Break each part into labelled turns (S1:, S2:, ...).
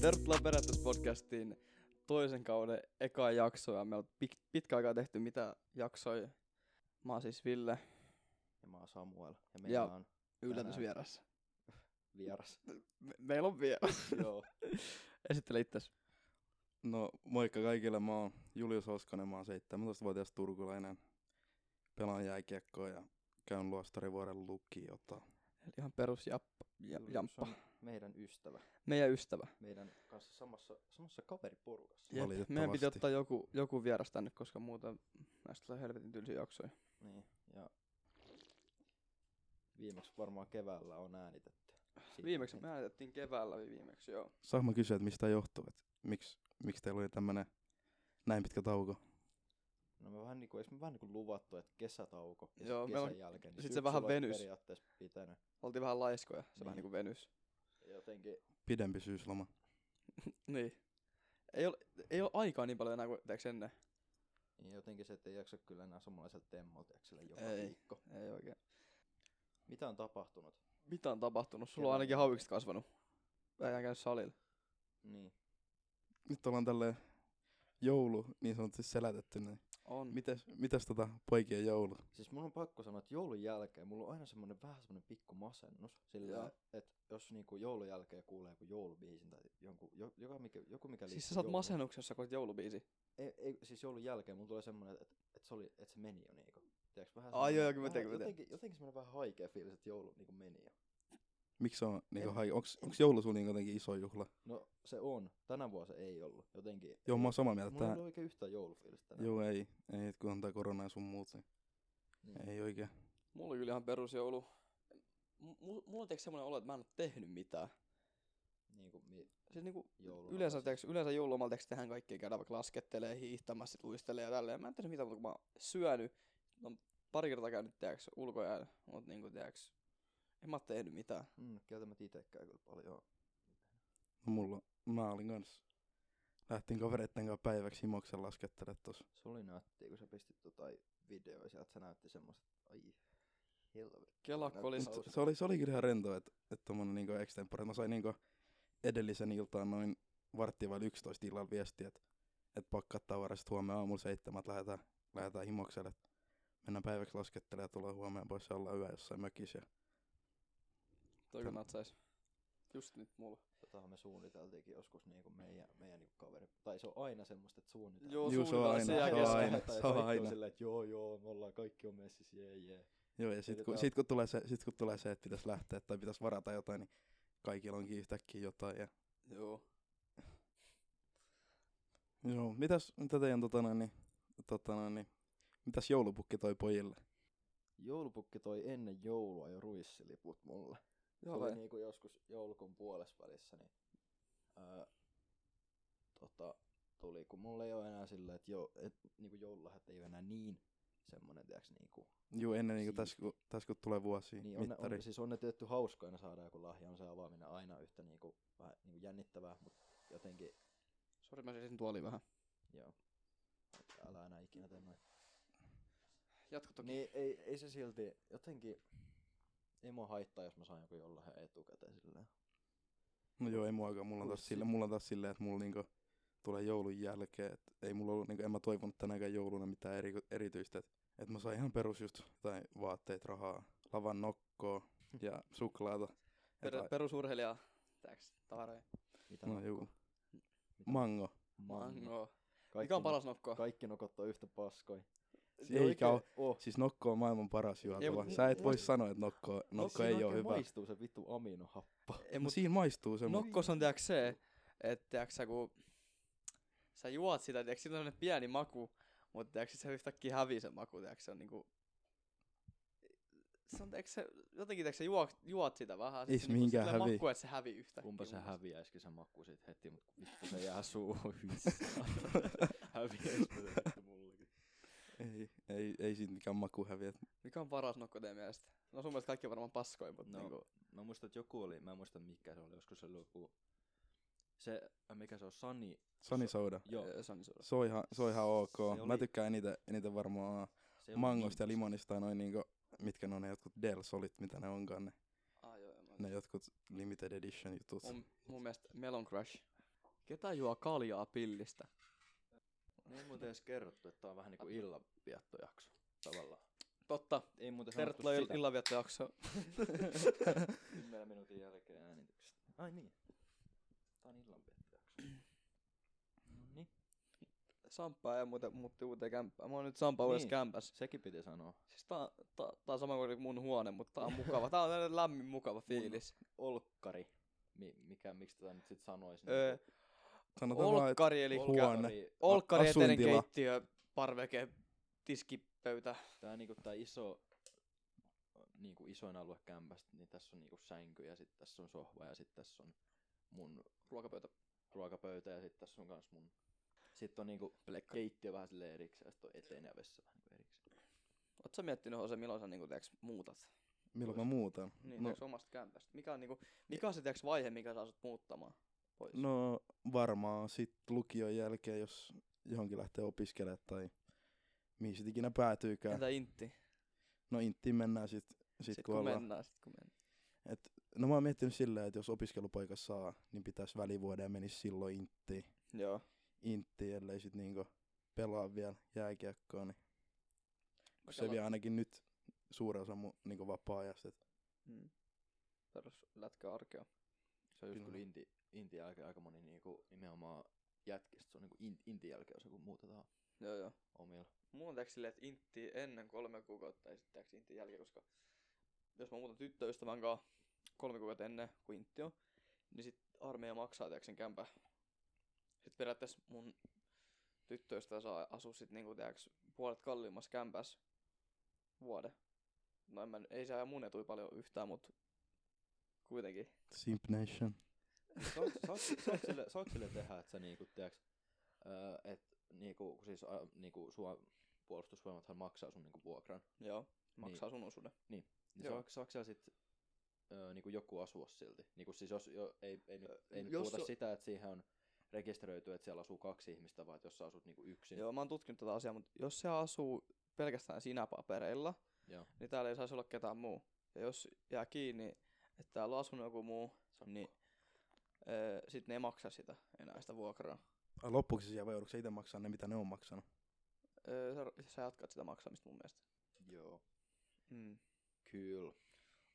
S1: Tervetuloa Periaatteessa-podcastiin toisen kauden eka jakso. Ja me on pit- pitkä aikaa tehty mitä jaksoja. Mä oon siis Ville,
S2: Ja mä oon Samuel. Ja
S1: Ja-
S2: meillä ja. on
S1: yllätysvieras.
S2: vieras.
S1: Me- meillä on vieras.
S2: Joo.
S1: Esittele itses.
S3: No moikka kaikille, mä oon Julius Hoskonen, mä oon 17-vuotias turkulainen. Pelaan jääkiekkoa ja käyn luostarivuoren lukiota.
S1: Eli ihan perus japp- ja,
S2: Julius
S1: jamppa.
S2: on meidän ystävä.
S1: Meidän ystävä.
S2: Meidän kanssa samassa, samassa kaveriporukassa.
S3: Jep. Valitettavasti.
S1: Meidän piti ottaa joku, joku vieras tänne, koska muuten näistä tulee helvetin tylsiä jaksoja.
S2: Niin. Ja viimeksi varmaan keväällä on äänitetty. Siitä.
S1: Viimeksi
S2: Niin.
S1: me äänitettiin keväällä viimeksi, joo.
S3: Saanko mä kysyä, että mistä johtuu? Et miksi, miksi teillä oli tämmönen näin pitkä tauko?
S2: No me vähän niinku, eikö me vähän niinku luvattu, että kesätauko ja
S1: Joo,
S2: Joo,
S1: me
S2: kesän
S1: on-
S2: jälkeen. niin
S1: sit se
S2: syksyllä
S1: vähän
S2: olisi
S1: venys.
S2: Periaatteessa pitänyt.
S1: Oltiin vähän laiskoja, se
S2: Niin.
S1: vähän niinku venys.
S2: Ja Jotenkin,
S3: Pidempi syysloma.
S1: Niin. Ei ole, ei ole aikaa niin paljon enää kuin teeks ennen.
S2: ja Niin jotenkin se, että ei jaksa kyllä enää samanlaiselta temmolta, sille joka
S1: Ei.
S2: viikko.
S1: Ei oikein.
S2: Mitä on tapahtunut?
S1: Mitä on tapahtunut? Sulla on
S2: Kevään
S1: ainakin
S2: jälkeen.
S1: hauikset kasvanut. Vähän käy salilla.
S2: Niin.
S3: Nyt ollaan tälle joulu niin sanotusti selätetty. Niin.
S2: Mm.
S1: On.
S3: Mites, mites tota poikien joulu?
S2: Siis mun on pakko sanoa, että joulun jälkeen mulla on aina semmoinen vähän semmoinen pikku masennus.
S1: Joo.
S2: Sillä, että jos niinku joulun jälkeen kuulee joku joulubiisin tai jonkun, jo, joka, mikä, joku mikä
S1: Siis sä
S2: liittyy
S1: saat
S2: jouluun.
S1: masennuksessa, kun olet joulubiisi.
S2: Ei, ei, siis joulun jälkeen mulla tulee semmoinen, että, että, se, oli, että se meni jo niinku. Tiedätkö, vähän
S1: Ai joo,
S2: semmonen-
S1: joo, kyllä mä tiedän, kyllä mä
S2: vähän-
S1: tiedän.
S2: jotenkin, jotenkin semmoinen vähän haikea fiilis, että joulu niinku meni jo.
S3: Miksi se on, niin
S2: En-
S3: kuin, onks, onks joulu sun niin jotenkin iso juhla?
S2: No se on. Tänä vuonna se ei ollut. Jotenkin.
S3: Joo, mä oon samaa mieltä.
S2: Mulla ei
S3: Tää,
S2: ollut oikein yhtään joulufiilistä tänä
S3: joo, ei. Ei, et kun on tää korona ja sun muut, niin
S2: Niin.
S3: ei oikein.
S1: Mulla oli kyllä ihan perusjoulu. M- mu- mulla on tiiäks semmonen olo, että mä en oo tehnyt mitään.
S2: Niin kuin mi-
S1: Siis niinku
S2: jouluna.
S1: yleensä, tiiäks, yleensä joululomalla tiiäks, tehdään kaikkea, käydään vaikka laskettelee, hiihtämässä, sit luistelee ja tälleen. Mä en tehnyt mitään, mutta kun mä oon syönyt, no, pari kertaa käynyt tiiäks, ulkoja, mutta niinku tiiäks, en mä oo tehnyt mitään.
S2: Mm, kieltämättä itekään kyllä paljon.
S3: No mulla, mä olin kans, lähtin kavereitten kanssa päiväksi himoksen laskettele tossa.
S2: Se oli nättiä, kun sä pistit jotain videoja sieltä, se näytti semmoista, ai helvetti.
S1: Kelakko oli,
S2: Näyttää
S3: Mut se oli, se oli kyllä ihan rentoa, että et tommonen niinku extempore. Mä sain niinku edellisen iltaan noin varttia vai 11 illalla viestiä, että et pakkaa tavara, sit huomenna aamulla seitsemät lähetään, lähetään himokselle. et Mennään päiväksi laskettelemaan ja tulee huomenna pois ja ollaan yö jossain mökissä. Ja
S1: toi kun natsais. Just nyt mulla.
S2: Jotahan me suunniteltiinkin joskus niin kuin meidän, meidän niin kaveri. Tai se on aina semmoista, että suunnitellaan.
S1: Joo,
S3: Juu, se on aina,
S1: suunnitellaan
S3: se
S1: sen jälkeen.
S2: Lähdetään
S3: on
S2: lähdetään ja
S3: aina, se on
S2: kaikki
S3: aina.
S2: silleen, että joo, joo, me ollaan kaikki on messissä, jee, jee.
S3: Joo, ja sit kun,
S2: Jätetään-
S3: sit, kun tulee se, sit kun tulee se, että pitäisi lähteä tai pitäisi varata jotain, niin kaikilla onkin yhtäkkiä jotain. Ja
S1: Joo.
S3: Joo, mitäs mitä teidän tota noin, niin- tota noin, niin, mitäs joulupukki toi pojille?
S2: Joulupukki toi ennen joulua jo ruissiliput mulle.
S1: Joo,
S2: se oli
S1: vai? niin?
S2: niinku joskus joulukuun puolessa välissä, niin öö, tota, tuli, kun mulla ei ole enää sillä, että jo, et, niinku joululahat ei ole enää niin semmonen, tiiäks, niinku,
S3: Joo, ennen niin
S2: Siipi.
S3: tässä kun, täs, kun tulee vuosi
S2: Niin
S3: niin,
S2: on, ne,
S3: mittari.
S2: on, siis on ne tietty hauskoina saada joku lahja, on se avaaminen aina yhtä niinku, vähän niinku jännittävää, mutta jotenkin,
S1: Sori, mä seisin tuoliin vähän.
S2: joo, Et älä enää ikinä tee noin.
S1: Jatka toki.
S2: Niin ei, ei se silti, jotenkin, ei mua haittaa, jos mä saan joku jollain etukäteen silleen.
S3: No joo, ei muakaan. Mulla on
S2: Kuulosti-
S3: taas sille, mulla on taas silleen, että mulla niinku tulee joulun jälkeen. Et ei mulla ollut, niinku, en mä toivonut tänäkään jouluna mitään eri, erityistä. Että et mä sain ihan perus just jotain vaatteet, rahaa, lavan nokkoa
S2: Hm.
S3: ja suklaata. Et,
S1: Per,
S3: ai-
S1: perusurheilija. Tääks tavaroja.
S2: Mitä
S3: no
S2: nokko?
S3: juu. Mango.
S1: Mango.
S2: Kaikki, no-
S1: Mikä on paras nokko?
S2: Kaikki nokot on yhtä paskoi.
S3: Ei
S2: oikein oh.
S3: oo.
S2: oo.
S3: Siis nokko on maailman paras juotava.
S1: mut-
S3: Sä et voi
S1: mut-
S3: sanoa, että nokko, nokko ei
S2: Siinä
S3: ole
S2: oikein
S3: hyvä.
S2: maistuu se vittu aminohappo.
S1: Ei,
S3: Mut
S1: mut
S3: siinä maistuu se. mut-
S1: nokkos on tiiäks se, että tiiäks sä kun sä juot sitä, tiiäks siinä on sellainen pieni maku, mutta tiiäks se yhtäkkiä hävii se maku, tiiäks se on niinku se on tiiäks se, jotenkin tiiäks sä juot, juot sitä vähän.
S3: Ei
S1: sit
S3: se
S1: niinku
S3: mihinkään
S1: tulee
S3: hävii.
S1: Makku, että se hävii yhtäkkiä.
S2: Kumpa se
S1: mun
S2: häviäisikin se maku sit heti, mut kun vittu se jää suuhun. Häviäis se vittu mullekin.
S3: Ei, ei, ei siitä mikään maku häviä.
S1: mielestä. Mikä on paras nokko teidän mielestä? No sun mielestä kaikki on varmaan paskoja, mutta
S2: No.
S1: niinku,
S2: Mä muistan, että joku oli, mä en muista mikä se oli, joskus se oli joku, se, äh, mikä se on, Sani,
S3: Sani Soda.
S2: joo.
S1: öö, se on iso.
S3: Se on ihan, se on ihan ok.
S2: Se oli-
S3: Mä tykkään eniten, eniten varmaan
S2: Se oli
S3: mangosta ja
S2: niin-
S3: limonista ja noin niinku, mitkä ne on ne jotkut Del Solit, mitä ne onkaan ne,
S1: Ah, joo, joo, mä-
S3: ne jotkut limited edition jutut.
S1: Mun, mun mielestä Melon Crush. Ketä juo kaljaa pillistä?
S2: Ne ei muuten edes kerrottu, että tää on vähän niinku illanviettojakso tavallaan.
S1: Totta.
S2: Ei muuten sanottu
S1: Tervetuloa
S2: sitä.
S1: ill- illanviettojaksoon.
S2: 10 minuutin jälkeen äänityksestä. Ai niin. Tää on illanviettojakso. No niin. Noniin.
S1: Samppa ja muuten muutti uuteen kämppään. Mä oon nyt Sampa uudessa
S2: Niin.
S1: kämpässä.
S2: Sekin piti sanoa.
S1: Siis tää, on- tää, tää on sama kuin mun huone, mutta tää on mukava. Tää on tällainen lämmin mukava fiilis.
S2: Olkkari. Mi- mikä, miksi tätä nyt sit sanoisi?
S1: Öö,
S2: niinku?
S3: Sanotaan vaan, että
S1: olkkari eli
S3: Olkka- huone.
S1: olkkari
S3: a-
S1: eteinen
S3: asuintila.
S1: keittiö, parveke, tiskipöytä.
S2: Tää niinku tää iso niinku isoin alue kämpästä, niin tässä on niinku sänky ja sitten tässä on sohva ja sitten tässä on mun
S1: Ruokapöytä.
S2: ruokapöytä ja sitten tässä on kans mun sitten on niinku
S1: Plekkari.
S2: keittiö vähän silleen erikseen ja sitten on eteen ja vessa vähän niinku erikseen.
S1: Oot sä miettinyt Hose, milloin sä niinku, tiiäks, muutat?
S3: milloin mä muutan.
S1: Niin, no.
S3: No,
S1: tiiäks, omasta kämpästä. Mikä on, niinku, mikä on se tiiäks, vaihe, mikä saa sut muuttamaan pois?
S3: no varmaan sit lukion jälkeen, jos johonkin lähtee opiskelemaan tai mihin sit ikinä päätyykään.
S1: Entä Intti?
S3: No inttiin mennään sit, sit,
S1: Sit,
S3: sit
S1: kun,
S3: kun ollaan.
S1: mennään, sit kun mennään.
S3: No mä oon miettinyt silleen, että jos opiskelupaikka saa, niin pitäis välivuoden ja menis silloin inttiin.
S1: Joo.
S3: Inttiin, ellei sit niinku pelaa vielä jääkiekkoa, niin kun se
S1: Pelaan.
S3: vie ainakin nyt suuren osan mun niinku vapaa-ajasta. et
S1: Mm. Perus lätkä arkea.
S2: Se on just kyllä
S3: Kyllä.
S2: inti, inti jälkeen aika moni niinku nimenomaan jätkistä. Se on niinku in, inti jälkeen se, kun muutetaan
S1: Joo, joo.
S2: omilla.
S1: Mulla on tiiäks silleen, että intti ennen kolme kuukautta ja sitten tiiäks intti jälkeen, koska jos mä muutan tyttöystävän kanssa kolme kuukautta ennen kuin intti on, niin sit armeija maksaa tiiäks sen kämpä. Sit periaatteessa mun tyttöystävä saa asua sit niinku tiiäks puolet kalliimmassa kämpässä vuoden. No en mä, ei se aja mun etui paljon yhtään, mut kuitenkin.
S3: Simp Nation.
S2: Saat, saat, saat, sille, saat sille tehdä, että sä niinku, tiiäks, öö, et niinku, kun siis a, niinku sua puolustusvoimathan maksaa sun niinku vuokran,
S1: Joo, maksaa sun osuuden.
S2: niin
S1: Joo.
S2: saaks, saaks siellä sit öö, niinku joku asua silti? Niinku siis jos jo, ei, ei, nyt, ei nyt
S1: jos
S2: puhuta
S1: on-
S2: sitä, että siihen on rekisteröity, että siellä asuu kaksi ihmistä, vaan että jos sä asut niinku yksin.
S1: Joo, mä oon tutkinut tätä asiaa, mutta jos se asuu pelkästään sinä papereilla,
S2: Joo.
S1: niin täällä ei saisi olla ketään muu. Ja jos jää kiinni, että täällä on asunut joku muu,
S2: Sakko.
S1: niin öö, sitten ne ei maksa sitä enää sitä vuokraa.
S3: Ai, Loppuksi siellä vai joudutko sä itse maksaa ne, mitä ne on maksanut?
S1: Öö, sä, sä jatkat sitä maksamista mun mielestä.
S2: Joo.
S1: Mm.
S2: Kyllä.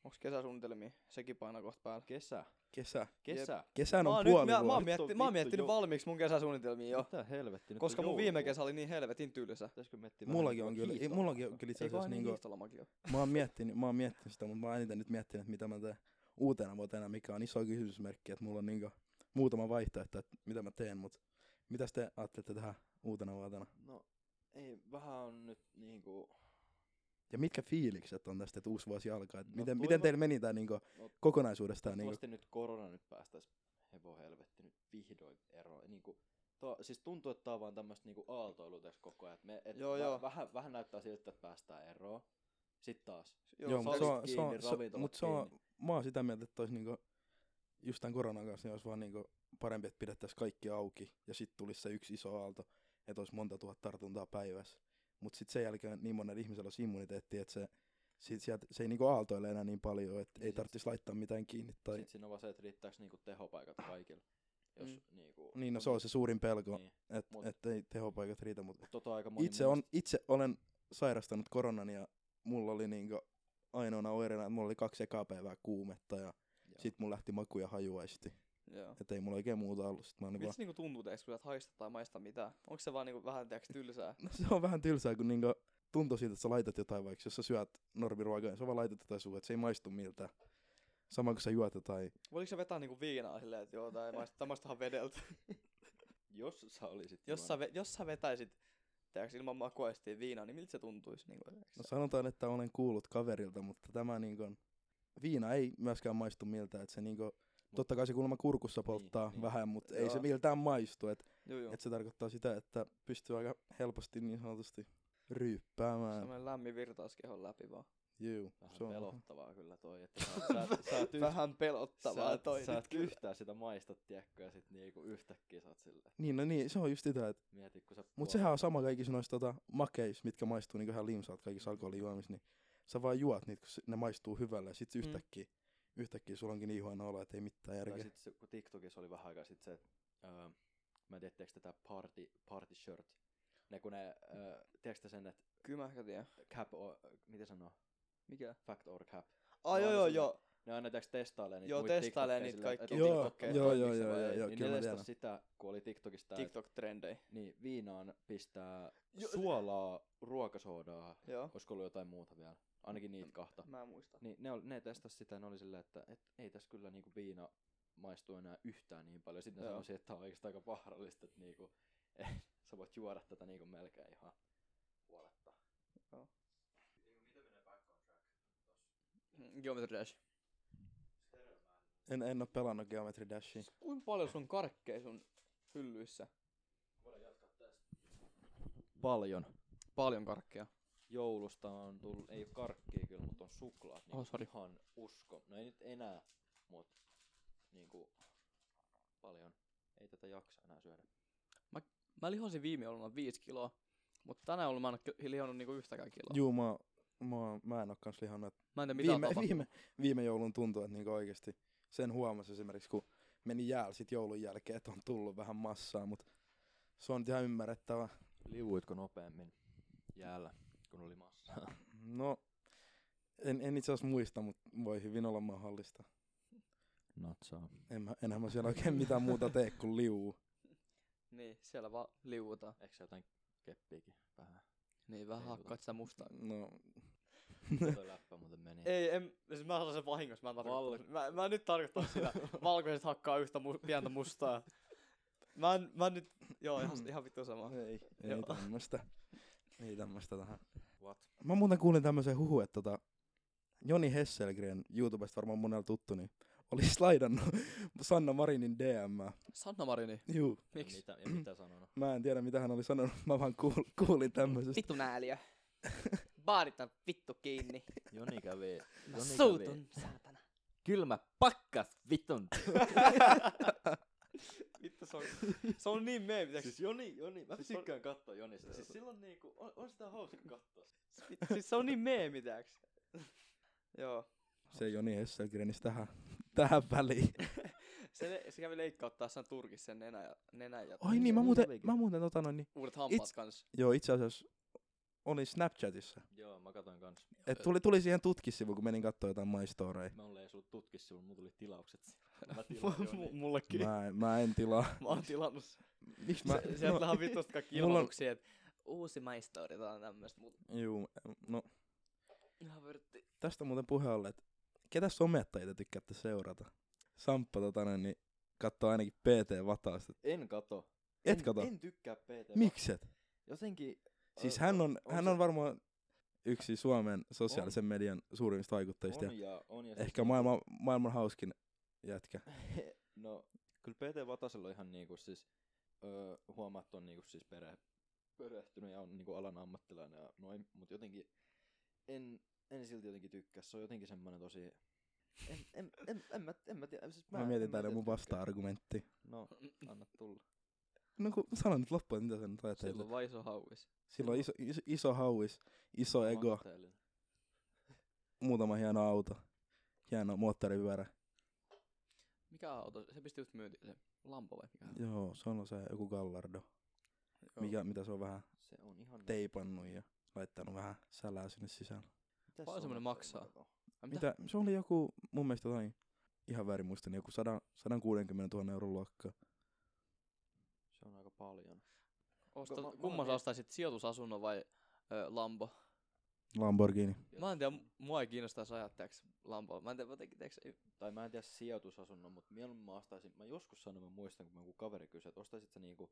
S1: Onks kesäsuunnitelmia? Sekin painaa kohta päällä.
S2: Kesä.
S3: Kesä.
S2: Kesä.
S3: Kesän
S1: mä,
S3: on
S1: oon nyt,
S3: puoli
S1: mä, mä, oon
S3: vuotta.
S1: mietti,
S2: Nyt on
S1: mä oon
S2: vittu
S1: miettinyt
S2: joulu.
S1: valmiiksi mun kesäsuunnitelmia jo.
S2: Mitä helvetti? Nyt
S1: Koska
S2: on
S1: mun viime
S2: joulukuu.
S1: kesä oli niin helvetin tylsä.
S2: Pitäisikö miettiä vähän
S3: Mullakin
S2: niinku
S3: on kyllä, ei,
S2: hiihtolomaa?
S3: mullakin on kyllä itse
S1: Ei
S3: asiassa
S1: vaan niin
S3: niinku,
S1: hiihtolomakin ole.
S3: mä oon miettinyt, mä oon miettinyt sitä, mutta mä oon eniten nyt miettinyt, että mitä mä teen uutena vuotena, mikä on iso kysymysmerkki, että mulla on niinku muutama vaihtoehto, että mitä mä teen, mutta mitäs te ajattelette tähän uutena vuotena?
S2: No, ei, vähän on nyt niinku...
S3: Ja mitkä fiilikset on tästä, että uusi vuosi alkaa? Että
S2: No
S3: miten, miten
S2: toivon-
S3: teillä meni tämä niinku
S2: No,
S3: kokonaisuudestaan? Niinku,
S2: Toivottavasti nyt korona nyt päästäis hevo helvetti nyt vihdoin eroon. Niinku, to, siis tuntuu, että tää on vaan tämmöstä niinku aaltoilu tässä koko ajan. Et me, et
S1: Joo, joo.
S2: Vähän, vähän näyttää siltä, että päästään eroon. Sitten taas.
S3: joo, joo mutta se
S2: salit
S3: on, se on,
S2: kiinni,
S3: se,
S2: ravintolat
S3: mut se on,
S2: kiinni.
S3: mä oon sitä mieltä, että olisi niinku, just tämän koronan kanssa, niin olisi vaan niinku parempi, että pidettäisiin kaikki auki ja sitten tulisi se yksi iso aalto, että olisi monta tuhat tartuntaa päivässä. Mutta sitten sen jälkeen niin monen ihmisellä olisi immuniteetti, että se, sit sieltä, se ei niinku aaltoile enää niin paljon, että
S2: Niin
S3: ei
S2: sit-
S3: tarvitsisi laittaa mitään kiinni. Tai,
S2: Sitten siinä on vaan se, että riittääks niinku tehopaikat kaikille. Jos
S1: Mm.
S2: niinku...
S3: niin, no se on se suurin pelko,
S2: Niin.
S3: että
S2: mut-
S3: et ei tehopaikat riitä, mutta
S2: Tota aika moni
S3: itse, on, itse olen sairastanut koronan ja mulla oli niinku ainoana oireena, että mulla oli kaksi ekaa päivää kuumetta ja
S2: Joo.
S3: sit mulla lähti maku ja hajuaisti.
S1: Joo.
S3: Et ei mulla oikein muuta ollut. Sit mä olin
S1: Miltä
S3: vaan,
S1: se niinku tuntuu teeks, kun sä et haista tai maista mitään? Onko se vaan niinku vähän tiiäks tylsää?
S3: no se on vähän tylsää, kun niinku tuntuu siltä, että sä laitat jotain, vaikka jos sä syöt normiruokaa, niin sä vaan laitat jotain suuhun, että se ei maistu miltään. Sama kuin sä juot jotain.
S1: Voliko se vetää niinku viinaa silleen, että joo, tai maista, tää maistahan vedeltä?
S2: Jos sä olisit
S1: jos, sä, ve- jos sä vetäisit tiiäks, ilman makuaistia viinaa, niin miltä se tuntuisi? Niinku, tiiäks?
S3: No sanotaan, että olen kuullut kaverilta, mutta tämä niinku on... Viina ei myöskään maistu miltään, että se niinku... Totta kai se kuulemma kurkussa polttaa
S2: niin.
S3: vähän, mutta ei se
S1: Joo.
S3: miltään maistu. Et
S1: joo, joo.
S3: Et se tarkoittaa sitä, että pystyy aika helposti niin sanotusti ryyppäämään.
S1: Semmoinen lämmin virtaus kehon läpi vaan.
S3: Juu,
S2: Vähän
S3: se on.
S2: pelottavaa kyllä toi, että sä, sä, sä, oot yht-
S1: Vähän pelottavaa
S2: sä,
S1: toi
S2: sä
S1: nyt
S2: et
S1: kyllä.
S2: yhtään sitä maista, tiedätkö, ja sit niinku yhtäkkiä sä oot silleen,
S3: Niin, no niin, se on just sitä, että...
S2: mieti kun sä
S3: Mut
S2: puolet-
S3: sehän on sama kaikissa noissa tota, makeissa, mitkä maistuu niin ihan limsaat kaikissa alkoholijuomissa, niin sä vaan juot niitä, kun se- ne maistuu hyvällä, ja sit
S1: Mm.
S3: yhtäkkiä, yhtäkkiä sulla onkin niin huono olo, että ei mitään
S2: Tai
S3: järkeä.
S2: sit se, kun TikTokissa oli vähän aikaa sit se, että öö, mä en tiedä, tiedätkö tätä party, party shirt. Ne kun ne, öö, tiedätkö te sen, että
S1: Kyllä mä ehkä tiedän.
S2: cap, or, miten sanoo,
S1: Mikä?
S2: fact or cap.
S1: Ah,
S2: No,
S1: joo,
S2: aina
S1: joo,
S2: silleen-
S1: joo.
S2: Ne aina tiedätkö testailee niitä
S1: Joo,
S2: muita
S1: testailee
S2: TikTokeja
S1: niitä
S2: silleen, että
S1: kaikkia
S2: onko
S1: Joo,
S2: TikTokkeja
S1: joo,
S3: joo,
S2: toimiksi vai
S3: joo,
S2: ei.
S3: joo,
S2: niin
S3: kyllä
S2: ne
S3: mä
S2: testas
S3: tiedän.
S2: sitä, kun oli TikTokista, että
S1: TikTok-trendejä.
S2: niin viinaan pistää
S1: Joo, se-
S2: suolaa, ruokasoodaa,
S1: Joo.
S2: olisiko ollut jotain muuta vielä, ainakin niitä kahta.
S1: Mä en muista.
S2: Niin ne, ol, ne testas sitä, ne oli silleen, että et, ei tässä kyllä niinku viina maistu enää yhtään niin paljon. Sitten ne
S1: Joo.
S2: sanoisi, että tämä on oikeastaan aika vaarallista, että niinku, sä voit juoda tätä niinku melkein ihan huoletta.
S1: Geometry Dash.
S3: En, en oo pelannut Geometry Dashia.
S1: Kuinka paljon sun karkkeja sun hyllyissä?
S2: Paljon.
S1: Paljon karkkeja.
S2: Joulusta on tullut, ei ole karkkia kyllä, mutta on suklaat. Niinku
S1: Oh, sorry.
S2: Ihan usko. No ei nyt enää, mutta niinku paljon. Ei tätä jaksa enää syödä.
S1: Mä lihosin viime jouluna viisi kiloa, mutta tänä jouluna mä en oo ki- lihonnut niinku yhtäkään kiloa.
S3: Juu, mä, mä, mä en oo kans lihannut. et
S1: Mä en tiedä mitä on
S3: Viime,
S1: tapahtunut.
S3: viime, viime joulun tuntuu, että niinku oikeesti sen huomasi esimerkiksi, kun meni jäällä sit joulun jälkeen, että on tullut vähän massaa, mut se on nyt ihan ymmärrettävä.
S2: Liuuitko nopeammin jäällä, kun oli massaa?
S3: No, en, en itse asiassa muista, mut voi hyvin olla mahdollista.
S2: Natsaa.
S3: En mä, enhän mä siellä oikein mitään muuta tee kuin liuu.
S1: Niin, siellä vaan liuutaan.
S2: Eikö se jotain keppiäkin vähän?
S1: Niin, vähän
S2: Ei
S1: hakkaat
S2: liuuta.
S1: sitä mustaa.
S3: No,
S2: Tuo läppä muuten meni.
S1: Ei, en, siis mä sanoin sen vahingossa, mä en tarkoittanut.
S2: Valko-
S1: Mä, mä en nyt tarkoittanut sitä. Valkoiset hakkaa yhtä mu- pientä mustaa. Mä en, mä en nyt, joo,
S3: Mm.
S1: ihan, ihan vittu sama.
S3: ei, ei
S1: Joo.
S3: tämmöstä. Ei tämmöstä tähän.
S2: What?
S3: Mä muuten kuulin tämmöisen huhu, että tota, Joni Hesselgren, YouTubesta varmaan monella tuttu, niin oli slaidannut Sanna Marinin DM.
S1: Sanna Marini,
S3: Juu,
S1: miksi?
S2: Mitä, ja mitä sanonut?
S3: mä en tiedä mitä hän oli sanonut, mä vaan kuul, kuulin tämmöisestä.
S1: Vittu nääliä. Baarit on vittu kiinni.
S2: Joni kävi.
S3: No
S1: Mä
S3: niin,
S2: Joni kävi.
S1: suutun, saatana.
S2: Kylmä pakkas vitun.
S1: Vittu, se on, se on niin meemi. Siis,
S2: siis Joni, Joni, mä
S1: Siis
S2: tykkään katsoa Jonista. Siis silloin niinku, on, on sitä hauska katsoa.
S1: siis se on niin meemi, tiiäks? Joo.
S3: Se Joni Hesselgrenis tähän, tähän väliin.
S1: Se, le- se kävi leikkauttaessaan Turkissa sen nenä ja, nenä ja
S3: Ai niin, mä muuten,
S2: kävikin?
S3: mä muuten tota noin, niin,
S1: uudet hampaat
S3: Itse-
S1: kans.
S3: joo itse asiassa oli Snapchatissa.
S2: Joo, mä katoin kans.
S3: Et tuli, tuli siihen tutkissivu, kun menin katsoa jotain My Story.
S2: Mä olin ei sulla tutkissa, mulla tuli tilaukset. siellä. Mä tilaan
S1: M-
S2: Joni.
S1: mullekin. Mä,
S3: Mä, en- mä en tilaa.
S1: oon tilannut sen.
S3: Miksi
S1: Mä,
S3: mä? no,
S1: Sieltä lähdetään vitusta kaikki
S3: Mulla on-
S1: ilmoituksia, että uusi maistori tai tämmöstä, mut
S3: Juu, no
S1: ihan vörtti.
S3: Tästä on muuten puhe ollut, että ketä somettajia te tykkäätte seurata? Samppa tota noin, niin katsoo ainakin PT Vatausta.
S2: En kato.
S3: Et
S2: En-
S3: kato?
S2: En tykkää PT.
S3: Mikset?
S2: Jotenkin.
S3: Siis
S2: ö,
S3: hän on, hän
S2: se-
S3: on varmaan yksi Suomen sosiaalisen median suurimmista vaikuttajista ja
S2: On ja, on ja siis-
S3: ehkä maailman, maailman hauskin jätkä.
S2: No, kyllä PT Vatasella on ihan niinku siis, öö, huomaa, että on niinku siis pere, perehtynyt ja on niinku alan ammattilainen ja noin, mutta jotenkin en, en silti jotenkin tykkää. Se on jotenkin semmoinen tosi... En, en, en, en, mä, en mä tiedä. Siis
S3: Mä,
S2: en
S3: mietin täällä
S2: tiedä,
S3: mun
S2: tykkää.
S3: vasta-argumentti.
S2: No, anna tulla.
S3: No kun sano nyt loppuun, että mitä sä nyt ajattelet.
S1: Sillä on
S3: Sillä,
S1: vaan iso hauvis.
S3: on iso, iso, iso hauis, iso ego,
S2: Ammattilainen.
S3: muutama hieno auto, hieno moottoripyörä.
S1: Mikä auto? Se pisti just myyntiin se Lampo vai mikä?
S3: Joo, se on se joku Gallardo, mikä, mitä se on vähän
S2: Se on ihan... niin-
S3: teipannut ja laittanut vähän sälää sinne sisään.
S2: Mitäs
S1: Paljon semmonen maksaa?
S2: Kato.
S1: Ai Mitä?
S3: Mitä? Se oli joku, mun mielestä jotain, ihan väärin muistan, joku 100, 160 000 euron luokkaa.
S2: Se on aika paljon.
S1: Ostat,
S2: Mä- mä-
S1: kumman
S2: mä-
S1: sä ostaisit, sijoitusasunnon vai ö, Lambo?
S3: Lamborghini.
S1: Mä en tiedä, mua ei kiinnostaisi ajaa teeks Lambo. Mä en tiedä, jotenkin teeks...
S2: tai mä en tiedä sijoitusasunnon, mutta mieluummin mä ostaisin, mä joskus sanoin, mä muistan, kun mä joku kaveri kysyi, että ostaisit sä niinku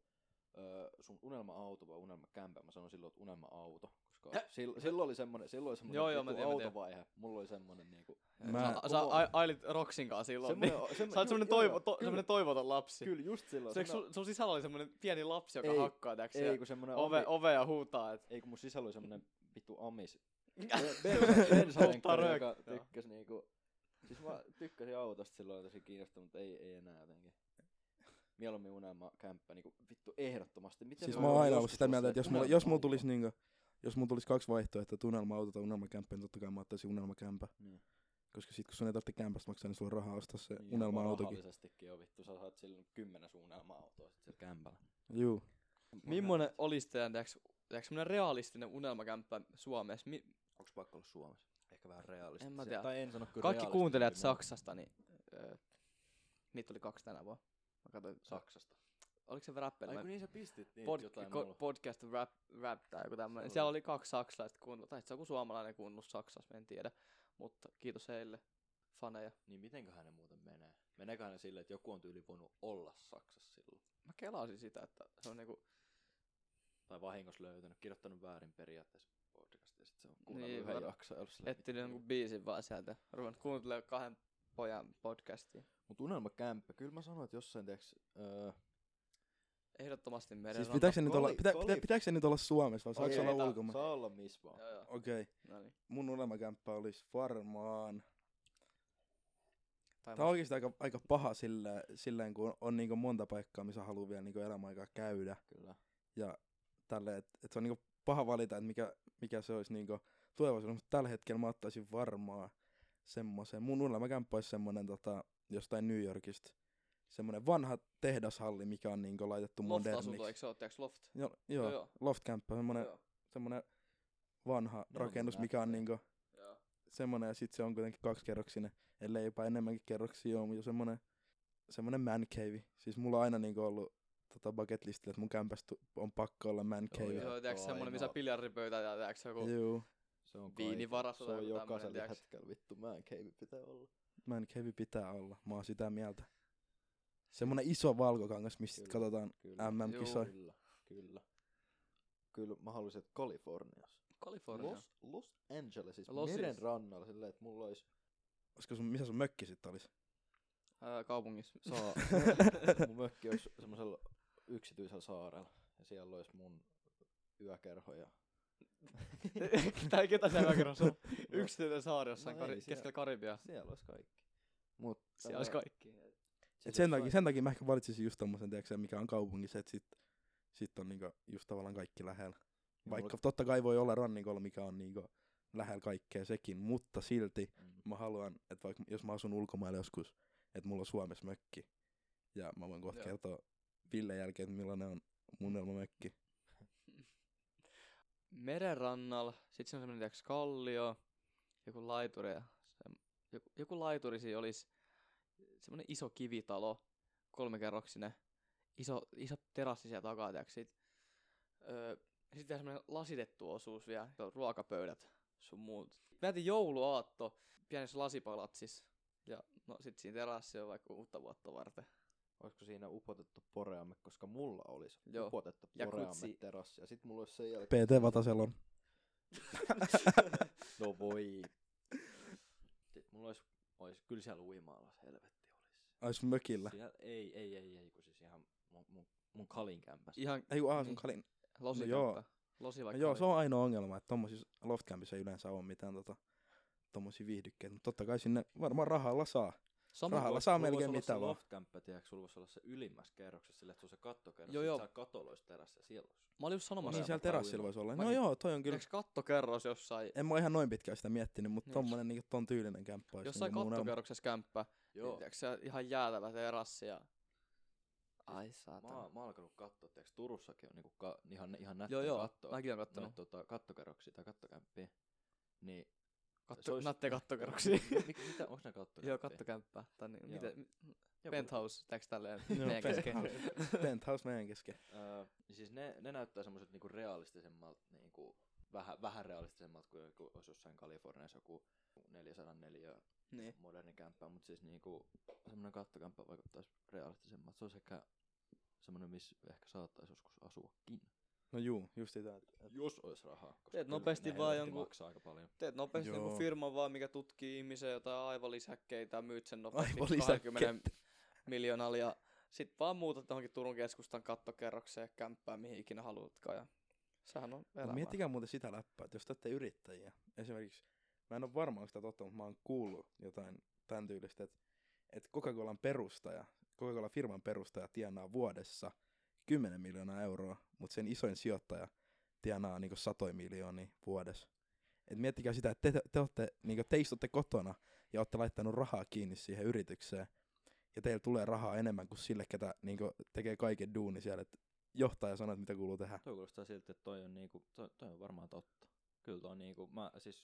S2: ö, sun unelma-auto vai unelmakämpä, mä sanoin silloin, että unelma-auto, koska
S1: Häh?
S2: sill, silloin oli semmonen, silloin oli semmonen
S1: Joo, joo,
S2: joku
S1: mä tiedän, mä tiedän.
S2: autovaihe, mulla oli semmonen niinku,
S3: Mä-
S1: Sä, sä ai- ailit Roxin kanssa silloin. Niin.
S2: semmonen,
S1: Sä oot semmonen,
S2: joo, joo,
S1: toivo, to,
S2: kyllä,
S1: semmonen toivoton lapsi.
S2: Kyllä, just silloin.
S1: Se, eikö
S2: semmonen-
S1: sun, sun sisällä oli semmonen pieni lapsi, joka
S2: Ei,
S1: hakkaa teeks
S2: ei, kun semmonen
S1: ove,
S2: ove,
S1: ove ja huutaa, et
S2: ei, kun mun sisällä oli semmonen vittu amis,
S1: Joo. Polttaa
S2: bensalenkkari, joka
S1: röökiä.
S2: tykkäs niinku, siis mä tykkäsin autosta silloin tosi kiinnostunut, mutta ei, ei enää jotenkin. Mieluummin unelma kämppä, niinku vittu ehdottomasti. Miten
S3: siis
S2: voi
S3: mä oon
S2: olla
S3: aina ollut
S2: joskus
S3: sitä mieltä, että
S2: jossain
S3: jos mulla,
S2: unelma-
S3: jos mulla
S2: auto?
S3: tulisi niinku, jos mulla tulisi kaksi vaihtoehtoa, että unelma-auto tai unelmakämppä, niin totta kai mä ottaisin unelmakämpä.
S2: Niin.
S3: Koska sit kun sun ei tarvitse kämpästä maksaa, niin sulla on rahaa ostaa se
S2: Niin, ja
S3: unelma-autokin.
S2: Rahallisestikin on vittu, sä saat silloin kymmenen suunnelmaa autoa sit siellä kämpällä.
S3: Juu.
S1: Mimmonen olisi teidän, tiiäks, tiiäks semmonen realistinen unelmakämppä Suomessa? Mi-
S2: Onks pakko olla Suomessa? Ehkä vähän realistisesti.
S1: En mä tiedä.
S2: Tai en sano
S1: kaikki
S2: kyllä realistisesti,
S1: kuuntelijat
S2: mutta
S1: Saksasta, niin öö, niitä oli kaksi tänä vuonna. Mä katsoin,
S2: Saksasta.
S1: oliko se rappeli?
S2: Ai kun niin sä pistit niitä
S1: pod,
S2: jotain
S1: ko-
S2: mulle.
S1: podcast rap, rap tai joku tämmöinen.
S2: Se
S1: Siellä
S2: oli.
S1: oli kaksi saksalaista kuunnellut, tai itse joku suomalainen kuunnellut Saksassa, mä en tiedä. Mutta kiitos heille, faneja.
S2: Niin mitenköhän ne muuten menee? Meneeköhän ne silleen, että joku on tyyli voinut olla Saksassa silloin?
S1: Mä kelasin sitä, että se on niinku,
S2: Tai vahingossa löytänyt, kirjoittanut väärin periaatteessa podcastia, ja sit se on kuunnellut
S1: Niin,
S2: niin, yhden
S1: var-
S2: jakson. Niin, ja ollut silleen,
S1: etsinyt
S2: mitä
S1: jonkun biisin vaan sieltä. Ruvennut kuuntelemaan kahden pojan podcastia.
S2: niin. Mut unelmakämppä, kyllä mä sanoin, että jossain tiiäks... Öö,
S1: Ehdottomasti meidän
S3: Siis pitääkö se nyt olla,
S2: Koli-
S3: pitä, pitä,
S2: koli-
S3: pitääkö se nyt olla Suomessa vai saako
S1: Okei,
S3: se olla
S1: tää-
S3: ulkomailla?
S2: Saa olla missä vaan.
S1: Joo, joo.
S3: Okei. Okay.
S1: No niin.
S3: Mun unelmakämppä olisi varmaan...
S1: Tai
S3: Tämä on oikeasti aika, aika paha sillä, silleen, kun on, on niin monta paikkaa, missä haluaa vielä niin elämäaikaa käydä.
S2: Kyllä.
S3: Tälle, et, et se on niin paha valita, että mikä, mikä se olisi niin tulevaisuudessa. Mutta tällä hetkellä mä ottaisin varmaan semmoisen. Mun unelmakämppä olisi semmoinen tota, jostain New Yorkista. Semmoinen vanha tehdashalli, mikä on niin laitettu
S1: Loft-asunto, eikö
S3: moderniksi.
S1: se ole, tiiäks, loft?
S3: Joo, joo, joo.
S1: joo.
S3: loftkämppä, semmoinen,
S1: Joo,
S3: semmoinen vanha
S2: No,
S3: rakennus,
S2: mutta
S3: mikä
S2: nähtävä.
S3: on niinku
S1: joo.
S3: semmoinen, ja sitten se on kuitenkin kaksikerroksinen, ellei jopa enemmänkin kerroksia ole, mutta semmoinen, semmoinen man cave. Siis mulla on aina niinku ollut tota bucket listillä, että mun kämpästä tu- on pakko olla man
S2: Joo,
S3: cave.
S2: joo.
S1: Joo, tiiäks,
S2: Ainoa.
S1: semmonen, missä on biljardipöytä ja tiiäks, joku
S3: Joo,
S2: Se on
S1: Viinivaras
S2: kaiken.
S1: on
S2: Se on
S1: joku tämmönen,
S2: jokaisella
S1: tiiäks.
S2: hetkellä vittu, mä en keivi pitää olla.
S3: man cave pitää olla, mä oon sitä mieltä. Semmoinen iso valkokangas, mistä sit
S2: Kyllä.
S3: katsotaan
S2: Kyllä.
S3: MM-kisoja.
S2: Kyllä, kyllä. Kyllä mä haluaisin, että Kaliforniassa.
S1: Kalifornia.
S2: Los, Los Angelesissa,
S1: Losissa.
S2: meren rannalla, silleen, että mulla olisi,
S3: Olisiko sun, missä sun mökki sit olis?
S1: Ää, kaupungissa.
S2: saa, mun mökki olisi semmoisella yksityisellä saarella. Ja siellä olisi mun yökerho ja
S1: tai ketä siellä kerran sun?
S2: No,
S1: Yksityinen saari jossain
S2: no ei
S1: kari-
S2: siellä.
S1: keskellä Karibiaa.
S2: siellä olisi kaikki. Mut
S1: Siellä olisi
S2: tämä-
S1: kaikki.
S2: siis
S3: Et
S2: jos
S3: sen, takia,
S2: vai-
S3: sen takia mä ehkä valitsisin just tommosen, tiiäksä, mikä on kaupungissa, että sit, sit on niinku just tavallaan kaikki lähellä.
S2: mulla-
S3: Vaikka totta kai voi olla rannikolla, mikä on niinku lähellä kaikkea sekin, mutta silti
S2: Mm.
S3: mä haluan, että vaikka jos mä asun ulkomailla joskus, että mulla on Suomessa mökki, ja mä voin kohta
S1: Joo.
S3: kertoa Ville jälkeen, että millainen on mun mökki.
S1: merenrannalla, sit se on semmonen tiiäks kallio, joku laituri ja se, joku, joku laituri siinä olis semmonen iso kivitalo, kolmikerroksinen, iso, iso terassi siellä takaa tiiäks sit. Öö, sit vielä semmonen lasitettu osuus vielä, se on ruokapöydät sun muut. Mä jätin jouluaatto pienessä lasipalatsissa ja no sit siinä terassi on vaikka uutta vuotta varten.
S2: olisiko siinä upotettu poreamme, koska mulla olisi
S1: Joo.
S2: upotettu
S1: Ja
S2: poreamme
S1: kutsi.
S2: terassi. Ja sit mulla olisi sen jälkeen...
S3: PT Vatasella on.
S2: no voi. Sit mulla olisi, olisi kyllä siellä uimaalas, helvetti olisi.
S3: Ois mökillä.
S2: Siellä, ei, ei, ei, ei, kun siis ihan mun, mun, mun kalin kämpässä.
S1: Ihan
S3: Ei kun aah, sun
S1: Niin.
S3: kalin.
S1: losi
S3: No joo.
S1: kämppä. Losi
S3: No
S1: vaikka.
S3: joo,
S1: oli.
S3: se on ainoa ongelma, että tommosissa loftcampissa ei yleensä ole mitään tota, tommosia viihdykkeitä, mutta totta kai sinne varmaan rahalla saa.
S1: Sama
S3: rahalla
S1: kuin-
S3: saa
S2: Sulla
S3: melkein
S2: voisi olla
S3: mitä
S2: se
S3: vaan.
S2: loftkämppä, tiedätkö, sulla voisi olla se ylimmässä kerroksessa, sillä että se on se kattokerros,
S1: Joo, joo.
S2: joo, joo. saa katoloista terässä ja siellä olisi.
S1: Mä olin just sanomassa.
S3: Niin
S2: Paremmat
S3: siellä terassilla voisi olla. No
S1: Mäkin-
S3: joo, toi on kyllä.
S1: Kyllä. kattokerros jossain,
S3: En mä oo ihan noin pitkään sitä miettinyt, mutta
S1: Niin.
S3: tommonen niinku ton tyylinen kämppä olisi.
S1: jossain
S3: niinku mun unelma.
S1: kattokerroksessa kämppä. Joo.
S2: Joo.
S1: Niin, se ihan jäätävä terassi ja... Ai
S2: Mä,
S1: saatana.
S2: oon- mä oon alkanut katsoa, tiedätkö, Turussakin on niinku ka, ihan, ihan nättä
S1: Joo joo,
S2: kattoa.
S1: mäkin oon
S2: noita
S1: kattonut.
S2: tota, kattokerroksia tai kattokämppiä. Niin, se
S1: Katto,
S2: olisi-
S1: Nättejä kattokerroksia.
S2: Mik, mitä, onko ne kattokämppiä?
S1: Joo, kattokämppää. Tai niin,
S2: Joo.
S1: miten,
S2: Joku-
S1: penthouse, tääks tälleen
S3: Joo,
S1: meidän kesken.
S3: penthouse. Penthouse meidän kesken.
S2: Öö, niin siis ne, ne näyttää semmoiset niinku realistisemmalta, niinku, vähän, vähän realistisemmalta kuin joku, olisi jossain Kaliforniassa joku 404
S1: niin.
S2: moderni kämppä, mutta siis niinku, semmoinen kattokämppä vaikuttaisi realistisemmalta. Se olisi ehkä semmoinen, missä ehkä saattaisi joskus asuakin.
S3: No juu, just sitä. että-
S2: Jos olisi rahaa. koska
S1: Teet
S2: kyllä
S1: nopeasti
S2: ne
S1: vaan
S2: helvetti
S1: jonkun-
S2: maksaa aika paljon.
S1: Teet nopeasti
S3: Joo.
S1: joku firman vaan, mikä tutkii ihmisiä jotain aivolisäkkeitä, myyt sen nopeasti
S3: Aivolisäkkeitä.
S1: 20 miljoonalla ja sit vaan muutat johonkin Turun keskustan kattokerrokseen kämppään, mihin ikinä haluatkaan. Ja sehän on
S3: Mut
S1: elämää.
S3: Miettikää muuten sitä läppää, että jos te olette yrittäjiä, esimerkiksi, mä en ole varma, onko sitä totta, mutta mä oon kuullut jotain tämän tyylistä, että, että Coca-Colan perustaja, Coca-Cola firman perustaja tienaa vuodessa 10 miljoonaa euroa, mutta sen isoin sijoittaja tienaa niinku satoi miljoonia vuodessa. Et miettikää sitä, että te, te, olette, niinku, te istutte kotona ja olette laittanut rahaa kiinni siihen yritykseen, ja teillä tulee rahaa enemmän kuin sille, ketä niin kuin, tekee kaiken duuni siellä, että johtaja sanoo, että mitä kuuluu tehdä.
S2: Toi kuulostaa siltä, että toi on, niinku, toi, toi on varmaan totta. Kyllä toi on niinku, mä siis...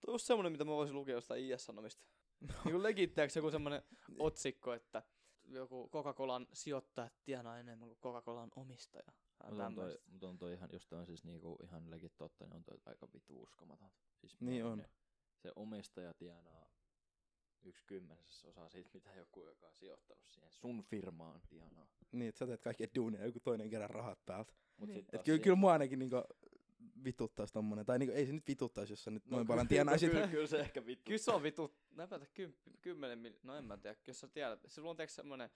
S1: Tuo on just semmonen, mitä mä voisin lukea jostain IS-sanomista.
S3: No.
S1: Niin legittääks joku semmonen
S3: Niin.
S1: otsikko, että joku Coca-Colan sijoittaja tienaa enemmän kuin Coca-Colan omistaja. Tai
S2: Mutta on, toi,
S1: tämmöistä.
S2: mut on toi ihan, jos toi on siis niinku ihan legit totta, niin on toi aika vitu uskomaton. Siis
S3: Niin
S2: miten
S3: on.
S2: ne- Se omistaja tienaa yksi kymmenesosa siitä, mitä joku, joka on sijoittanut siihen sun firmaan tienaa.
S3: Niin, että sä teet kaikkien duunia, ja joku toinen kerää rahat päältä.
S2: Mut
S1: Niin.
S2: sit
S3: Et
S2: taas
S3: kyllä,
S2: sie-
S3: kyllä mua ainakin niinku vituttais tommonen, tai niinku, ei se nyt vituttaisi, jos sä nyt noin paljon
S2: kyllä-
S3: tienaisit.
S2: Kyllä, kyllä se ehkä vittu.
S1: Kyllä se on vitu, näpätä kymppi- kymmenen mil... no en mä tiedä, jos sä tiedät, sulla on tiedätkö semmonen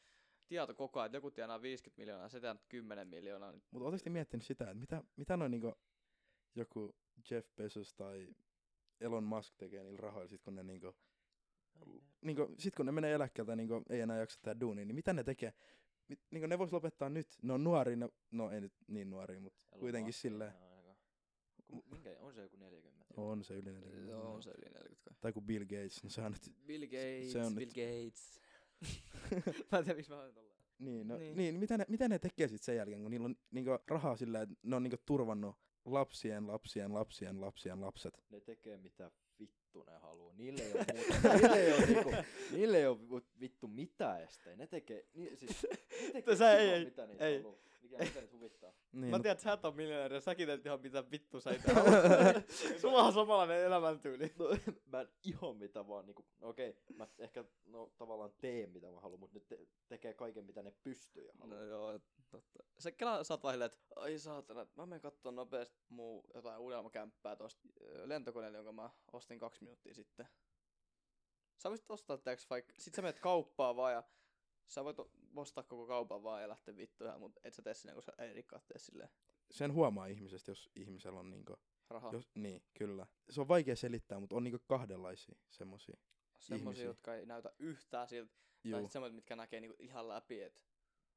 S1: tieto koko ajan, että joku tienaa 50 miljoonaa, sä tiedät 10 miljoonaa, niin
S3: Mutta ootteko te miettinyt sitä, että mitä, mitä noin niinku joku Jeff Bezos tai Elon Musk tekee niillä rahoilla, sit kun ne niinku, niinku, sit kun ne menee eläkkeeltä niinku, ei enää jaksa tehdä duunia, niin mitä ne tekee? Mit, niinku ne vois lopettaa nyt, ne on nuori, ne, no ei nyt niin nuori, mutta
S2: Elon
S3: kuitenkin
S2: Musk ei
S3: silleen.
S2: enää ainakaan. Ku- Minkä, on se joku 40?
S3: on se yli 40.
S1: joo, se yli 40.
S3: Tai kun Bill Gates, niin se on nyt,
S1: Bill Gates,
S3: Se on
S1: Bill
S3: nyt-
S1: Gates. mä en tiedä, miksi mä olen tolleen.
S3: niin, no,
S1: Niin.
S3: niin. niin mitä, ne, mitä ne tekee sit sen jälkeen, kun niillä on niinku rahaa silleen, että ne on niinku turvannut lapsien, lapsien, lapsien, lapsien lapset.
S2: ne tekee mitä vittu ne haluaa. Niille ei ole, muuta, niille ei ole, niinku, niille ei ole vittu mitään estää. Ne tekee, ni, siis, ne tekee
S1: Tässä ei-
S2: ihan
S1: ei-
S2: mitä niitä
S1: ei.
S2: haluaa. Mikä mitä niitä huvittaa.
S3: Niin,
S1: Mä
S3: no-
S1: tiedän, että sä et oo miljonääri, säkin teet ihan mitä vittu sä itse haluat. Sulla on samanlainen elämäntyyli.
S2: No, mä en ihan mitä vaan, niinku, no okei, mä ehkä no, tavallaan teen mitä mä haluan, mutta ne te- tekee kaiken mitä ne pystyy ja haluaa.
S1: No joo, totta. Se kela saat vaan silleen, että ai saatana, että mä menen katsoa nopeasti muu jotain unelmakämppää tuosta ö, lentokoneelle, jonka mä ostin kaksi minuuttia sitten. Sä voisit ostaa teoks vaikka, sit sä menet kauppaan vaan ja sä voit o- ostaa koko kaupan vaan ja lähteä vittuja, mutta et sä tee sinne, kun sä ei rikkaat tee silleen
S3: sen huomaa ihmisestä, jos ihmisellä on niinku,
S1: rahaa.
S3: jos, niin, kyllä. Se on vaikea selittää, mutta on niinku kahdenlaisia semmosia.
S1: Semmoisia,
S3: ihmisiä.
S1: jotka ei näytä yhtään siltä, tai
S3: Juu.
S1: sit semmoiset, mitkä näkee niinku ihan läpi, et,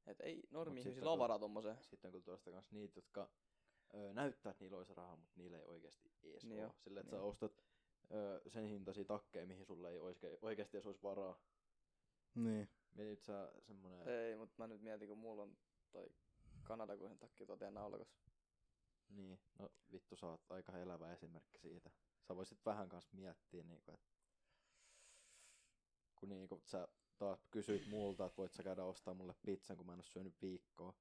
S1: et ei normi
S2: sitten
S1: ihmisillä on
S2: kun-
S1: varaa tommoseen.
S2: Sitten on kyllä toista kanssa niitä, jotka ö, näyttää, että niillä olisi rahaa, mutta niillä ei oikeasti ees
S1: Niin
S2: niin ole.
S1: joo,
S2: Sillä, että
S1: niin
S2: sä ostat ö, sen hintaisia takkeja, mihin sulle ei oikeasti, oikeasti edes olisi varaa.
S3: Niin.
S2: Mietit sä semmonen...
S1: Ei, mutta mä nyt mietin, kun mulla on toi kanadakuisen takia tuo teidän naulakas.
S2: Niin, no vittu sä oot aika elävä esimerkki siitä. Sä voisit vähän kanssa miettiä niinku, että kun niinku sä taas kysyit multa, että voit sä käydä ostaa mulle pizzan, kun mä en oo syönyt viikkoa,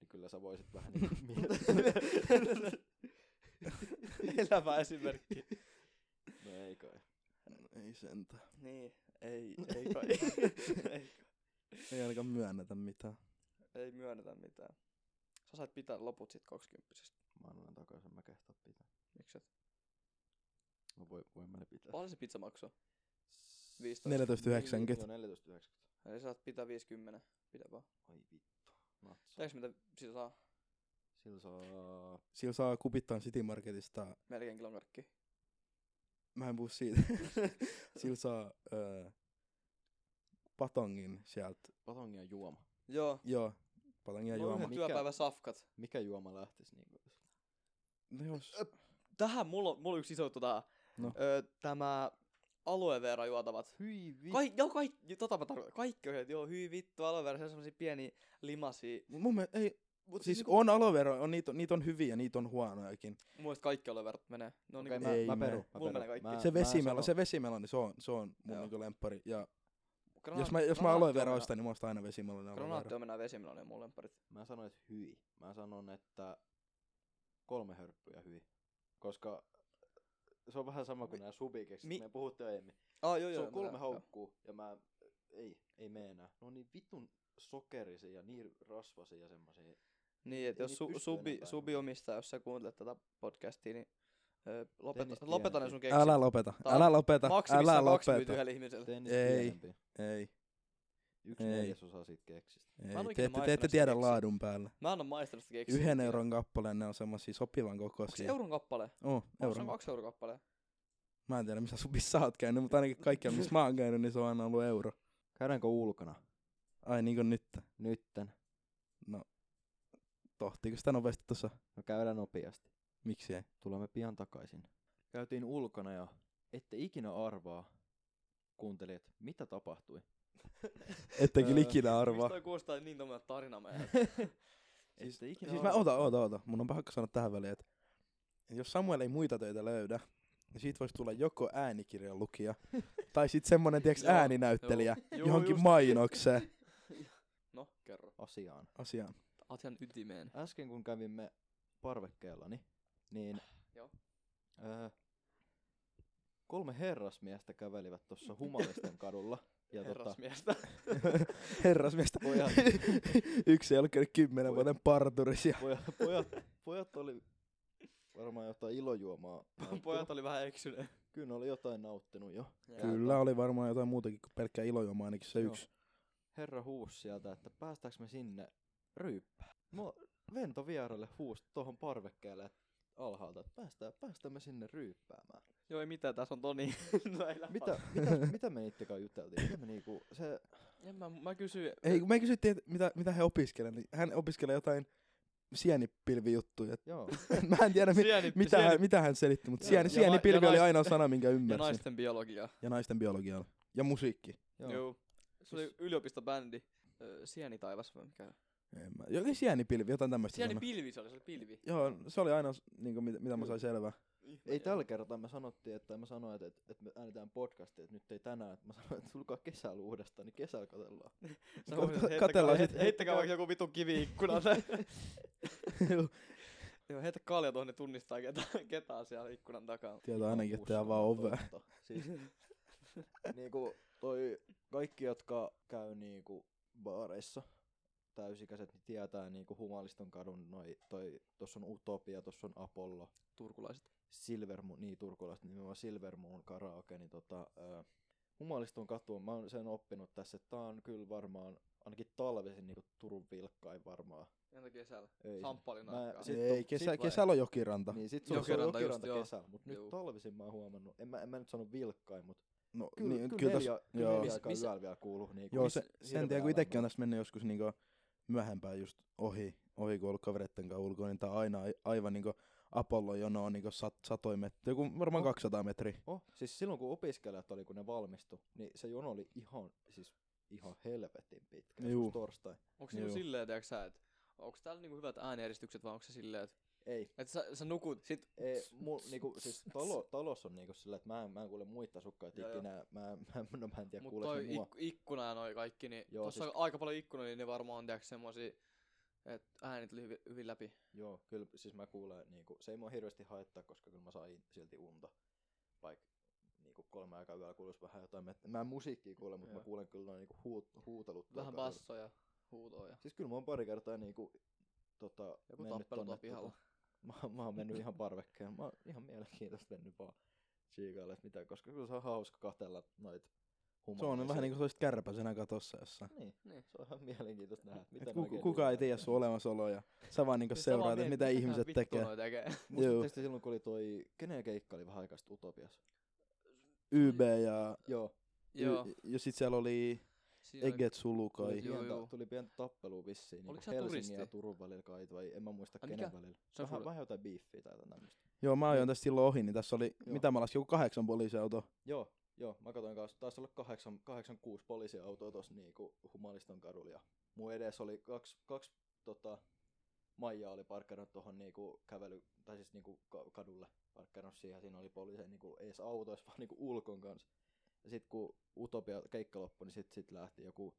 S2: niin kyllä sä voisit vähän niinku miettiä.
S1: Elävä esimerkki.
S2: no ei kai.
S3: Ei sentään.
S1: niin, ei, ei kai. ei,
S3: Ei ainakaan myönnetä mitään.
S1: ei myönnetä mitään. Sä sait pitää loput sit 20
S2: Mä annan takaisin, mä kehtaan pitää.
S1: Miksi et?
S2: No voi, voi mä ne pitää.
S1: Paljon se pizza maksua? 15.
S3: 14,90.
S2: Joo, 14,90.
S1: Eli sä saat pitää 50. Pidä vaan.
S2: Ai vittu. Natsa.
S1: Tiedätkö mitä siitä saa?
S2: Sillä saa...
S3: Sillä saa kupittaan City Marketista.
S1: Melkein kilon karkki.
S3: Mä en puhu siitä. Sillä saa öö, patongin sieltä.
S2: Patongia juoma.
S1: Joo.
S3: Joo, patongia
S1: Mulla on
S3: juoma.
S1: yhden
S2: Mikä?
S1: Työpäivä safkat.
S2: Mikä juoma lähtis niinku?
S3: No jos,
S1: Tähän mulla on, mulla on yksi iso juttu tähän.
S3: No.
S1: Öö, tämä alueveera juotavat.
S2: Hyi vittu.
S1: Kaik, joo, kaikki, tota mä tarkoitan. Kaikki ohjeet, joo, hyi vittu, aloe vera, se on semmosia pieniä limasia.
S3: Niin mun mielestä, ei, Mut siis on aloe vera, on, niitä, niitä on hyviä ja niitä on huonojakin.
S1: Mun mielestä kaikki aloe verat menee. No
S2: Okei,
S1: okay, niin
S2: mä,
S3: Ei
S2: mä
S3: mene.
S2: peru, mä
S1: Mulla
S2: peru.
S1: menee kaikki.
S2: Mä,
S3: Se
S2: mä
S3: vesimeloni,
S2: sanon-
S3: se vesimeloni, se on, se on mun
S1: Joo.
S3: niinku lemppari. Ja
S1: kuin,
S3: jos mä, jos mä aloin vera ostan, niin mä ostan aina vesimeloni aloe vera.
S1: Granaatti on mennä vesimiloni ja mulla lemparit.
S2: Mä sanon, että hyi. Mä sanon, että kolme hörppyä hyi. Koska se on vähän sama kuin nämä subikeksit,
S1: mi-
S2: me puhuttiin aiemmin.
S1: Ah, joo,
S2: Se
S1: joo.
S2: on
S1: mä
S2: kolme
S1: tiedän,
S2: haukkuu ja mä, ei, ei mene enää. Ne on niin vitun sokerisia ja niin rasvasia ja semmosia.
S1: Niin, että
S2: Ei
S1: jos
S2: niitä
S1: su,
S2: pysty
S1: subi,
S2: enempää.
S1: subi omistaa, jos sä kuuntelet tätä podcastia, niin öö, lopeta,
S2: niistä
S1: lopeta ne
S2: pienempiä.
S1: sun keksit.
S3: Älä lopeta,
S1: Tää on
S3: älä lopeta,
S1: Maksimissaan
S3: älä
S1: kaksi myyt
S3: lopeta.
S1: yhdelle ihmiselle.
S2: Tee niistä
S3: Ei.
S2: pienempiä.
S3: Ei,
S2: Yksi
S3: Ei.
S2: neljäsosa siitä keksistä.
S3: ei.
S1: en oo ikinä
S3: Te, ette, te ette
S1: maistanut
S3: tiedä
S1: keksiä.
S3: laadun päällä.
S1: Mä en oo maistanut sitä keksiä.
S3: Yhden
S1: ikinä.
S3: euron kappaleen ne on semmosia sopivan
S1: Onko se
S3: kokoisia.
S1: euron kappale?
S3: Oh,
S1: Onko se
S3: euron.
S1: on kaksi euron kappale?
S3: Mä en tiedä, missä subissa sä oot käynyt, mutta ainakin kaikkialla, missä mä oon käynyt, niin se on aina ollut euro.
S2: Käydäänkö ulkona?
S3: Ai niin kuin nyt. No,
S2: Nytten.
S3: Tohtiiko sitä nopeasti tuossa?
S2: No käydään nopeasti.
S3: Miksi ei?
S2: Tulemme pian takaisin. Käytiin ulkona ja ette ikinä arvaa. kuuntelijat, mitä tapahtui?
S3: Ette kyllä
S2: Öö,
S3: ikinä
S1: Miksi
S3: arvaa.
S1: toi kuulostaa niin tommoinen tarinamäärä?
S2: Siis, Ette ikinä
S3: Siis mä,
S2: arvaa.
S3: oota, oota, oota. Mun on pakko sanoa tähän väliin, että jos Samuel ei muita töitä löydä, niin siitä voisi tulla joko äänikirjan lukija, tai sitten semmonen, tiiäks,
S1: Joo,
S3: ääninäyttelijä
S1: Juu,
S3: johonkin
S1: just-
S3: mainokseen
S1: No, kerro.
S2: asiaan.
S3: asiaan.
S1: Asian ytimeen.
S2: Äsken kun kävimme parvekkeellani, niin
S1: Joo.
S2: öö, kolme herrasmiestä kävelivät tuossa Humalisten kadulla. Ja tota,
S1: Herrasmiestä.
S3: Herrasmiestä.
S2: Pojat.
S3: Yksi ei ollut käynyt kymmenen
S2: Voi.
S3: vuoden parturissa. ja-
S2: pojat, pojat, pojat oli varmaan jotain ilojuomaa. nauttinut.
S1: Pojat oli vähän eksyneet.
S2: Kyllä ne oli jotain nauttinut jo.
S3: Kyllä oli varmaan jotain muutakin kuin pelkkää ilojuomaa, ainakin se
S2: Joo.
S3: yksi.
S2: herra huusi sieltä, että päästäänkö me sinne ryyppään. Mua ventovieraille huusi tuohon parvekkeelle että alhaalta, että päästään, päästään me sinne ryyppäämään.
S1: Joo, ei mitään, tässä on Toni. no, älä
S2: Mitä, mitä, mitä me niittekaan juteltiin? Mitä me niinku, se,
S1: En mä, mä kysyin.
S3: Ei, kun me kysyttiin, että mitä, mitä he opiskelevat, niin hän opiskelee jotain sienipilvijuttuja.
S2: joo,
S3: Mä en tiedä, mit,
S1: Sieni,
S3: mitä,
S1: sieni-
S3: Hän, mitä hän selitti, mutta
S1: Ja-
S3: sieni,
S1: ja
S3: sienipilvi
S1: nais-
S3: oli ainoa sana, minkä
S1: ja
S3: ymmärsin.
S1: naisten biologia.
S3: Ja naisten biologialla. Ja musiikki.
S2: joo.
S1: Joo. Se oli yliopistobändi. Ö, Sieni taivas vai mikä?
S3: En mä. Jokin sienipilvi, jotain tämmöistä.
S1: Sieni
S3: sana.
S1: pilvi se oli, se oli pilvi.
S3: Joo, se oli aina, niin kuin, mitä, mitä mä
S2: Kyllä.
S3: sain selvää.
S2: Ei tällä kertaa me sanottiin, että mä sanoin, että, että, että me äänetään podcastia, että nyt ei tänään. Että mä sanoin, että tulkaa kesällä uudestaan, niin kesällä katsellaan.
S1: Sä voisit,
S3: Kat-
S1: heittäkää-
S3: katellaan
S1: heit-
S3: sit-
S1: Heittäkää vaikka joku vitun kivi ikkunalta. Joo, heitä kalja tuohon, ne tunnistaa ketään, ketään siellä ikkunan takaa.
S3: Tietää ainakin, että
S2: Uskomatonta.
S3: avaa ovea.
S2: Siis, niinku toi, kaikki jotka käy niinku baareissa täysikäiset, niin tietää niinku Humaliston kadun noi, toi, tossa on Utopia, tossa on Apollo,
S1: Turkulaiset.
S2: Silver Moon, niin turkulaiset nimenomaan Silver Moon karaoke, niin tota, ö, Humaliston katu, on- mä oon sen oppinut tässä, että tää on kyllä varmaan, ainakin talvisin niinku Turun vilkkain varmaan.
S1: Entä kesällä?
S2: Ei se-
S1: Samppalin
S2: Mä-
S1: aikaa.
S2: sit
S3: Ei,
S2: on-
S3: kesä,
S2: sit vai-
S3: kesällä on jokiranta.
S2: Niin sit se on
S1: Jokiranta
S2: jokiranta,
S1: just,
S2: jokiranta
S1: joo.
S2: kesällä, mut nyt
S1: Juu.
S2: talvisin mä oon huomannut, en mä, en mä nyt sano vilkkain, mut
S3: no,
S2: Kyllä,
S3: niin,
S2: kyllä,
S3: kyllä
S2: neljä,
S3: tässä,
S2: kyllä
S3: joo.
S2: neljä
S1: Miss-
S2: aikaa
S1: missä-
S2: yöllä vielä kuuluu. Niin
S3: joo, se, sen tiedän, kun itsekin on tässä mennyt joskus niin myöhempään just ohi, ohi kun ollut kavereitten kanssa ulkoa, niin tää on aina ai- aivan niin Apollo-jono on niin sat, satoi metriä, joku varmaan
S2: Oh.
S3: 200 metriä.
S2: Oh, siis silloin kun opiskelijat oli, kun ne valmistu, niin se jono oli ihan, siis ihan helvetin pitkä.
S3: Juu.
S2: Juu. torstai.
S1: Onko se niinku
S3: Joo.
S1: silleen, tiedätkö sä, että onko täällä niinku hyvät äänieristykset vai onko se silleen, että
S2: Ei,
S1: et sä, sä nukut, sit
S2: ei mul, niinku, siis talo, talos on niinku sillä, että mä en, mä en kuule muita sukkaita
S1: Joo, joo.
S2: ikinä. Mä, en- mä, en- no, mä en tiedä,
S1: Mut
S2: kuuleeko
S1: toi
S2: ne mua.
S1: ik- ikkuna ja noi kaikki, niin
S2: Joo,
S1: tossa
S2: siis-
S1: on aika paljon ikkunoita, niin ne varmaan tiedätkö semmosia, että ääni tuli hyvin, hyvin läpi.
S3: Tuota-
S2: Joo, kyllä siis mä kuulen, niinku, se ei mua hirveästi haittaa, koska kyllä mä sain silti unta. Vaikka niinku kolme aikaa yöllä kuuluisi vähän jotain. met- Mä en musiikkia kuule, mutta mä
S1: Joo.
S2: kuulen kyllä noin niinku huut, huutelut. tuolla
S1: Vähän
S2: kadulla.
S1: bassoja, huutoja.
S2: Siis kyllä mä oon pari kertaa niinku tota,
S1: Joku
S2: mennyt
S1: tappelu tuolla
S2: tonne,
S1: pihalla.
S3: tuota-
S2: tota, mä, mä oon mennyt ihan parvekkeen. Mä oon ihan mielenkiintoista mennyt vaan chiikaille, että mitä, koska kyllä se on hauska katella noita
S3: Se on vähän niin kuin olisit kärpäsenä katossa jossain.
S2: Niin,
S1: Niin.
S2: se on ihan mielenkiintoista nähdä, että
S3: Et
S2: mitä
S3: kuka, kuka ei tiedä sun olemassaoloja. Sä vaan niinku
S1: Sä
S3: seuraat,
S1: vaan
S3: että
S1: mietit,
S3: mitä ihmiset
S1: vittua
S3: tekee.
S1: noi tekee.
S3: Juu.
S2: Muistatteko te silloin, kun oli toi, kenen keikka oli vähän aikaista Utopias?
S3: YB ja...
S2: Joo,
S1: Niin. Joo.
S3: Y, ja sit siellä oli
S1: siinä oli-
S3: Eget Sulukai.
S2: tuli,
S1: Joo,
S2: pientä,
S1: joo.
S2: tuli pientä tappelua vissiin, niin
S1: Oliko sä
S2: Helsingin
S1: turisti?
S2: ja Turun välillä kai, vai en mä muista
S1: Ai
S2: kenen
S1: mikä?
S2: välillä.
S1: Se on
S2: vähän,
S1: sulle-
S2: vähän jotain biiffiä tai jotain tämmöistä.
S3: Joo, mä ajoin tässä silloin ohi, niin tässä oli,
S2: Joo.
S3: mitä mä laskin, joku kahdeksan poliisiautoa.
S2: Joo, joo, mä katsoin kanssa, taisi olla 8, 86 poliisiautoa tuossa niinku Humaliston kadulla ja mun edessä oli kaksi, kaksi tota, Maijaa oli parkkeerannut tuohon niinku kävely, tai siis niinku ka- kadulle parkkeerannut siihen, siinä oli poliisi niinku ei edes autoissa, vaan niinku ulkon kanssa. Ja sit kun Utopia keikka loppui, niin sit, sit lähti joku,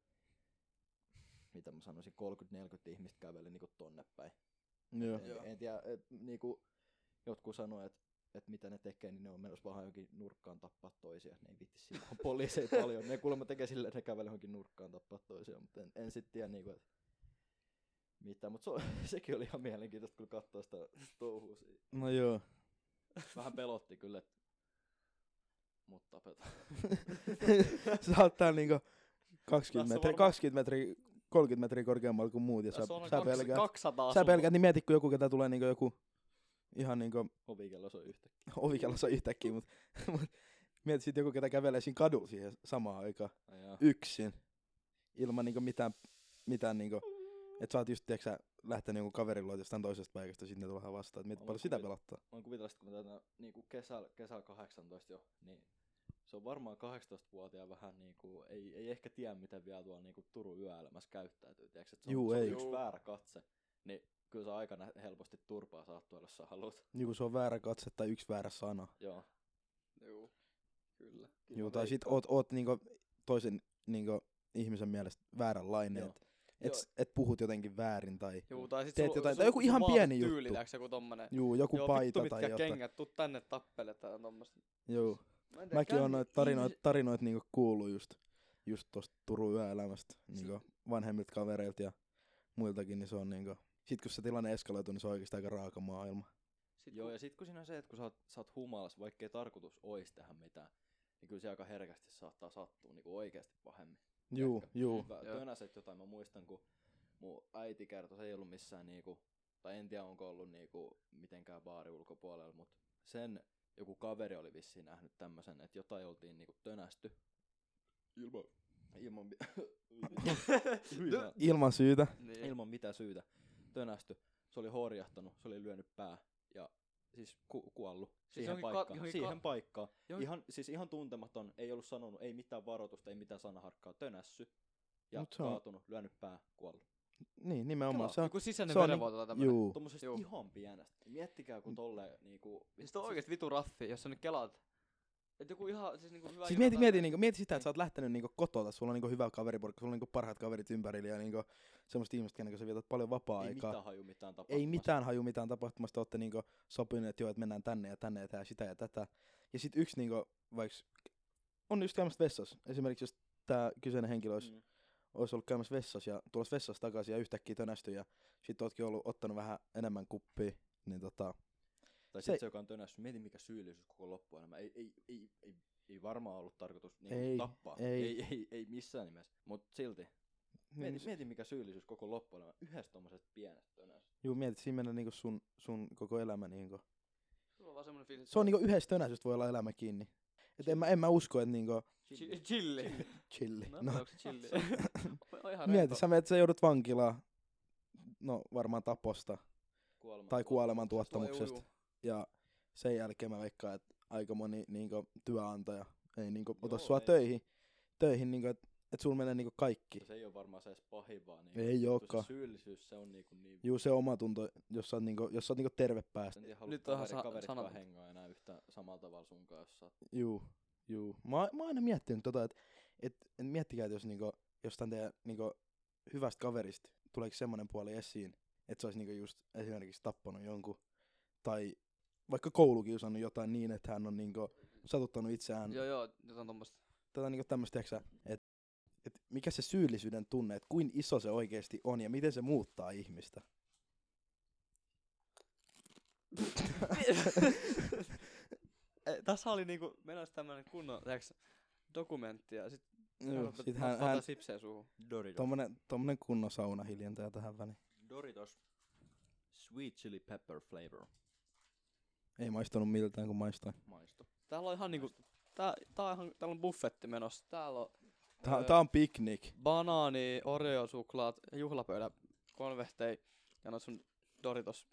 S2: mitä mä sanoisin, 30-40 ihmistä käveli niinku tonne päin.
S3: Joo.
S2: En,
S1: Joo.
S2: Niin en tiedä, et, niinku, jotkut sanoo, että et mitä ne tekee, niin ne on menossa vaan johonkin nurkkaan tappaa toisia. Ne ei vitti sillä on poliiseja paljon. Ne kuulemma tekee silleen, että ne kävelee johonkin nurkkaan tappaa toisia, mutta en, en sitten tiedä niinku, että mitä. Mutta se, on- sekin oli ihan mielenkiintoista, kun katsoi sitä touhua siinä.
S3: No joo.
S2: Vähän pelotti kyllä, että mut tapetaan.
S3: sä oot täällä niinku 20
S1: Tässä
S3: metriä,
S1: varmaan-
S3: 20 metriä, 30 metriä korkeammalla kuin muut ja sä,
S1: Tässä on
S3: sä
S1: kaks-
S3: pelkäät.
S1: 200
S3: Sä
S1: asuntoa.
S3: pelkäät, niin mieti, kun joku, ketä tulee niinku joku ihan niinku
S2: Ovikello soi yhtäkkiä.
S3: ovikellossa yhtäkkiä, mut, mut mieti sit joku, ketä kävelee siinä kadulla siihen samaan aikaan.
S2: Ai jaa.
S3: yksin, ilman niinku mitään, mitään niinku,
S1: Mm.
S3: että sä oot just, tiiäksä, lähtenyt jonkun kaverin luo jostain toisesta paikasta, sitten ne tulee vähän vastaan, että
S2: Mä
S3: miten paljon
S2: voin
S3: sitä
S2: kuvitella.
S3: pelottaa.
S2: voin kuvitella, sit, kun me tätä niinku kesällä, kesällä 18 jo, niin se on varmaan 18-vuotiaan vähän niinku, ei, ei ehkä tiedä miten vielä tuolla niinku Turun yöelämässä käyttäytyy, tiiäks, että se on,
S3: Juu,
S2: se on
S3: ei.
S2: yksi
S1: Juu.
S2: väärä katse, niin kyllä sä aikana helposti turpaa saat tuoda, jos sä haluat.
S3: Niin kun se on väärä katse tai yksi väärä sana.
S2: Joo.
S1: Joo, kyllä.
S2: Kyllä
S3: Joo,
S2: mä
S3: tai sit
S2: veikkaan.
S3: oot, oot niinku toisen niinku ihmisen mielestä vääränlainen.
S2: Joo.
S3: Et, et,
S1: Joo.
S3: et puhut jotenkin väärin tai
S1: Joo, tai sit
S3: Teet
S1: sulla-
S3: jotain-
S1: sulla-
S3: tai joku
S1: sulla
S3: ihan
S1: on
S3: pieni
S1: maalatyyli,
S3: juttu.
S1: tiiäks, joku tommonen.
S3: juu, joku
S1: Joo,
S3: paita
S1: vittu mitkä
S3: tai jotain.
S1: kengät, tuu tänne tappele tai tommosta.
S3: Juu.
S1: Mä en tiedä,
S3: Mäkin
S1: käy-
S3: oon noita tarinoita,
S1: ihmis-
S3: tarinoit niinku kuullut just, just tosta Turun yöelämästä niinku vanhemmilta kavereilta ja muiltakin, niin se on niinku... Sit kun se tilanne eskaloituu, niin se on oikeesti aika raaka maailma.
S1: Sit
S2: Joo,
S1: kun-
S2: ja sit kun siinä on se, että kun sä oot, sä oot humalas, vaikkei tarkoitus ois tehdä mitään, niin kyllä se aika herkästi saattaa sattua niin kuin oikeasti pahemmin.
S3: Juu,
S2: Tiedätkö? Siis
S3: juu.
S2: Hyvä.
S1: Joo.
S2: Tönäset jotain, mä muistan, kun mun äiti kertoi, se ei ollut missään niinku, tai en tiedä onko ollut niinku mitenkään baari ulkopuolella, mutta sen joku kaveri oli vissiin nähnyt tämmösen, että jotain oltiin niinku tönästy. Ilman, ilman, ilman,
S3: Ilman syytä.
S1: Niin.
S2: ilman mitään syytä tönästy. Se oli horjahtanut, se oli lyönyt pää ja siis ku- kuollut siihen,
S1: johonkin ka-
S2: paikkaan,
S1: johonkin
S2: siihen
S1: ka-
S2: paikkaan.
S1: johon-
S2: Ihan, siis ihan tuntematon, ei ollut sanonut, ei mitään varoitusta, ei mitään sanaharkkaa, tönässy ja
S3: Mut se on-
S2: kaatunut, lyönyt pää, kuollut.
S3: Niin, nimenomaan.
S2: Kelaa.
S3: Se on,
S1: Joku sisäinen
S3: se on niin-
S1: verenvuoto tai tuota tämmönen.
S3: juu.
S2: Tuommoisesta
S1: Juu.
S2: ihan pienestä. Miettikää
S3: Mm.
S2: kun tolleen niinku...
S1: Siis toi on oikeesti vitu raffi, jos sä nyt kelaat. Et joku ihan, siis niinku hyvä
S3: Siis
S1: ilta
S3: mieti,
S1: tai-
S3: mieti, niinku, mieti sitä,
S2: Niin.
S3: että sä oot lähtenyt niinku kotoa, sulla on niinku hyvä kaveriporukka, sulla on niinku parhaat kaverit ympärillä ja niinku semmoista ihmistä, kenen kanssa sä vietät paljon
S2: Ei
S3: vapaa-aikaa.
S2: mitään haju mitään tapahtumasta.
S3: Ei mitään haju mitään tapahtumasta, ootte niinku sopineet, että joo, että mennään tänne ja tänne ja tehdään sitä ja tätä. Ja sit yksi niinku, vaikka on just käymässä vessassa. Esimerkiksi jos tää kyseinen henkilö olisi, mm.
S2: Mm.
S3: olisi ollut käymässä vessassa ja tulossa vessassa takaisin ja yhtäkkiä tönästy ja sit ootkin ollut ottanut vähän enemmän kuppia, niin tota,
S2: Tai
S3: Se-
S2: sitten se, joka on tönässyt, mieti mikä syyllisyys koko loppuelämä. Ei, ei, ei, ei, ei varmaan ollut tarkoitus niinku
S3: Ei,
S2: tappaa.
S3: ei.
S2: ei, ei, ei missään nimessä. Mut silti,
S3: niin,
S2: Mieti, mieti mikä syyllisyys koko loppuelämä yhdestä tommosesta pienestä tönästä.
S3: juu, mieti, siinä menee niinku sun, sun koko elämä niinku
S1: Sulla on vaan semmonen fiilis,
S3: Se on niinku yhdessä tönäisystä voi olla elämä kiinni. Et en mä, en mä usko, että niinku
S1: Chi- Chilli.
S3: chilli.
S1: No,
S3: No,
S1: onko se chilli? On ihan
S3: mieti,
S1: rento.
S3: sä, menet, sä joudut vankilaan. No varmaan taposta
S2: Kuolema.
S3: tai kuoleman
S1: Tuo- juu,
S3: tuottamuksesta.
S1: juu.
S3: Ja sen jälkeen mä veikkaan, että aika moni niinku, työantaja ei niinku, ota
S2: Joo,
S3: sua
S2: ei.
S3: töihin. töihin niinku, että et sulla menee niinku kaikki.
S2: Se ei ole varmaan se edes pahin, vaan niin,
S3: Ei ookaan.
S2: se syyllisyys, se on niinku niin...
S3: Juu, se omatunto, jos sä oot, niinku, jos sä oot niinku terve päästä.
S2: En tiedä,
S1: Nyt
S2: haluat
S1: onhan
S2: kaveri,
S1: sa-
S2: kaveritkaan
S1: sanonut.
S2: hengaa enää yhtä samalla tavalla sun kanssa.
S3: Juu, juu. Mä, oon- mä oon aina miettinyt tota, että et, et miettikää, että jos niinku, jostain teidän niinku, hyvästä kaverista tuleeko semmoinen puoli esiin, että se olisi niinku just esimerkiksi tappanut jonkun, tai vaikka koulukiusannut jotain niin, että hän on niinku satuttanut itseään.
S1: Joo, joo, jotain tommosta.
S3: Tätä niinku tämmöistä, että et mikä se syyllisyyden tunne, että kuin iso se oikeasti on ja miten se muuttaa ihmistä.
S1: Eh, Tässä oli niinku, meillä olisi tämmönen kunnon, tiiäks, dokumentti ja sit
S3: Joo,
S1: rupeat
S3: sit hän,
S1: nostaa
S3: hän
S1: tota sipsejä suuhun.
S2: Doritos.
S3: tommonen, tommonen kunnon sauna hiljentää tähän väliin.
S2: Doritos. Sweet chili pepper flavor.
S3: Ei maistunut miltään, kun maistoin.
S2: Maistu.
S1: Täällä on ihan niinku, tää, tää on ihan, täällä on buffetti menossa. Täällä on
S3: Tää,
S1: Öö.
S3: tää on piknik.
S1: banaani, oreo, suklaat, juhlapöydä, konvehtei ja noit sun Doritos.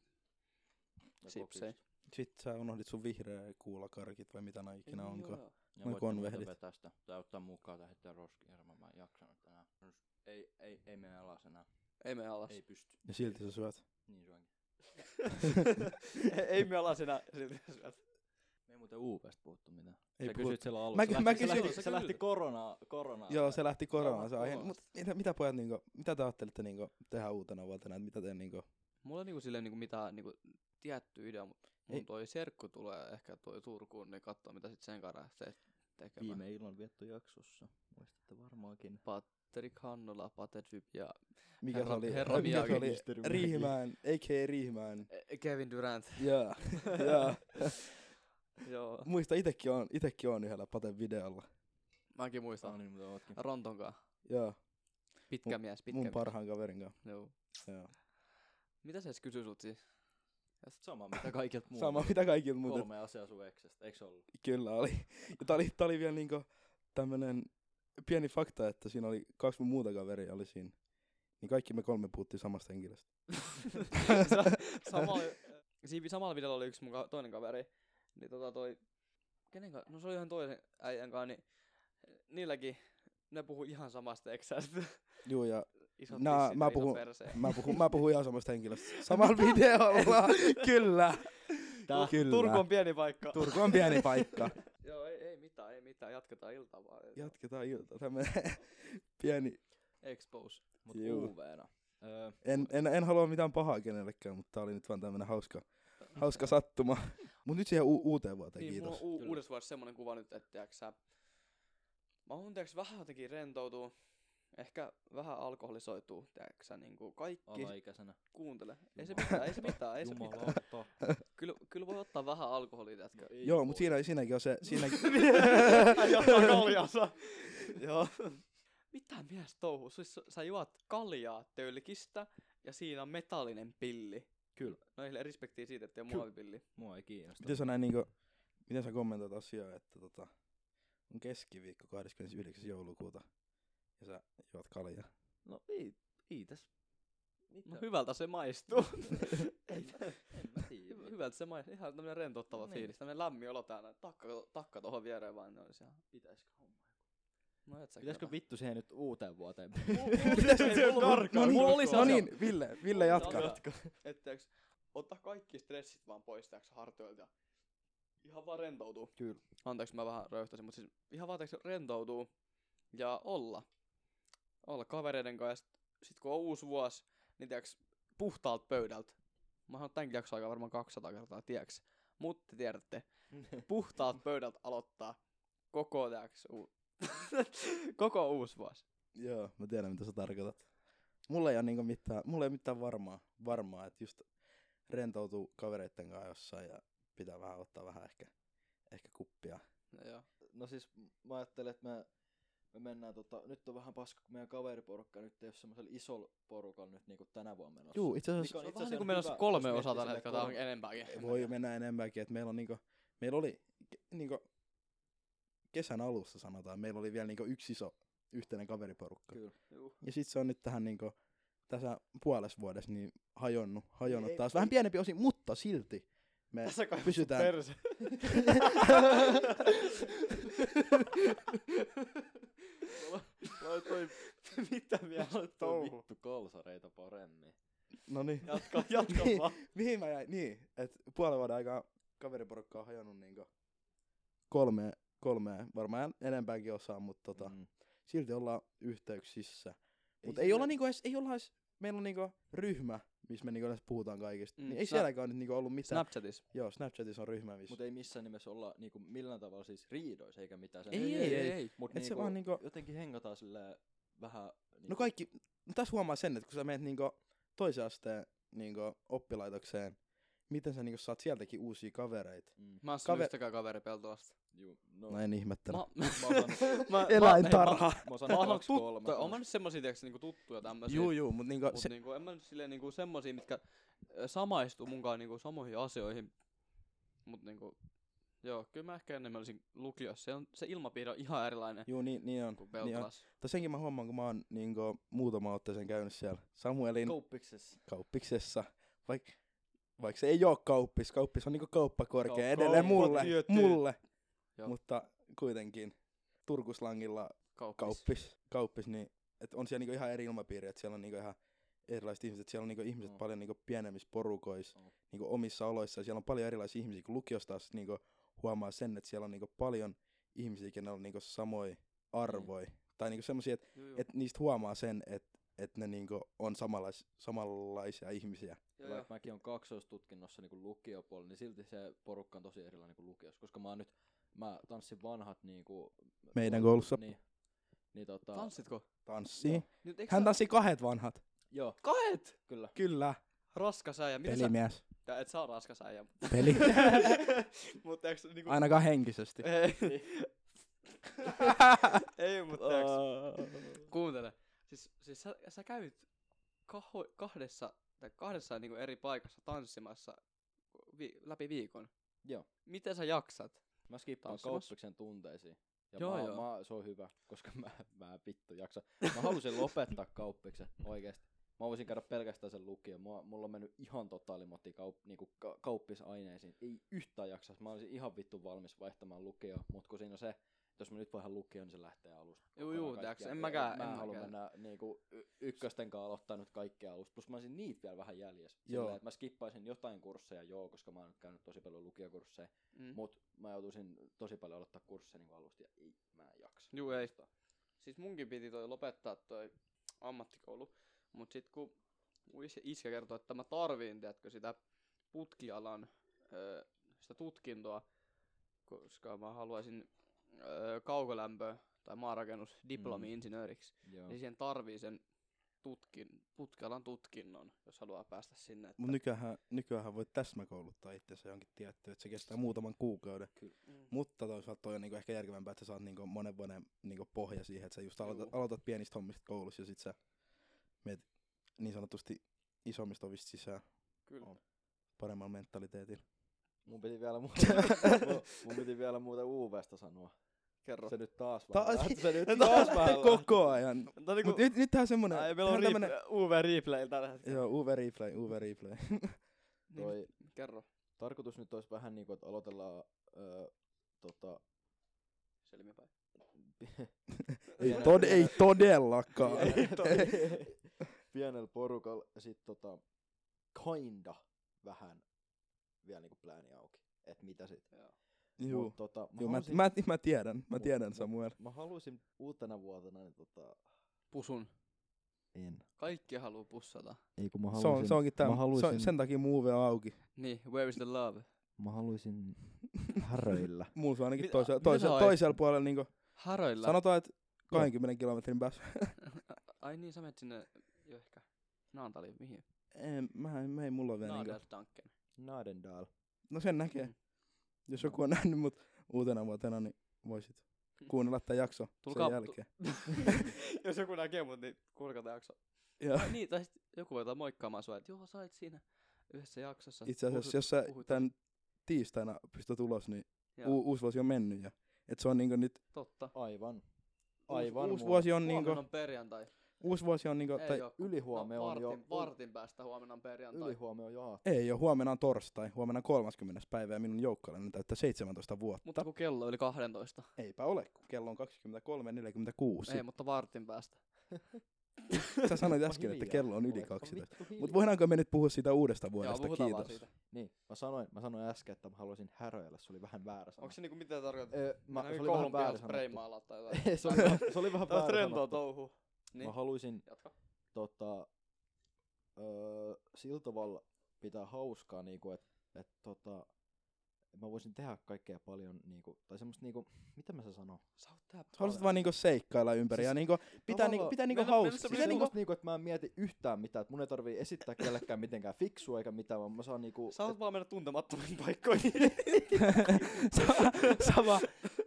S2: Ja
S1: Sipsei.
S2: kokista.
S3: Sit sä unohdit sun vihreä kuulakarkit vai mitä nää ikinä
S1: Ei
S3: onko.
S1: oo.
S2: Ja
S3: Noi
S2: voitte
S3: konvehdit.
S2: muuten vetää sitä. Tai ottaa mukaan tai heittää roskiin, mä en jaksanut tänään. Ei, ei, ei mene alas enää.
S1: Ei me alas.
S2: Ei pysty.
S3: Ja silti sä syöt.
S2: Niin syönkin.
S1: Ei- ei me alas enää silti syöt.
S2: Me ei muuten uupesta puhuttu mitään.
S3: Ei
S2: sä
S3: puhut-
S2: kysyit siellä
S3: Mä-
S2: alussa. se
S3: mä
S2: lähti, se
S3: kysyin-
S2: lähti,
S1: sä
S2: se lähti
S1: kysyit.
S2: koronaa, koronaa.
S3: Joo, se lähti koronaan se aihe.
S1: Joo,
S3: Mut mitä, mitä pojat niinku, mitä te ajattelitte niinku tehdä uutena vuotena? Et mitä te niinku,
S1: Mulla ei niinku silleen niinku mitään niinku tietty idea, mutta
S3: Ei.
S1: mun toi serkku tulee ehkä toi Turkuun, niin katsoo mitä sit sen kanssa lähtee tekemään.
S2: Viime illan viettu jaksossa. Muistatte varmaankin.
S1: Patrick Hannula, Pate Dyb ja
S3: mikä
S1: Herra-
S3: se oli?
S1: herra
S3: Ai, mikä se
S1: Miyagi.
S3: oli?
S2: Mr. Miyagi.
S3: Riihimäen, a.k.a. Riihimäen.
S1: eh, Kevin Durant.
S3: Jaa, jaa.
S1: Joo.
S3: Muista itekin on, itekin on yhdellä Paten videolla.
S1: Mäkin muistan.
S2: niin, mutta ootkin.
S1: Rontonkaan.
S3: Joo,
S1: Pitkä mies, pitkä
S3: mun
S1: mies.
S3: parhaan kaverin kanssa.
S1: Joo.
S3: Joo.
S1: Mitä se edes kysyy sut siis?
S2: Sama mitä kaikilta muilta.
S3: Sama mitä kaikilta muuten.
S2: Kolme asiaa sun eksestä, eikö se ollut?
S3: Kyllä oli. Ja tää oli, tää oli vielä niinku tämmönen pieni fakta, että siinä oli kaksi mun muuta kaveria oli siinä. Niin kaikki me kolme puhuttiin samasta henkilöstä.
S1: samalla, siinä samalla videolla oli yksi mun ka- toinen kaveri. Niin tota toi, Kenen kanssa? No se oli ihan toisen äijän kanssa, niin niilläkin ne puhuu ihan samasta eksästä.
S3: Juu, ja
S1: Isot
S3: Nää,
S1: tissit
S3: No, mä
S1: ja iso
S3: puhun-
S1: perse.
S3: mä puhun, mä puhun ihan samasta henkilöstä. Samalla videolla. Kyllä.
S2: Tää-
S3: Kyllä.
S1: Turku on pieni paikka.
S3: Turku on pieni paikka.
S1: Joo, ei, ei mitään, ei mitään. Jatketaan iltaa vaan.
S3: Jatketaan ilta. Tämmönen pieni.
S2: Expose. Mut
S3: Juu.
S2: UV-nä. Öö,
S3: En, en, en halua mitään pahaa kenellekään, mutta tää oli nyt vaan tämmönen hauska, hauska sattuma. Mut nyt siihen u- uuteen vuoteen,
S1: Niin, mulla
S3: kiitos.
S1: on u-
S2: Kyllä.
S1: uudessa vuodessa semmonen kuva nyt, että tiiäks, sä- mä oon tiiäks, vähän jotenkin rentoutuu, ehkä vähän alkoholisoituu, tiiäks, sä, niinku kaikki
S2: alaikäisenä.
S1: kuuntele. Ei se
S2: Jumala.
S1: mitään, ei se mitään, ei se mitään.
S2: Jumalauta.
S1: Kyllä, kyllä voi ottaa vähän alkoholia, tiiätkö?
S3: Joo, mut siinä, siinäkin on se, siinäkin,
S1: Hän johtaa kaljansa. Joo. Mitä mies touhuu? Siis sä- sä juot kaljaa tölkistä ja siinä on metallinen pilli.
S2: Kyllä.
S1: No ei respektiä siitä, että ei ole
S2: Kyllä.
S1: muovipilli.
S2: Mua ei kiinnosta.
S3: miten sä näin niinku, miten sä kommentoit asiaa, että tota, on keskiviikko 29. joulukuuta ja sä juot kaljaa.
S2: No ei, ei tässä.
S1: No hyvältä se maistuu. ei,
S2: En mä tiedä.
S1: Hy- Hyvältä se maistuu. Ihan tämmönen rentouttava
S2: Niin.
S1: fiilis. Tämmönen lämmin olo täällä. Takka, takka tohon viereen vaan. Ne olisi ihan...
S2: Pitäisikö homma?
S1: No et sä
S2: Pitäisikö
S1: kyllä.
S2: vittu siihen nyt uuteen vuoteen?
S1: Pitäisikö
S3: se-
S1: mulla-
S3: no-
S1: mulla-
S3: no niin,
S1: mulla oli se
S3: No
S1: asia.
S3: niin, Ville, Ville jatka.
S1: Jatka. Että tiiäks, ottaa kaikki stressit vaan pois tiiäks, hartioilta ja ihan vaan rentoutuu.
S2: Kyllä.
S1: Anteeksi, mä vähän röyhtäisin, mutta siis ihan vaan tiiäks, rentoutuu ja olla. Olla kavereiden kanssa. ja Sit, sit kun on uusi vuosi, niin tiiäks, puhtaalta pöydältä. Mä oon tämänkin jakson aikaa varmaan 200 kertaa, tiiäks. Mutta te tiedätte, puhtaalta pöydältä aloittaa koko tiiäks, u- koko uusi vuosi.
S3: Joo, mä tiedän mitä sä tarkoitat. Mulla ei ole niinku mitään, mulla ei ole mitään varmaa, varmaa että just rentoutuu kavereitten kanssa jossain ja pitää vähän ottaa vähän ehkä, ehkä kuppia.
S1: No joo.
S2: no siis m- mä ajattelen, että me, me mennään tota, nyt on vähän paska, kun meidän kaveriporukka nyt ei ole semmoisella isolla porukalla nyt niinku tänä vuonna menossa.
S3: Juu, itse asiassa
S2: Mikä
S1: Se on
S2: itse
S1: vähän
S2: asiassa
S1: niin kuin
S2: ihan
S1: meillä olisi
S2: hyvä,
S1: kolme
S2: jos
S1: osaa
S2: miettii
S1: tällä
S2: sille
S1: hetkellä, tai
S2: kolme-
S1: onkin enempääkin.
S3: Niin, voi mennä enemmänkin, että meillä on niinku, meillä oli ke- niinku kesän alussa sanotaan, meillä oli vielä niinku yksi iso yhteinen kaveriporukka.
S2: Kyllä.
S3: Ja sit se on nyt tähän niinku, tässä puolessa vuodessa niin hajonnut, hajonnut
S2: Ei-
S3: taas.
S2: ei-
S3: Vähän pienempi osin, mutta silti me
S1: Tässä kai
S3: pysytään,
S1: perse. Laitoi mitä vielä
S2: Touhu.
S1: touhu.
S2: Vittu kalsareita paremmin.
S3: no niin.
S1: Jatka, jatka
S3: Niin.
S1: vaan.
S3: Mihin mä jäin? Niin, että puolen vuoden aikaa kaveriporukka on hajonnut niinku kolme, kolme, varmaan enempääkin osaa, mutta tota, mm.
S2: Mm.
S3: silti ollaan yhteyksissä. Mutta
S2: Ei
S3: ei,
S2: siinä-
S3: olla niinku edes, ei olla edes, meillä on niinku ryhmä, missä me niinku edes puhutaan kaikista.
S1: Mm,
S3: Mm, niin ei
S1: snap-
S3: sielläkään nyt niinku ollut mitään.
S1: Snapchatissa.
S3: Joo, Snapchatissa on ryhmä, missä... No
S2: Mutta ei missään nimessä olla niinku millään tavalla siis riidoissa eikä mitään. sen-
S3: Ei, ei, ei.
S2: Mut
S3: Et se
S2: niinku,
S3: vaan niinku-
S2: jotenkin hengataan silleen vähän... Niinku,
S3: No kaikki, no tässä huomaa sen, että kun sä menet niinku toisen asteen niinku oppilaitokseen, miten sä niinku saat sieltäkin uusia kavereita.
S2: Mm,
S1: Mä oon
S3: Kaver-
S1: yhtäkään kaveripeltoasta.
S2: juu, no,
S3: No en ihmettele.
S1: Mä, mä,
S2: Mä oon saanut,
S1: mä,
S3: Eläintarha.
S2: mä oon
S1: Mä
S2: saanut
S1: oon
S2: kaksi kolme.
S1: tuttu, oon mä nyt semmosia tiiäks, niinku tuttuja tämmösiä.
S3: Juu, juu, mutta niinku,
S1: Mut
S3: se,
S1: niinku, en mä nyt silleen niinku semmosia, mitkä ö, samaistuu munkaan niinku samoihin asioihin. Mut niinku, joo, kyllä mä ehkä enemmän olisin lukiossa. Se, on, se ilmapiiri on ihan erilainen
S3: juu, niin, niin on.
S1: kuin
S3: Niin on.
S1: Peltolas.
S3: Tai senkin mä huomaan, kun mä oon niinku muutama otteeseen käynyt siellä Samuelin
S2: Niin- Kauppiksessa.
S3: kauppiksessa. Vaikka vaik se ei oo kauppis, kauppis on niinku kauppakorkea
S1: Kau-
S3: edelleen
S1: kauppa
S3: mulle,
S1: tietysti.
S3: mulle.
S1: Joo.
S3: mutta kuitenkin turkuslangilla
S1: Kauppis.
S3: kauppis, kauppis niin et on siellä niinku ihan eri ilmapiiri, että siellä on niinku ihan erilaiset ihmiset, siellä on niinku ihmiset
S2: Mm.
S3: paljon niinku pienemmissä porukoissa,
S2: Mm.
S3: niinku omissa oloissa, ja siellä on paljon erilaisia ihmisiä, kun lukiossa taas niinku huomaa sen, että siellä on niinku paljon ihmisiä, kenellä on niinku
S1: Mm.
S3: samoja arvoja, tai niinku semmosia, että
S1: Juu, juu.
S3: et niistä huomaa sen, että et ne niinku on samanlais, samanlaisia ihmisiä.
S1: Joo, joo.
S2: vaikka mäkin on kaksoistutkinnossa niin lukiopuolella, niin silti se porukka on tosi erilainen kuin lukiossa, koska mä oon nyt, mä tanssin vanhat niin kuin,
S3: Meidän koulussa
S2: Niin, niin tota,
S1: Tanssitko?
S3: tanssii.
S1: Nyt eikö
S3: Hän
S1: sä-
S3: tanssii kahet vanhat.
S2: Joo,
S1: Kahet!
S2: kyllä.
S3: Kyllä,
S1: Raskas äijä. Mitä sä...
S3: pelimies.
S1: Tää et saa raskas äijä.
S3: Peli.
S1: Mut eiks niinku...
S3: Ainakaan henkisesti.
S1: Ei. Ei, mut eiks... Kuuntele. Siis, siis sä, sä käyt kaho, kahdessa, tai kahdessa niinku eri paikassa tanssimassa vi, läpi viikon.
S2: Joo.
S1: Miten sä jaksat?
S2: Mä skippaan
S1: Tanssimassa.
S2: kauppiksen tunteisiin. Ja
S1: Joo,
S2: joo, mä,
S1: joo.
S2: joo. Mä, se on hyvä, koska mä, mä en vittu jaksa. Mä halusin lopettaa kauppiksen oikeesti. Mä voisin käydä pelkästään sen lukion. Mua, mulla on mennyt ihan totaalimotti kaup, niinku, ka, kauppisaineisiin. Ei yhtään jaksas. Mä olisin ihan vittu valmis vaihtamaan lukioon, mutta kun siinä on se, että jos mä nyt vaihan lukioon, niin se lähtee alusta.
S1: Juu,
S2: kokonaan
S1: juu, tiiäks,
S2: kaikkiaan.
S1: en mäkään-
S2: Mä
S1: en
S2: haluan
S1: mäkään.
S2: mennä niinku, y- ykkösten kanssa aloittaa nyt kaikkea alusta. Plus mä olisin niitä vielä vähän jäljessä.
S3: Joo.
S2: Silleen, että mä skippaisin jotain kursseja, joo, koska mä oon nyt käynyt tosi paljon lukiokursseja.
S1: Mm.
S2: Mut mä joutuisin tosi paljon aloittaa kursseja niin alusta ja ei, mä en jaksa.
S1: Juu, ei.
S2: Tosta.
S1: Siis munkin piti toi lopettaa toi ammattikoulu, mut sit kun mun isä, iskä kertoi, että mä tarviin, tiedätkö, sitä putkialan öö, sitä tutkintoa, koska mä haluaisin öö, kaukolämpö tai maanrakennus diplomi-insinööriksi,
S3: Mm.
S2: Joo.
S1: niin siihen tarvii sen tutkin, putkialan tutkinnon, jos haluaa päästä sinne. Että...
S3: Mut nykyään, nykyään voit täsmäkouluttaa itsensä johonkin tiettyyn, että se kestää muutaman kuukauden.
S1: Mm.
S3: Mutta toisaalta toi on niinku ehkä järkevämpää, että sä saat niinku monen vuoden niinku pohja siihen, että sä just aloitat,
S1: Juu.
S3: aloitat pienistä hommista koulussa ja sit sä meet niin sanotusti isommista ovista sisään
S1: Kyllä.
S3: on. paremmalla mentaliteetillä.
S2: Mun piti vielä muuta, mun, mun piti vielä muuta UVstä sanoa.
S1: Kerro.
S2: Se nyt taas
S3: Taas-
S2: vähän. lähti- se nyt taas
S3: Taas
S2: vähän. lähti.
S3: koko ajan.
S1: Tää niinku,
S3: Mut nyt, nyt tää on semmonen,
S1: ai,
S3: tää
S1: meillä on
S3: on tämmönen,
S1: replay, UV replay tällä hetkellä. Niin,
S3: joo, UV replay, UV replay.
S2: Toi
S1: Kerro.
S2: tarkoitus nyt olisi vähän niinku, että aloitellaan öö, tota,
S1: Selmipäin.
S3: ei,
S2: pienellä-
S3: tod, ei todellakaan.
S2: pienellä- pienellä porukalla ja sit tota, kinda vähän vielä niinku plääni auki. Et mitä sit.
S1: Joo.
S3: Juu,
S2: Mut tota,
S3: juu mä,
S2: halusin-
S3: mä, mä tiedän, mä
S2: Mut-
S3: tiedän
S2: mut-
S3: Samuel.
S2: mä halusin uutena vuotena, niin tota...
S1: Pusun.
S2: En.
S1: Kaikki haluu pussata.
S2: Ei kun mä
S3: Se, on, se onkin tämän,
S2: mä haluaisin,
S3: se, on- sen takia move on auki.
S1: Niin, where is the love?
S2: mä haluaisin häröillä.
S3: Mulla se on ainakin
S1: Mitä-
S3: toisella,
S1: mitä
S3: toisella,
S1: sä
S3: toisella puolella niinku,
S1: Haroilla.
S3: sanotaan, että 20 kilometrin päässä.
S1: Ai niin, sä menet sinne jo ehkä Naantaliin, mihin?
S3: Ei, mä, mä ei mulla ole
S2: niin
S3: vielä niinku.
S1: Naandeltanken.
S2: Nadendal.
S3: No sen näkee.
S1: Mm.
S3: Jos joku on nähnyt mut uutena vuotena, niin voisit kuunnella tämän jakson
S1: Tulkaa-
S3: sen jälkeen.
S1: Jos joku näkee mut, niin kuulkaa tää jakso.
S3: Ja
S1: Ai niin, tai sit joku voi tulla moikkaamaan sua, että joo, sä olit siinä yhdessä jaksossa.
S3: itse asiassa, jos sä tämän tiistaina pystyt ulos, niin
S1: Joo.
S3: u- uusi vuosi on mennyt. Ja, et se on niinku nyt,
S1: Totta.
S2: Aivan.
S3: Aivan
S2: Aivan.
S3: uusi,
S2: muuten.
S3: vuosi on
S1: Huomenna
S3: niinku,
S1: on perjantai.
S3: uusi vuosi on niinku,
S1: Ei
S3: tai
S1: oo.
S2: Ylihuome
S1: no,
S2: on
S1: vartin,
S2: jo...
S1: Vartin päästä huomenna on perjantai.
S2: Ylihuome on jaattu.
S3: ei ole, huomenna on torstai, huomenna on 30. päivä ja minun joukkueelleni täyttää 17 vuotta.
S1: Mutta kun kello on yli 12.
S3: Eipä ole, kun kello on 23.46.
S1: Ei, mutta vartin päästä.
S3: Sä sanoit äsken, että kello on yli 12. Mutta voidaanko me nyt puhua siitä uudesta vuodesta?
S1: puhutaan vaan
S3: Kiitos.
S1: siitä.
S2: Niin, mä sanoin, mä sanoin äsken, että mä haluaisin häröillä. Se oli vähän väärä sana.
S1: Onko se niinku mitä tarkoittaa?
S2: Öö, mä,
S1: Mä,
S2: se
S1: se
S2: oli vähän väärä
S1: pihassa
S2: sanottu.
S1: spreimaalaa tai
S2: Ei,
S1: jotain.
S2: se oli, se oli vähän
S1: Tää on
S2: väärä
S1: rentoa
S2: sanottu.
S1: touhu.
S2: Mä
S1: Niin,
S2: haluaisin
S1: jatka.
S2: tota, öö, sillä tavalla pitää hauskaa, niinku, että et, tota, mä voisin tehdä kaikkea paljon, niinku, tai semmoista, niinku, mitä mä sen sanon?
S1: Sä oot tää
S3: Haluaisit vaan niinku seikkailla ympäri ja
S2: Siis
S3: niinku
S1: no
S3: pitää,
S2: tavallaan-
S3: niinku, pitää niinku
S1: Meillä- meillä
S3: hauskaa.
S1: semmoinen
S2: Siis
S3: Pitää
S2: niinku,
S3: niinku,
S2: niinku, niinku, että mä en mieti yhtään mitään, että mun ei tarvii esittää kellekään mitenkään fiksua eikä mitään, vaan mä saan niinku...
S1: Sä oot vaan mennä tuntemattomiin paikkoihin.
S2: sama,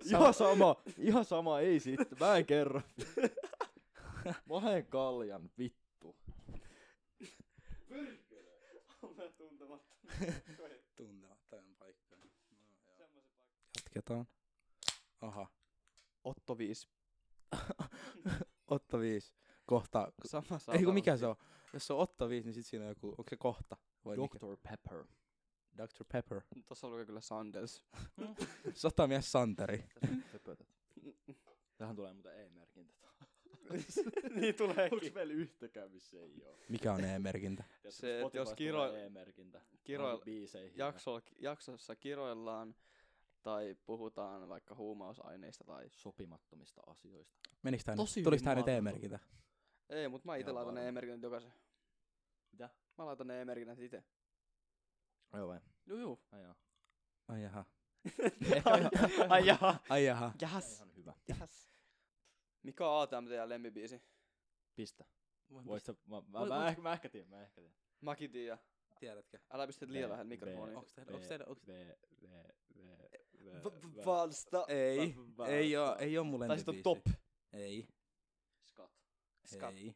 S2: ihan sama, ihan sama, ei siitä, mä en kerro. mä haen kaljan, vittu.
S1: Mennä tuntemattomiin paikkoihin. Semmoisen paikan.
S3: Jatketaan. Aha.
S1: Otto 5.
S3: Otto 5. Kohta.
S1: Sama saa.
S3: Ei kun mikä se on? Jos se on Otto 5, niin sit siinä on joku, onko se kohta? Vai mikä?
S2: Dr. Pepper.
S3: Dr. Pepper.
S1: Tossa lukee kyllä Sandels.
S3: Sotamies Santeri.
S2: Töpötät. Tähän tulee muuten ei-merkintä.
S1: niin
S2: Onks
S1: tuleekin.
S2: meillä yhtäkään, missä ei oo?
S3: Mikä on e-merkintä?
S2: Ja
S1: Se, et jos kiro-
S2: merkintä
S1: Kiroil,
S2: niinku biiseihin.
S1: jakso, jaksossa kiroillaan tai puhutaan vaikka huumausaineista tai...
S2: sopimattomista asioista.
S3: Menikö tää nyt?
S1: Tosi hyvin
S3: Tuliko tää nyt
S1: maalattu.
S3: e-merkintä?
S1: Ei, mut mä ite
S2: Ihan
S1: laitan ne
S2: varma.
S1: e-merkinnät jokaisen.
S2: Mitä?
S1: Mä laitan ne e-merkinnät ite.
S2: Joo vai?
S1: Juu, juu.
S2: Ai joo.
S3: Ai jaha.
S2: Ehkä ihan,
S1: Ai jaha.
S3: Ai jaha.
S1: Jahas.
S2: ihan hyvä.
S1: Jahas. Mikä on ATMTn lemmibiisi?
S2: Pistä.
S3: Voit
S2: Voit sä, mä, mä,
S1: Voit-
S2: mä,
S1: voit-
S2: ehkä- mä, ehkä tiedän, mä ehkä tiedän.
S1: Mäkin tiedän.
S3: tiedätkö?
S1: Älä pistä
S2: B-
S1: liian lähellä
S2: B-
S1: mikrofoniin.
S3: Onks teillä, onks teillä, onks
S2: V, V, V, V,
S1: V- v- Valsta.
S3: Ei,
S2: Vä-
S3: ei oo,
S2: vä-
S3: ei oo mulle
S1: Tai sit on
S3: lempibiisi.
S1: top.
S3: Ei,
S1: Skat. Skat.
S3: ei.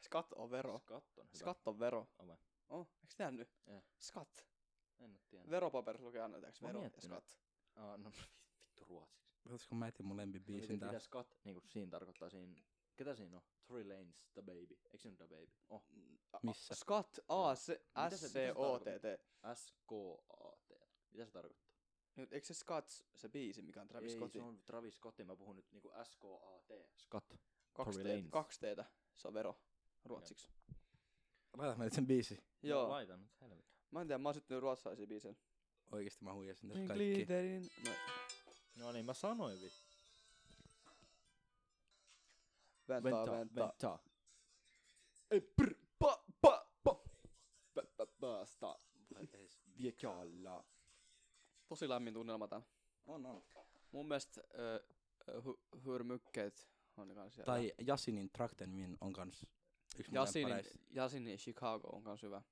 S1: Skat on vero.
S2: Skat on hyvä.
S1: Skat on vero.
S2: On vai?
S1: Oh, eiks tää nyt?
S2: Ei.
S1: Skat.
S2: En oo tiennyt.
S1: Veropaperissa lukee aina, tiiäks,
S2: Mä
S1: vero
S2: oon
S1: ja
S2: miettinyt.
S1: skat.
S2: Ah, no vittu ruotsiksi.
S3: Voitaisko mä etin mun
S2: No
S3: lempibiisin
S2: miten-
S3: tää?
S2: Mitä skat niinku siinä tarkoittaa siinä? Ketä siinä on? Tory Lanez, The Baby. Eikö se nyt The Baby? Oh,
S3: Missä?
S1: Scott A, S,
S2: Mitä se-
S1: S,
S2: mitä se
S1: C, O, T, T.
S2: S-K-A-T. Mitä se tarkoittaa?
S1: Nyt eikö se Scots, se biisi, mikä on Travis
S2: Ei,
S1: Scottin?
S2: se on Travis Scottin. Mä puhun nyt niinku S-K-A-T. Scott.
S1: Kaksi
S2: Tory
S1: teetä,
S2: Lanez.
S1: kaksi teetä. Se on vero ruotsiksi.
S3: Laita mä nyt sen biisi.
S1: Joo.
S2: Laitan nyt helvetin.
S1: Mä en tiedä, mä oon syttynyt ruotsalaisia biisejä.
S3: Oikeesti mä huijasin
S1: Niin
S3: tässä kaikki.
S1: Glitterin. No,
S2: No niin, mä sanoin vittu.
S1: ventaa, ventaa.
S2: Ventaa.
S1: Ei, prr, pa, pa, pa.
S2: Päästä. Viekalla.
S1: Tosi lämmin tunnelma tää.
S3: On, on.
S1: Mun mielestä äh, hu- hyrmykkeet on kans siellä.
S3: Tai Jasinin Trakten Min on kans yksi mun
S1: Jasinin,
S3: lemppareista.
S1: Jasinin Chicago on kans hyvä.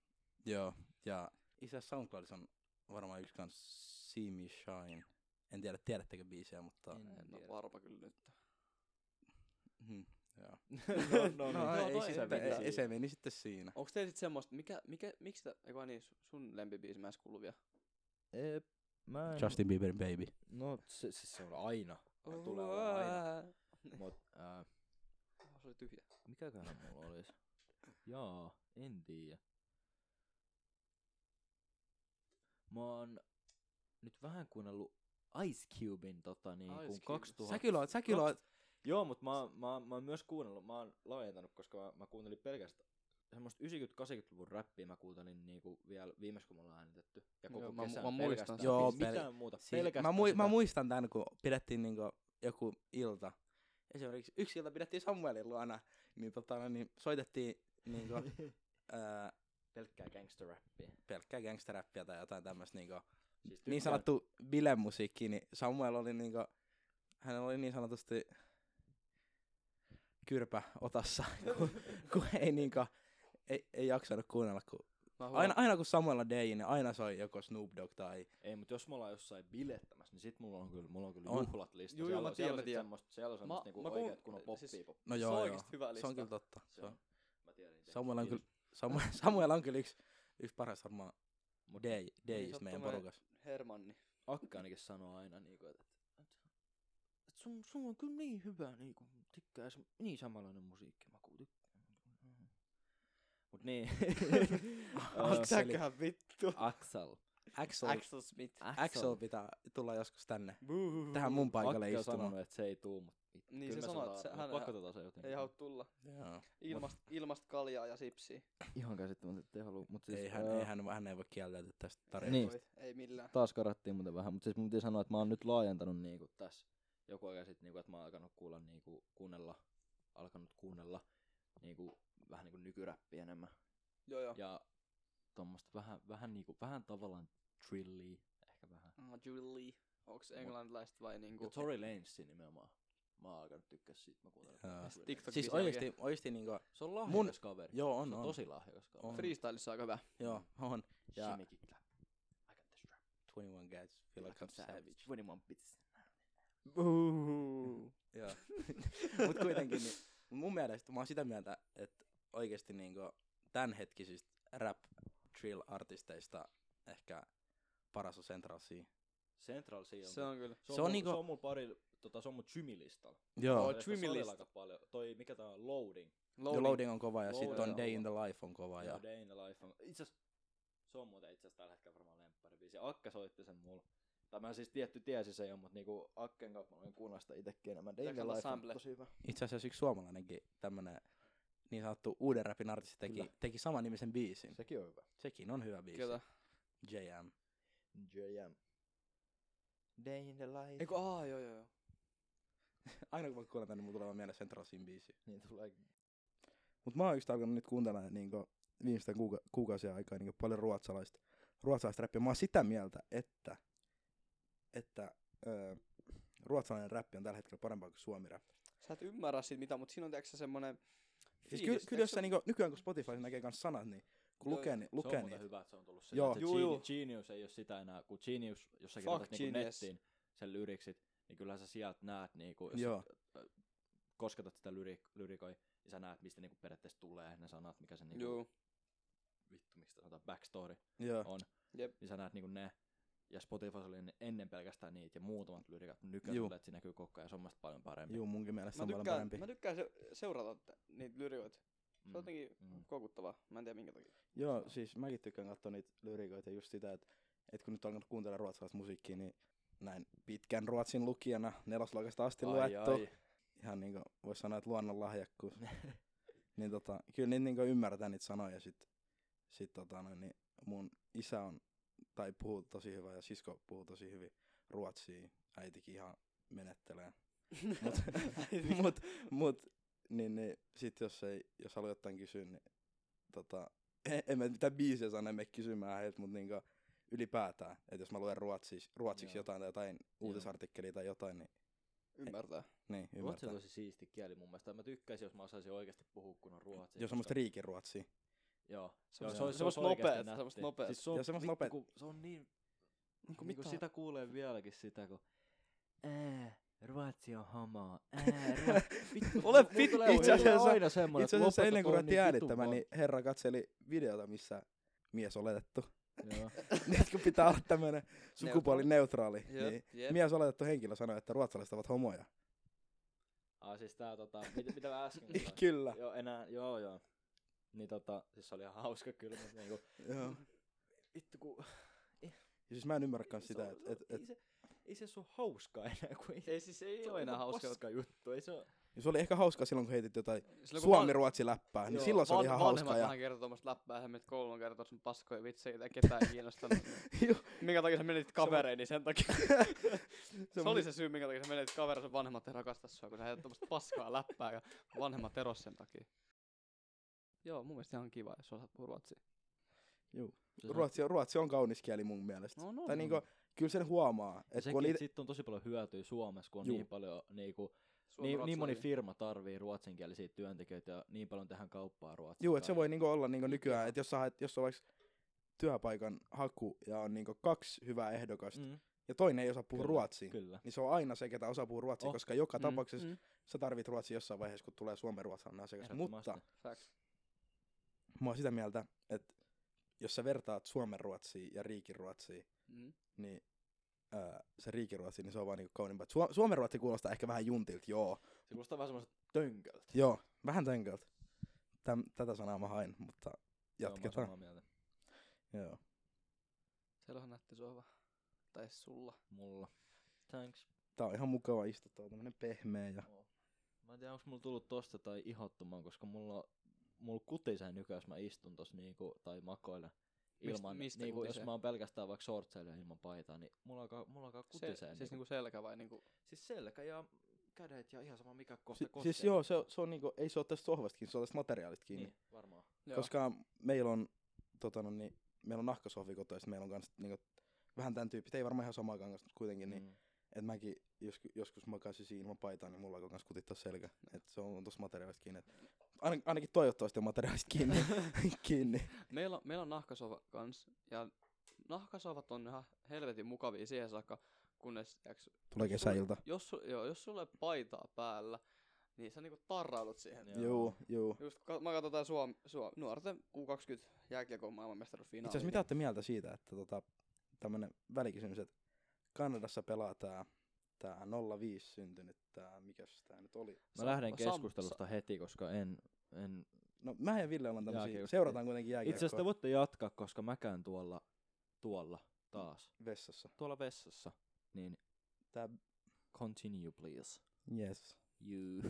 S3: Joo, ja itse asiassa SoundCloudissa on varmaan yksi kans See Me Shine. En tiedä, tiedättekö biisiä, mutta...
S2: En
S1: En oo
S2: tiedä.
S1: varma kyllä nyt.
S3: Hmm, joo.
S2: no,
S3: No,
S2: niin.
S3: ei,
S2: Toi
S3: sitä,
S2: meni
S3: ei, ei,
S2: siihen.
S3: se meni sitten siinä.
S1: Onks teillä sit semmoista, mikä, mikä, miksi sitä, eikö vaan niin, su- sun lempibiisi mä äsken kuullut vielä?
S2: Ee, Mä en...
S3: Justin Bieberin Baby.
S2: No se, se, se on aina.
S1: Oh,
S2: tulee olla aina.
S1: ää.
S2: Mut, ää,
S1: Oh, se oli tyhjä.
S2: mikäköhän mulla olis? Jaa, en tiedä. Mä oon nyt vähän kuunnellut Ice Cubein tota niin,
S1: Ice
S2: kun
S1: Cube.
S2: 2000...
S3: Sä kyllä oot, sä kyllä oot.
S2: Joo, mut mä, oon- mä, oon- mä oon myös kuunnellut, mä oon laajentanut, koska mä, mä kuuntelin pelkästään semmoista 90-80-luvun räppiä mä kuuntelin niinku vielä viimeksi, kun me ollaan äänitetty. Ja koko
S1: Joo,
S2: Joo,
S1: mä mu-
S2: kesän
S1: mä muistan
S2: pelkästään.
S1: sen.
S3: Joo,
S2: Siis
S3: pel-
S2: mitään muuta.
S3: Siis, mä,
S2: pelkästään
S3: mui,
S2: sitä.
S3: mä muistan tämän, kun pidettiin niinku joku ilta. Esimerkiksi yksi ilta pidettiin Samuelin luona, niin, tota, no niin soitettiin niinku, ää,
S2: Pelkkää gangster-räppiä.
S1: Siis
S3: pelkkää gangsteräppiä tai jotain tämmöistä niinku,
S2: Siis
S3: niin
S2: tykkään-
S3: sanottu bilemusiikki, niin Samuel oli niinku, hänellä oli niin sanotusti kyrpä otassa, kun, kun ei niinku, ei, ei jaksanut kuunnella. Kun,
S1: Mä huomaan,
S3: aina, aina kun Samuel on DJ, niin aina soi joko Snoop Dogg tai
S2: Ei, mutta jos me ollaan jossain bilettämässä, niin sit mulla on kyllä, mulla on kyllä
S3: On.
S2: juhlat listassa.
S1: Juu, juu,
S2: siellä,
S1: mä tiedän,
S2: on- siellä on
S1: mä
S2: sit
S1: tiedän.
S2: Semmoista, siellä on
S1: Mä-
S2: semmoista niinku
S1: mä kuul-
S2: oikeat kunnon poppia.
S1: siis-
S2: poppia.
S3: No
S1: se
S3: joo,
S1: on
S3: joo.
S1: oikeesti hyvä
S3: Se on
S1: lista.
S3: kyllä totta. Se
S2: Se
S3: on.
S2: on, mä tiedän itse. Siis
S3: Samuel on
S2: Kiitos.
S3: kyllä, Samuel, Samuel on kyllä yksi, yksi paras varmaan
S2: Mut
S3: DJ,
S1: Niin,
S3: DJs
S1: sä oot
S3: meidän
S1: tommonen-
S3: porukassa.
S1: Hermanni.
S2: Akka ainakin sanoo aina, niinku, että et, et sun, sun on kyllä niin hyvä, niinku, tykkää se, niin samanlainen musiikkimaku. tykkää. niinku. Mut niin.
S3: Akseli.
S1: Säköhän vittu.
S2: Axel.
S3: Axel,
S1: Axel Smith.
S3: Axel pitää tulla joskus tänne.
S1: Buhuhu.
S3: Tähän mun paikalle
S2: Akka on
S3: istumaan.
S2: sanonut, että se ei tuu, mut vittu,
S1: Niin, se
S2: kyllä me
S1: sanoo, että
S2: saadaan-
S1: se- hän-
S2: me pakotetaan se jotenkin.
S1: Ei halua tulla.
S3: Joo.
S1: Ilmast, ilmast kaljaa ja sipsiä.
S2: Ihan käsittämätöntä, että ei halua. Mut siis,
S3: Ei hän,
S2: ää,
S3: ei hän, hän ei voi kieltäytyä tästä
S1: Ei,
S3: tarinasta.
S2: Niin.
S1: voi, ei millään.
S2: taas karattiin muuten vähän, mutta siis mun piti sanoa, että mä oon nyt laajentanut niinku tässä joku aika sitten, niinku, että mä oon alkanut kuulla niinku, kuunnella, alkanut kuunnella niinku, vähän niinku nykyräppiä enemmän.
S1: Joo joo.
S2: Ja tommosta vähän, vähän niinku, vähän tavallaan trilliä, ehkä vähän.
S1: Ah, Julie. Onks englantilaiset vai niinku...
S2: Ja Tory Lanezin nimenomaan. Mä oon alkanut tykkää siitä, mä kuuntelen.
S3: Joo.
S2: paljon Tory Lanezia.
S1: TikTok-
S3: Siis
S1: Biisin
S3: oikeesti, oikeesti niinku,
S2: Se on lahjakas
S3: Mun-
S2: kaveri.
S3: joo on,
S2: se on,
S3: on.
S2: tosi lahjakas kaveri.
S3: On.
S1: Freestylissa on aika hyvä.
S3: Joo, on. Ja-
S2: Shimmy kick clap. I got this rap.
S3: 21 Gats, feel like I'm savage.
S1: niin,
S2: 21 bits.
S3: Joo. Mut kuitenkin, niin, mun mielestä, mä oon sitä mieltä, että oikeesti niinku tämänhetkisistä rap drill artisteista ehkä paras on Central C.
S2: Central Sea on
S1: Se on kyllä.
S2: Se on, se on, niinku... se on mun pari, tota, se on mun chymilistalla.
S1: Joo.
S3: Joo.
S1: Oh,
S2: Ehkä
S1: Dreamilist.
S2: salilla aika paljon. Toi, mikä tää on, Loading.
S3: Loading, loading on kova ja
S2: Loading
S3: sitten on
S2: on
S3: Day
S2: kova.
S3: in the Life on kova.
S2: Joo,
S3: Ja,
S2: Day in the Life on... Itseasiassa, se on muuten itseasiassa tällä hetkellä varmaan lempparibiisi. Akka soitti sen mulle. Tai mä siis tietty tiesin sen jo, mutta niinku Akken kautta mä voin kuunnella sitä itekin enemmän. Day in
S1: Pitääkö
S2: the
S1: olla
S2: Life on
S1: sample?
S2: tosi hyvä.
S3: itse asiassa yksi suomalainenkin tämmönen niin sanottu uuden rapin artisti teki,
S2: Kyllä.
S3: teki saman nimisen biisin.
S2: Sekin on hyvä.
S3: Sekin on hyvä biisi.
S1: Ketä?
S3: JM.
S2: JM. Day in the Life.
S1: Eiku, aa, joo joo joo.
S3: Aina kun mä kuulen tänne, mulla tulee vaan mieleen Central Cin biisi.
S2: Niin tulee...
S3: Mutta mä oon just alkanut nyt kuuntelemaan niin viimeisten kuuka- kuukausien aikaa niin paljon ruotsalaista, ruotsalaista räppiä. Mä oon sitä mieltä, että, että öö, ruotsalainen räppi on tällä hetkellä parempaa kuin suomi räppi.
S1: Sä et ymmärrä siitä mitä, mut siinä on tiiäksä semmonen...
S3: Siis
S1: fiilis.
S3: ky- kyllä jos sä niin nykyään kun Spotify näkee kans sanat, niin kun
S1: Joo,
S3: lukee,
S1: joo.
S3: niin,
S2: se
S3: lukee
S2: on muuten
S3: niitä.
S2: hyvä, että se on tullut
S3: Joo.
S2: sillä, että
S1: Juu,
S2: se
S1: juu.
S2: Geni- Genius ei ole sitä enää, kun Genius, jos sä
S1: Fuck
S2: kirjoitat niinku
S1: Genius.
S2: nettiin sen lyriksit, niin kyllähän sä sieltä näet, niinku, jos
S3: Joo,
S2: kosketat sitä lyri- lyrikoi, ja sä näet, mistä niinku periaatteessa tulee ne sanat, mikä se
S3: niin-
S2: niinku,
S1: Joo.
S2: vittu, miksi sitä sanotaan, backstory
S3: joo.
S2: on.
S1: Jep.
S2: Niin sä näet niinku ne. Ja Spotify oli ennen- ennen pelkästään niitä ja muutamat lyrikat. Nykyään
S3: Juu.
S2: tulee, että se näkyy koko ajan, se on musta paljon parempi.
S3: Juu, munkin mielestä se
S1: Mä
S3: on paljon
S1: tykkään,
S3: parempi.
S1: mä tykkään se, seurata tä- niitä lyrioita. Se
S2: Mm.
S1: on jotenkin
S2: Mm.
S1: koukuttavaa. Mä en tiedä minkä takia.
S3: Joo, siis mäkin tykkään katsoa niitä lyrikoita ja just sitä, että, että kun nyt on alkanut kuuntelemaan ruotsalaista musiikkia, niin näin pitkän ruotsin lukijana nelosluokasta asti ai, luettu. Ai. Ihan niin kuin voisi sanoa, että luonnonlahjakkuus. niin tota, kyllä niitä niin ymmärtää niitä sanoja. Sit, sit tota, noin, niin mun isä on, tai puhuu tosi hyvä ja sisko puhuu tosi hyvin ruotsia. Äitikin ihan menettelee. mut,
S2: siis.
S3: mut, mut, niin, niin sit jos, ei, jos haluaa jotain kysyä, niin tota, en, en mä mitään biisiä sano, en mene kysymään heiltä, mutta niinku ylipäätään, että jos mä luen ruotsiksi, ruotsiksi
S2: Joo.
S3: jotain tai jotain uutisartikkelia tai jotain, niin,
S1: Ymmärtää.
S3: niin
S2: Ruotsi on
S3: ymmärtää.
S2: tosi siisti kieli mun mielestä. Mä tykkäisin, jos mä osaisin oikeasti puhua kun on ruotsi.
S3: Jos semmoista riikin ruotsia.
S2: Joo.
S1: Se
S2: Joo,
S1: on
S2: se, on, se on
S1: semmoista nopeet, semmoista nopeet.
S2: Siis se on,
S3: Ja semmoista
S2: vittu,
S3: nopeet.
S2: kun Se on niin, niin kuin
S3: mitä-
S2: sitä kuulee vieläkin sitä, kun ää, ruotsi on homaa. Ää, ruotsi. Vittu,
S1: Ole
S2: mulla
S1: vittu-
S2: tulee
S3: itse asiassa-
S2: aina semmoinen,
S3: Itse
S2: että
S3: asiassa
S2: lopeta
S3: ennen kuin
S2: toi
S3: ruvettiin
S2: vitun
S3: äänittämään,
S2: vaan-
S3: niin herra katseli videota, missä mies oletettu.
S2: Joo.
S3: Nyt kun pitää olla tämmönen sukupuolineutraali,
S1: Jep,
S3: niin
S1: jep.
S3: mies oletettu henkilö sanoi, että ruotsalaiset ovat homoja.
S2: Ah, siis tää tota, mitä, mitä mä äsken
S1: Mm.
S2: sanoin?
S3: Kyllä.
S2: Joo, enää, joo, joo. Niin tota, siis se oli ihan hauska kyllä, mutta niinku,
S3: Joo.
S2: vittu kun...
S3: Ja siis mä en ymmärrä kans
S2: se
S3: sitä,
S2: on-
S3: että et, et,
S2: ei, se, ei se sun hauskaa enää, kun ei,
S1: Ei siis ei
S2: se
S1: ole
S2: on
S1: enää
S2: enää
S1: hauska.
S2: hauska juttu. Ei se ole,
S3: se oli ehkä hauskaa silloin, kun heitit jotain
S1: Silloin, kun van-
S3: Suomi-Ruotsi-läppää, niin
S2: Joo.
S3: silloin se oli ihan hauskaa.
S1: Vanhemmat
S3: Ja...
S1: vähän kertoo tuommoista läppää, hän menet koulun kertoo sun paskoja vitsejä, ei ketään kiinnostanut.
S3: Joo.
S1: minkä takia sä menit kavereen, niin sen takia. se, oli se syy, minkä takia sä menit kavereen, sun vanhemmat ei rakasta sua, kun sä heität tuommoista paskaa läppää ja vanhemmat eros sen takia. Joo, mun mielestä ihan kiva, jos osaat puhua ruotsia.
S3: Ruotsi, on- ruotsi on kaunis kieli mun mielestä.
S1: No, no,
S3: tai niinku, kyllä sen huomaa, että
S2: sekin,
S3: kun on
S2: että
S3: ite,
S2: siitä on tosi paljon hyötyä Suomessa, kun on
S3: Juu.
S2: niin paljon niinku,
S1: Suomen
S2: niin, niin moni
S1: ruotsalainen.
S2: firma tarvii ruotsinkielisiä työntekijöitä ja niin paljon tehdään kauppaa ruotsin
S3: juu, että se
S2: kanssa.
S3: voi niinku olla niinku nykyään, että jos, sä haet, jos on vaikka työpaikan haku ja on niinku kaksi hyvää ehdokasta
S2: mm,
S3: ja toinen ei osaa puhua
S2: Kyllä,
S3: ruotsia,
S2: Kyllä.
S3: niin se on aina se, ketä osaa puhua ruotsia,
S2: Oh.
S3: koska joka
S1: Mm,
S3: tapauksessa
S1: mm.
S3: sä tarvit ruotsia jossain vaiheessa, kun tulee suomen ruotsalainen asiakas. Mutta
S2: Ehdottomasti.
S1: Facts.
S3: mä oon sitä mieltä, että jos sä vertaat suomen ruotsia ja riikin ruotsia,
S1: Mm.
S3: niin ää, se riikiruotsi, niin se on vaan niinku kauniimpaa. Suo- Suomen ruotsi kuulostaa ehkä vähän juntilta, joo.
S2: Se kuulostaa vähän semmoiset tönköltä.
S3: Joo, vähän tänköltä. Täm, tätä sanaa mä hain, mutta jatketaan.
S2: Joo, mä oon samaa mieltä.
S3: Joo.
S1: Siellä on nätti sohva. Tai sulla.
S2: Mulla. Thanks.
S3: Tää on ihan mukava istuttava, tämmönen pehmeä ja...
S2: Joo. Mä en tiedä, onko mulla tullut tosta tai ihottumaan, koska mulla, mulla kutisee nykyään, jos mä istun tossa niinku, tai makoilen.
S1: Mist-
S2: Ilman,
S1: mistä
S2: niinku, jos
S1: kutisee?
S2: mä oon pelkästään vaikka shortseilla ilman paitaa, niin mulla alkaa, mulla alkaa kutisee.
S1: Se, siis niinku selkä vai niinku...
S2: siis selkä ja kädet ja ihan sama mikä kohta
S3: Si- siis joo, se, on- se on niinku, ei se ole tästä sohvastakin, se on tästä materiaalista kiinni.
S2: Niin,
S3: Niin.
S2: varmaan.
S1: Joo.
S3: Koska meillä on, tota no niin, meillä on nahkasohvi kotona, ja sit meillä on kans niinku, vähän tämän tyyppistä, ei varmaan ihan samaa kangasta, mutta kuitenkin, mm. niin,
S2: Mm.
S3: että mäkin jos, joskus makaisin siinä ilman paitaa, niin mulla alkoi kans kutittaa selkä. Et se on tossa materiaalista kiinni. Et ain, ainakin toivottavasti on materiaalista kiinni. kiinni.
S1: Meillä, on- meillä on nahkasova kans, ja nahkasovat on ihan helvetin mukavia siihen saakka, kunnes tiiäks,
S3: Tulee kesäilta.
S1: jos, sul- joo, jos sulla ei ole paitaa päällä, niin sä niinku tarraudut siihen.
S2: Joo.
S3: Joo, joo.
S1: Just kun mä katsotaan Suom, Suom, nuorten U20 jääkiekon maailmanmestaruusfinaali.
S3: Itse asiassa mitä ootte mieltä siitä, että tota, tämmönen välikysymys, että Kanadassa pelaa tää, tää 05 syntynyt, tää, mikäs tää nyt oli?
S2: Mä
S1: Sam-
S2: lähden
S1: Sam-
S2: keskustelusta heti, koska en, en...
S3: No mä ja Ville ollaan tämmösiä,
S2: Jääkiekko.
S3: seurataan kuitenkin
S2: Itse asiassa te
S3: jääkiekkoa
S2: voitte jatkaa, koska mä käyn tuolla, tuolla taas.
S3: vessassa.
S2: Tuolla vessassa. Niin,
S3: Tää,
S2: continue please.
S3: yes.
S2: You.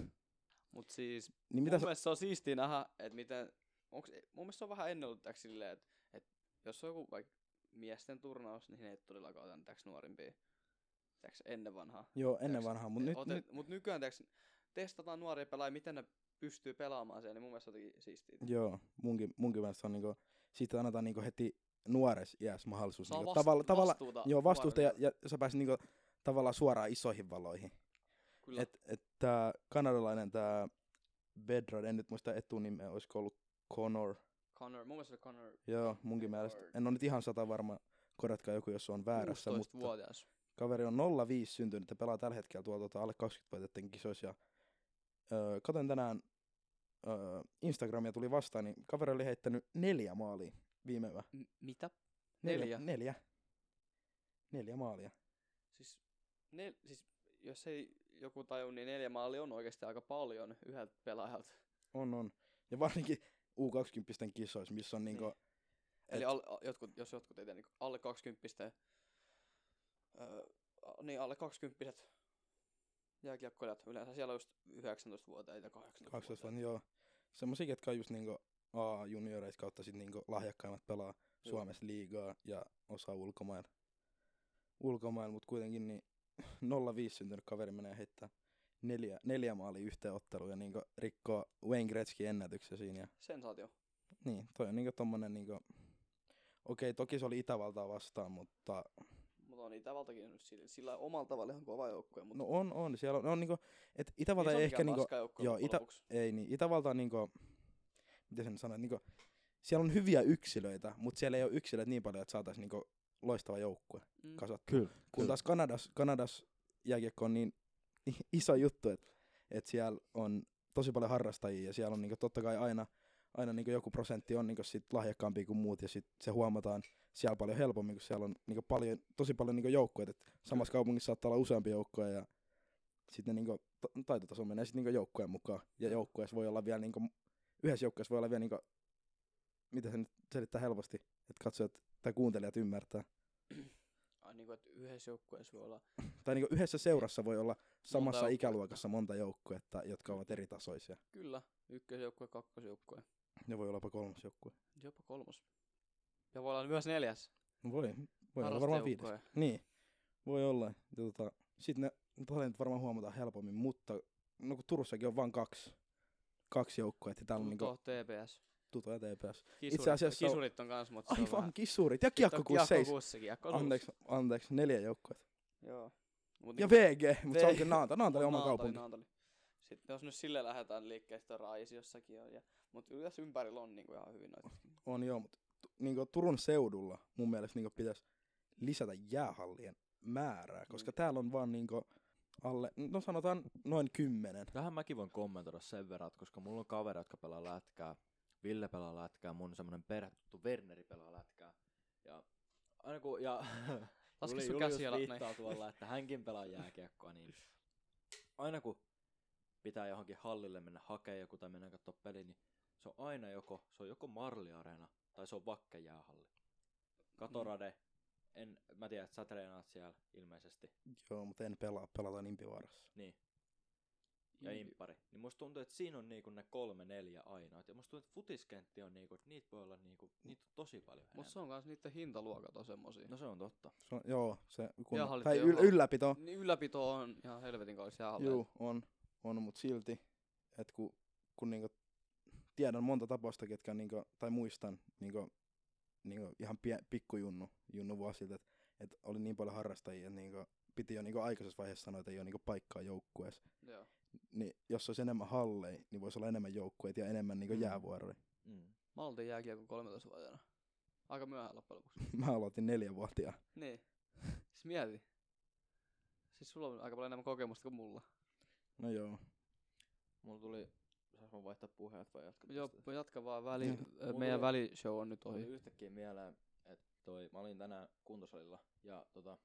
S1: Mut siis, mitä
S3: Niin mitä
S1: mun
S3: sä,
S1: mielestä se on siistiä nähdä, että miten, onks, mun mielestä se on vähän ennen ollut täks silleen, että et jos on joku vaikka miesten turnaus, niin ne ei todellakaan ota täks nuorimpia. Täks ennen vanhaa.
S3: joo, ennen
S1: tiiäks,
S3: vanhaa, mut nyt,
S1: Ote,
S3: nyt,
S1: mut nykyään tiiäks, testataan nuoria pelaajia, miten ne pystyy pelaamaan siellä, niin mun mielestä se on jotenkin siistiä.
S3: joo, munkin, munkin mielestä se on niinku, siitä annetaan niinku heti nuores iäs mahdollisuus.
S1: Saa
S3: Niinku,
S1: vastu-
S3: tavalla, tavalla,
S1: vastuuta
S3: joo, vastuuta ja,
S1: nuorille.
S3: ja sä pääset niinku, tavallaan suoraan isoihin valoihin.
S1: Kyllä.
S3: Et, et tää kanadalainen tää Bedrod, en nyt muista etunimeä, olisiko ollut Connor.
S1: Connor, mun mielestä se oli Connor
S3: Joo, munkin
S1: Bedard.
S3: mielestä. En ole nyt ihan sata varma, korjatkaa joku, jos on väärässä, mutta
S1: 16-vuotias.
S3: kaveri on 05 syntynyt ja pelaa tällä hetkellä tuolla tuota alle 20-vuotiaiden kisoissa. Ja, öö, katoin tänään öö, Instagramia tuli vastaan, niin kaveri oli heittänyt neljä maalia viime yö.
S1: M- mitä?
S3: Neljä.
S1: Neljä.
S3: neljä. Neljä maalia.
S1: Siis, nel, siis jos ei joku taju, niin neljä maalia on oikeasti aika paljon yhdeltä pelaajalta.
S3: On, on. Ja varsinkin U20 kisoissa, missä on niinku...
S1: Niin. Eli
S3: Et-
S1: al, a- jotkut, jos jotkut ei tee niin alle 20, öö, a- niin alle 20 jääkiekkoilijat yleensä siellä on just 19-vuotiaita ja
S3: 12
S1: 18-vuotiaita.
S3: on niin joo. Semmosia, ketkä on just niinku A-junioreita kautta sit niinku lahjakkaimmat pelaa
S1: Joo.
S3: Suomessa liigaa ja osaa ulkomailla. Ulkomailla, mutta kuitenkin niin 05 syntynyt kaveri menee heittää neljä, neljä maalia yhteen otteluun ja niinku rikkoo Wayne Gretzky ennätyksen siinä. Ja,
S1: Sensaatio.
S3: niin, toi on niinku tommonen niinku... Okei, toki se oli Itävaltaa vastaan, mutta
S1: Mutta on Itävaltakin nyt sillä, sillä omalla tavalla ihan kova joukkue. Mutta
S3: no on, on. Siellä on, ne on niinku, et Itävalta ei ehkä niinku, joo, Itä- ei niin, Itävalta on niinku, miten sen sanoa, niinku, siellä on hyviä yksilöitä, mutta siellä ei ole yksilöitä niin paljon, että saataisiin niinku loistava joukkue
S1: Mm.
S3: kasattua.
S2: Kyllä.
S3: Kun taas Kanadas, Kanadas jääkiekko on niin i- iso juttu, että et siellä on tosi paljon harrastajia ja siellä on niinku totta kai aina, aina niinku joku prosentti on niinku sit lahjakkaampi kuin muut ja sit se huomataan siellä paljon helpommin, kun siellä on niinku paljon, tosi paljon niinku joukkoja. Et samassa kaupungissa saattaa olla useampi joukkoja ja sitten niinku ta- taitotaso menee sitten niinku joukkojen mukaan. Ja joukkueessa voi olla vielä niinku, yhdessä joukkueessa voi olla vielä niinku, mitä se nyt selittää helposti, että katsojat tai kuuntelijat ymmärtää.
S1: Ai niin kuin, että yhdessä joukkueessa voi olla.
S3: Tai niinku yhdessä seurassa voi olla samassa
S1: joukkuetta.
S3: ikäluokassa monta joukkuetta, jotka ovat eri tasoisia.
S1: Kyllä, ykkösjoukkue, kakkosjoukkue,
S3: Ne voi olla jopa kolmas joukkue.
S1: jopa kolmos. Ja voi olla myös neljäs.
S3: No voi, voi olla varmaan viides.
S1: harrastajoukkoja.
S3: Niin, voi olla. Ja tota, sitten ne talentit varmaan huomataan helpommin, mutta no kun Turussakin on vain kaksi, kaksi joukkoa, että täällä on niinku
S1: Tuo TPS.
S3: Tuto ja TPS.
S1: Kisurit,
S3: asiassa on-
S1: kisurit on kans, mutta se on
S3: Aivan,
S1: vähän-
S3: kissuurit ja kiekko
S1: Kiekko
S3: 67.
S1: kuusi, kiekko kuusi.
S3: Anteeksi, anteeksi, neljä joukkoa.
S1: Joo. Mut
S3: Ja
S1: niinku-
S3: VG, mutta se
S1: V-
S3: on kyllä Naanta, Naanta oli
S1: on
S3: oma
S1: Naantali,
S3: kaupunki.
S1: Naantali. Sitten jos nyt sille lähdetään liikkeelle, sitten Raisiossakin on. Ja, mutta yleensä ympärillä on niinku ihan hyvin noita.
S3: On joo, mutta niinku Turun seudulla mun mielestä niinku pitäisi lisätä jäähallien määrää, koska
S1: Mm.
S3: täällä on vaan niinku alle, no sanotaan noin kymmenen.
S2: Tähän mäkin voin kommentoida sen verran, että koska mulla on kavereita, jotka pelaa lätkää. Ville pelaa lätkää, mun semmonen perhetuttu Werneri pelaa lätkää. Ja aina kun, ja
S1: Laske
S2: Juli-
S1: sun Niin.
S2: Julius
S1: käsijalat näin.
S2: viittaa tuolla, että hänkin pelaa jääkiekkoa, niin aina kun pitää johonkin hallille mennä hakea joku tai mennä katsoa peli, niin se on aina joko, se on joko Marliareena tai se on Vakke jäähalli. Katorade, en, mä tiedän, että sä treenaat siellä ilmeisesti,
S3: Joo, mutta en pelaa, pelataan impivaarassa.
S2: niin, ja impari. Niin musta tuntuu, että siinä on niinku ne kolme neljä aina. Ja musta tuntuu, että futiskentti on niinku, että niitä voi olla niinku, niitä on tosi paljon
S1: Mutta
S2: enemmän.
S1: se on kans niiden hintaluokat on semmosia.
S2: No se on totta.
S3: Se on, joo, se kun,
S1: Jäähallit
S3: tai
S1: ei ole-
S3: yl, ylläpito.
S1: Niin ylläpito on ihan helvetin kallis jäähalleja.
S3: Joo, on, on, mutta silti, että kun, kun niinku, tiedän monta tapausta, ketkä niinku, tai muistan niinku, niinku ihan pie, pikkujunnu junnu vuosilta, että et oli niin paljon harrastajia, että niinku, piti jo niinku aikaisessa vaiheessa sanoa, että ei ole niinku paikkaa joukkueessa.
S1: Joo.
S3: Niin jos olisi enemmän halleja, niin voisi olla enemmän joukkueita ja enemmän niinku
S2: Mm.
S3: jäävuoroja.
S2: Mm.
S1: Mä oltiin jääkiekon 13-vuotiaana. Aika myöhään loppujen lopuksi.
S3: Mä aloitin neljävuotiaan.
S1: Niin. Siis mieti. Siis sulla on aika paljon enemmän kokemusta kuin mulla.
S3: No joo.
S2: Mulla tuli, saanko mä vaihtaa puheet vai jatkaa?
S1: Joo, jatka vaan väli.
S3: Joo.
S1: ö, meidän
S2: Mulla-
S1: välishow on nyt
S2: Tuli
S1: ohi.
S2: yhtäkkiä mieleen, että toi, mä olin tänään kuntosalilla ja tota,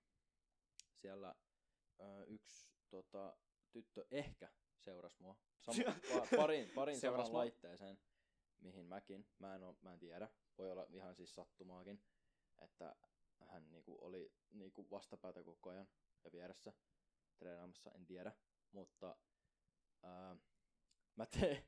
S2: siellä ö, yksi tota, tyttö ehkä seurasi mua. Sam, pa, parin parin
S1: Seurasi
S2: saman
S1: mua.
S2: laitteeseen, mihin mäkin. Mä en, oo, mä en tiedä. Voi olla ihan siis sattumaakin, että hän niinku oli niinku vastapäätä koko ajan ja vieressä treenaamassa, en tiedä. Mutta ää, mä teen...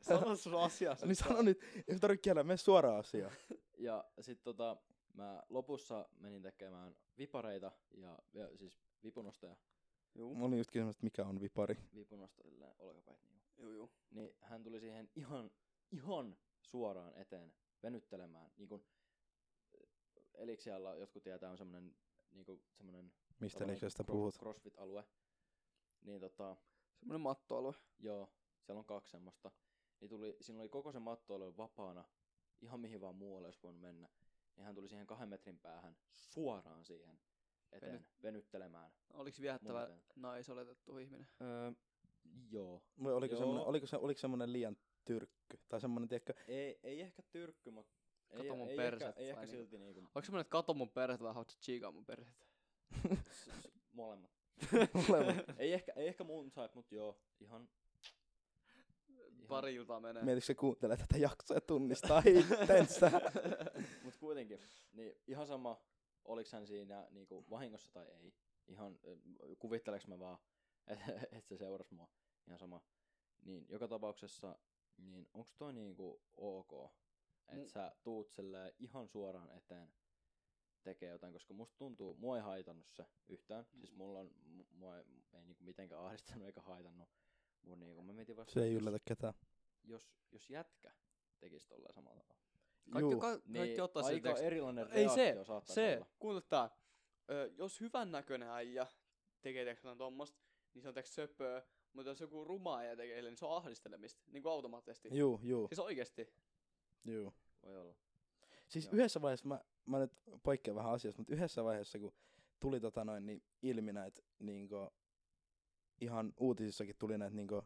S1: Sano sun asiasi.
S3: Niin sano nyt, ei tarvitse kielää, mene suoraan asiaan.
S2: Ja sit tota, mä lopussa menin tekemään vipareita ja, ja siis vipunostoja,
S1: Juu.
S3: Mä olin just kysymässä, että mikä on vipari.
S2: vipunosto silleen olkapäät niin.
S1: Juu, juu.
S2: Niin hän tuli siihen ihan, ihan suoraan eteen venyttelemään. Niin kun, Eliksialla jotkut tietää on semmonen, niin kun, semmonen
S3: Mistä
S2: tavallaan
S3: liikkeestä
S2: cro-
S3: puhut?
S2: crossfit-alue. Niin tota,
S1: Semmonen mattoalue.
S2: Joo, siellä on kaksi semmoista. Niin tuli, siinä oli koko se mattoalue vapaana, ihan mihin vaan muualle olisi voinut mennä. Niin hän tuli siihen kahden metrin päähän, suoraan siihen eteen,
S1: Venyt-
S2: venyttelemään.
S1: Oliks
S2: mun
S1: viehättävä
S2: eteen.
S1: naisoletettu ihminen?
S2: Öö, joo.
S3: Vai oliko,
S2: Joo.
S3: semmonen, oliko, se, oliko semmonen liian tyrkky? Tai semmonen, tiedätkö,
S2: Ei, ei ehkä tyrkky, mutta
S1: Kato mun
S2: ei,
S1: persettä
S2: Ei ehkä, ei
S1: vai
S2: ehkä
S1: niinku-
S2: silti niinku,
S1: Onko semmonen, että kato mun perhettä vai haluatko chiikaa mun perhettä?
S2: s- s- molemmat.
S3: Molemmat.
S2: ei, ehkä, ei ehkä mun type, mut joo, ihan... ihan-
S1: Pari iltaa menee.
S3: Mietitkö se kuuntelee tätä jaksoa ja tunnistaa itsensä?
S2: Mut kuitenkin, niin ihan sama, oliks hän siinä niinku vahingossa tai ei. Ihan, ö, kuvitteleks mä vaan, että et se seuras mua. Ihan sama. Niin joka tapauksessa, niin onks toi niinku ok, että
S3: Mm.
S1: Mu-
S2: sä tuut silleen ihan suoraan eteen tekee jotain, koska musta tuntuu, mua ei haitannut se yhtään.
S3: Mm.
S2: Siis mulla on, mu- mua ei, ei niinku mitenkään ahdistanut eikä haitannut. Mun niinku, mä mietin vasta,
S3: Se ei
S2: jos-
S3: yllätä ketään.
S2: jos, jos jätkä tekis tolleen samalla tavalla.
S1: Kaikki,
S3: Juu.
S1: ka- kaikki ottaa sen
S2: Niin, aika
S1: tekst-
S2: erilainen
S1: Ei
S2: reaktio
S1: se,
S2: saattaisi
S1: se,
S2: olla.
S1: kuuntele tää. Ö, jos hyvän näköinen äijä tekee tiiäks, jotain tommosta, niin se on tiiäks söpöä, mutta jos joku ruma äijä tekee, sille, niin se on ahdistelemista, niin kuin automaattisesti.
S3: Juu, juu,
S1: Siis oikeesti.
S3: juu.
S2: Voi olla.
S3: Siis
S2: Joo.
S3: yhdessä vaiheessa, mä, mä nyt poikkean vähän asiasta, mutta yhdessä vaiheessa kun tuli tota noin, niin ilmi näitä niinku, ihan uutisissakin tuli näitä niinku,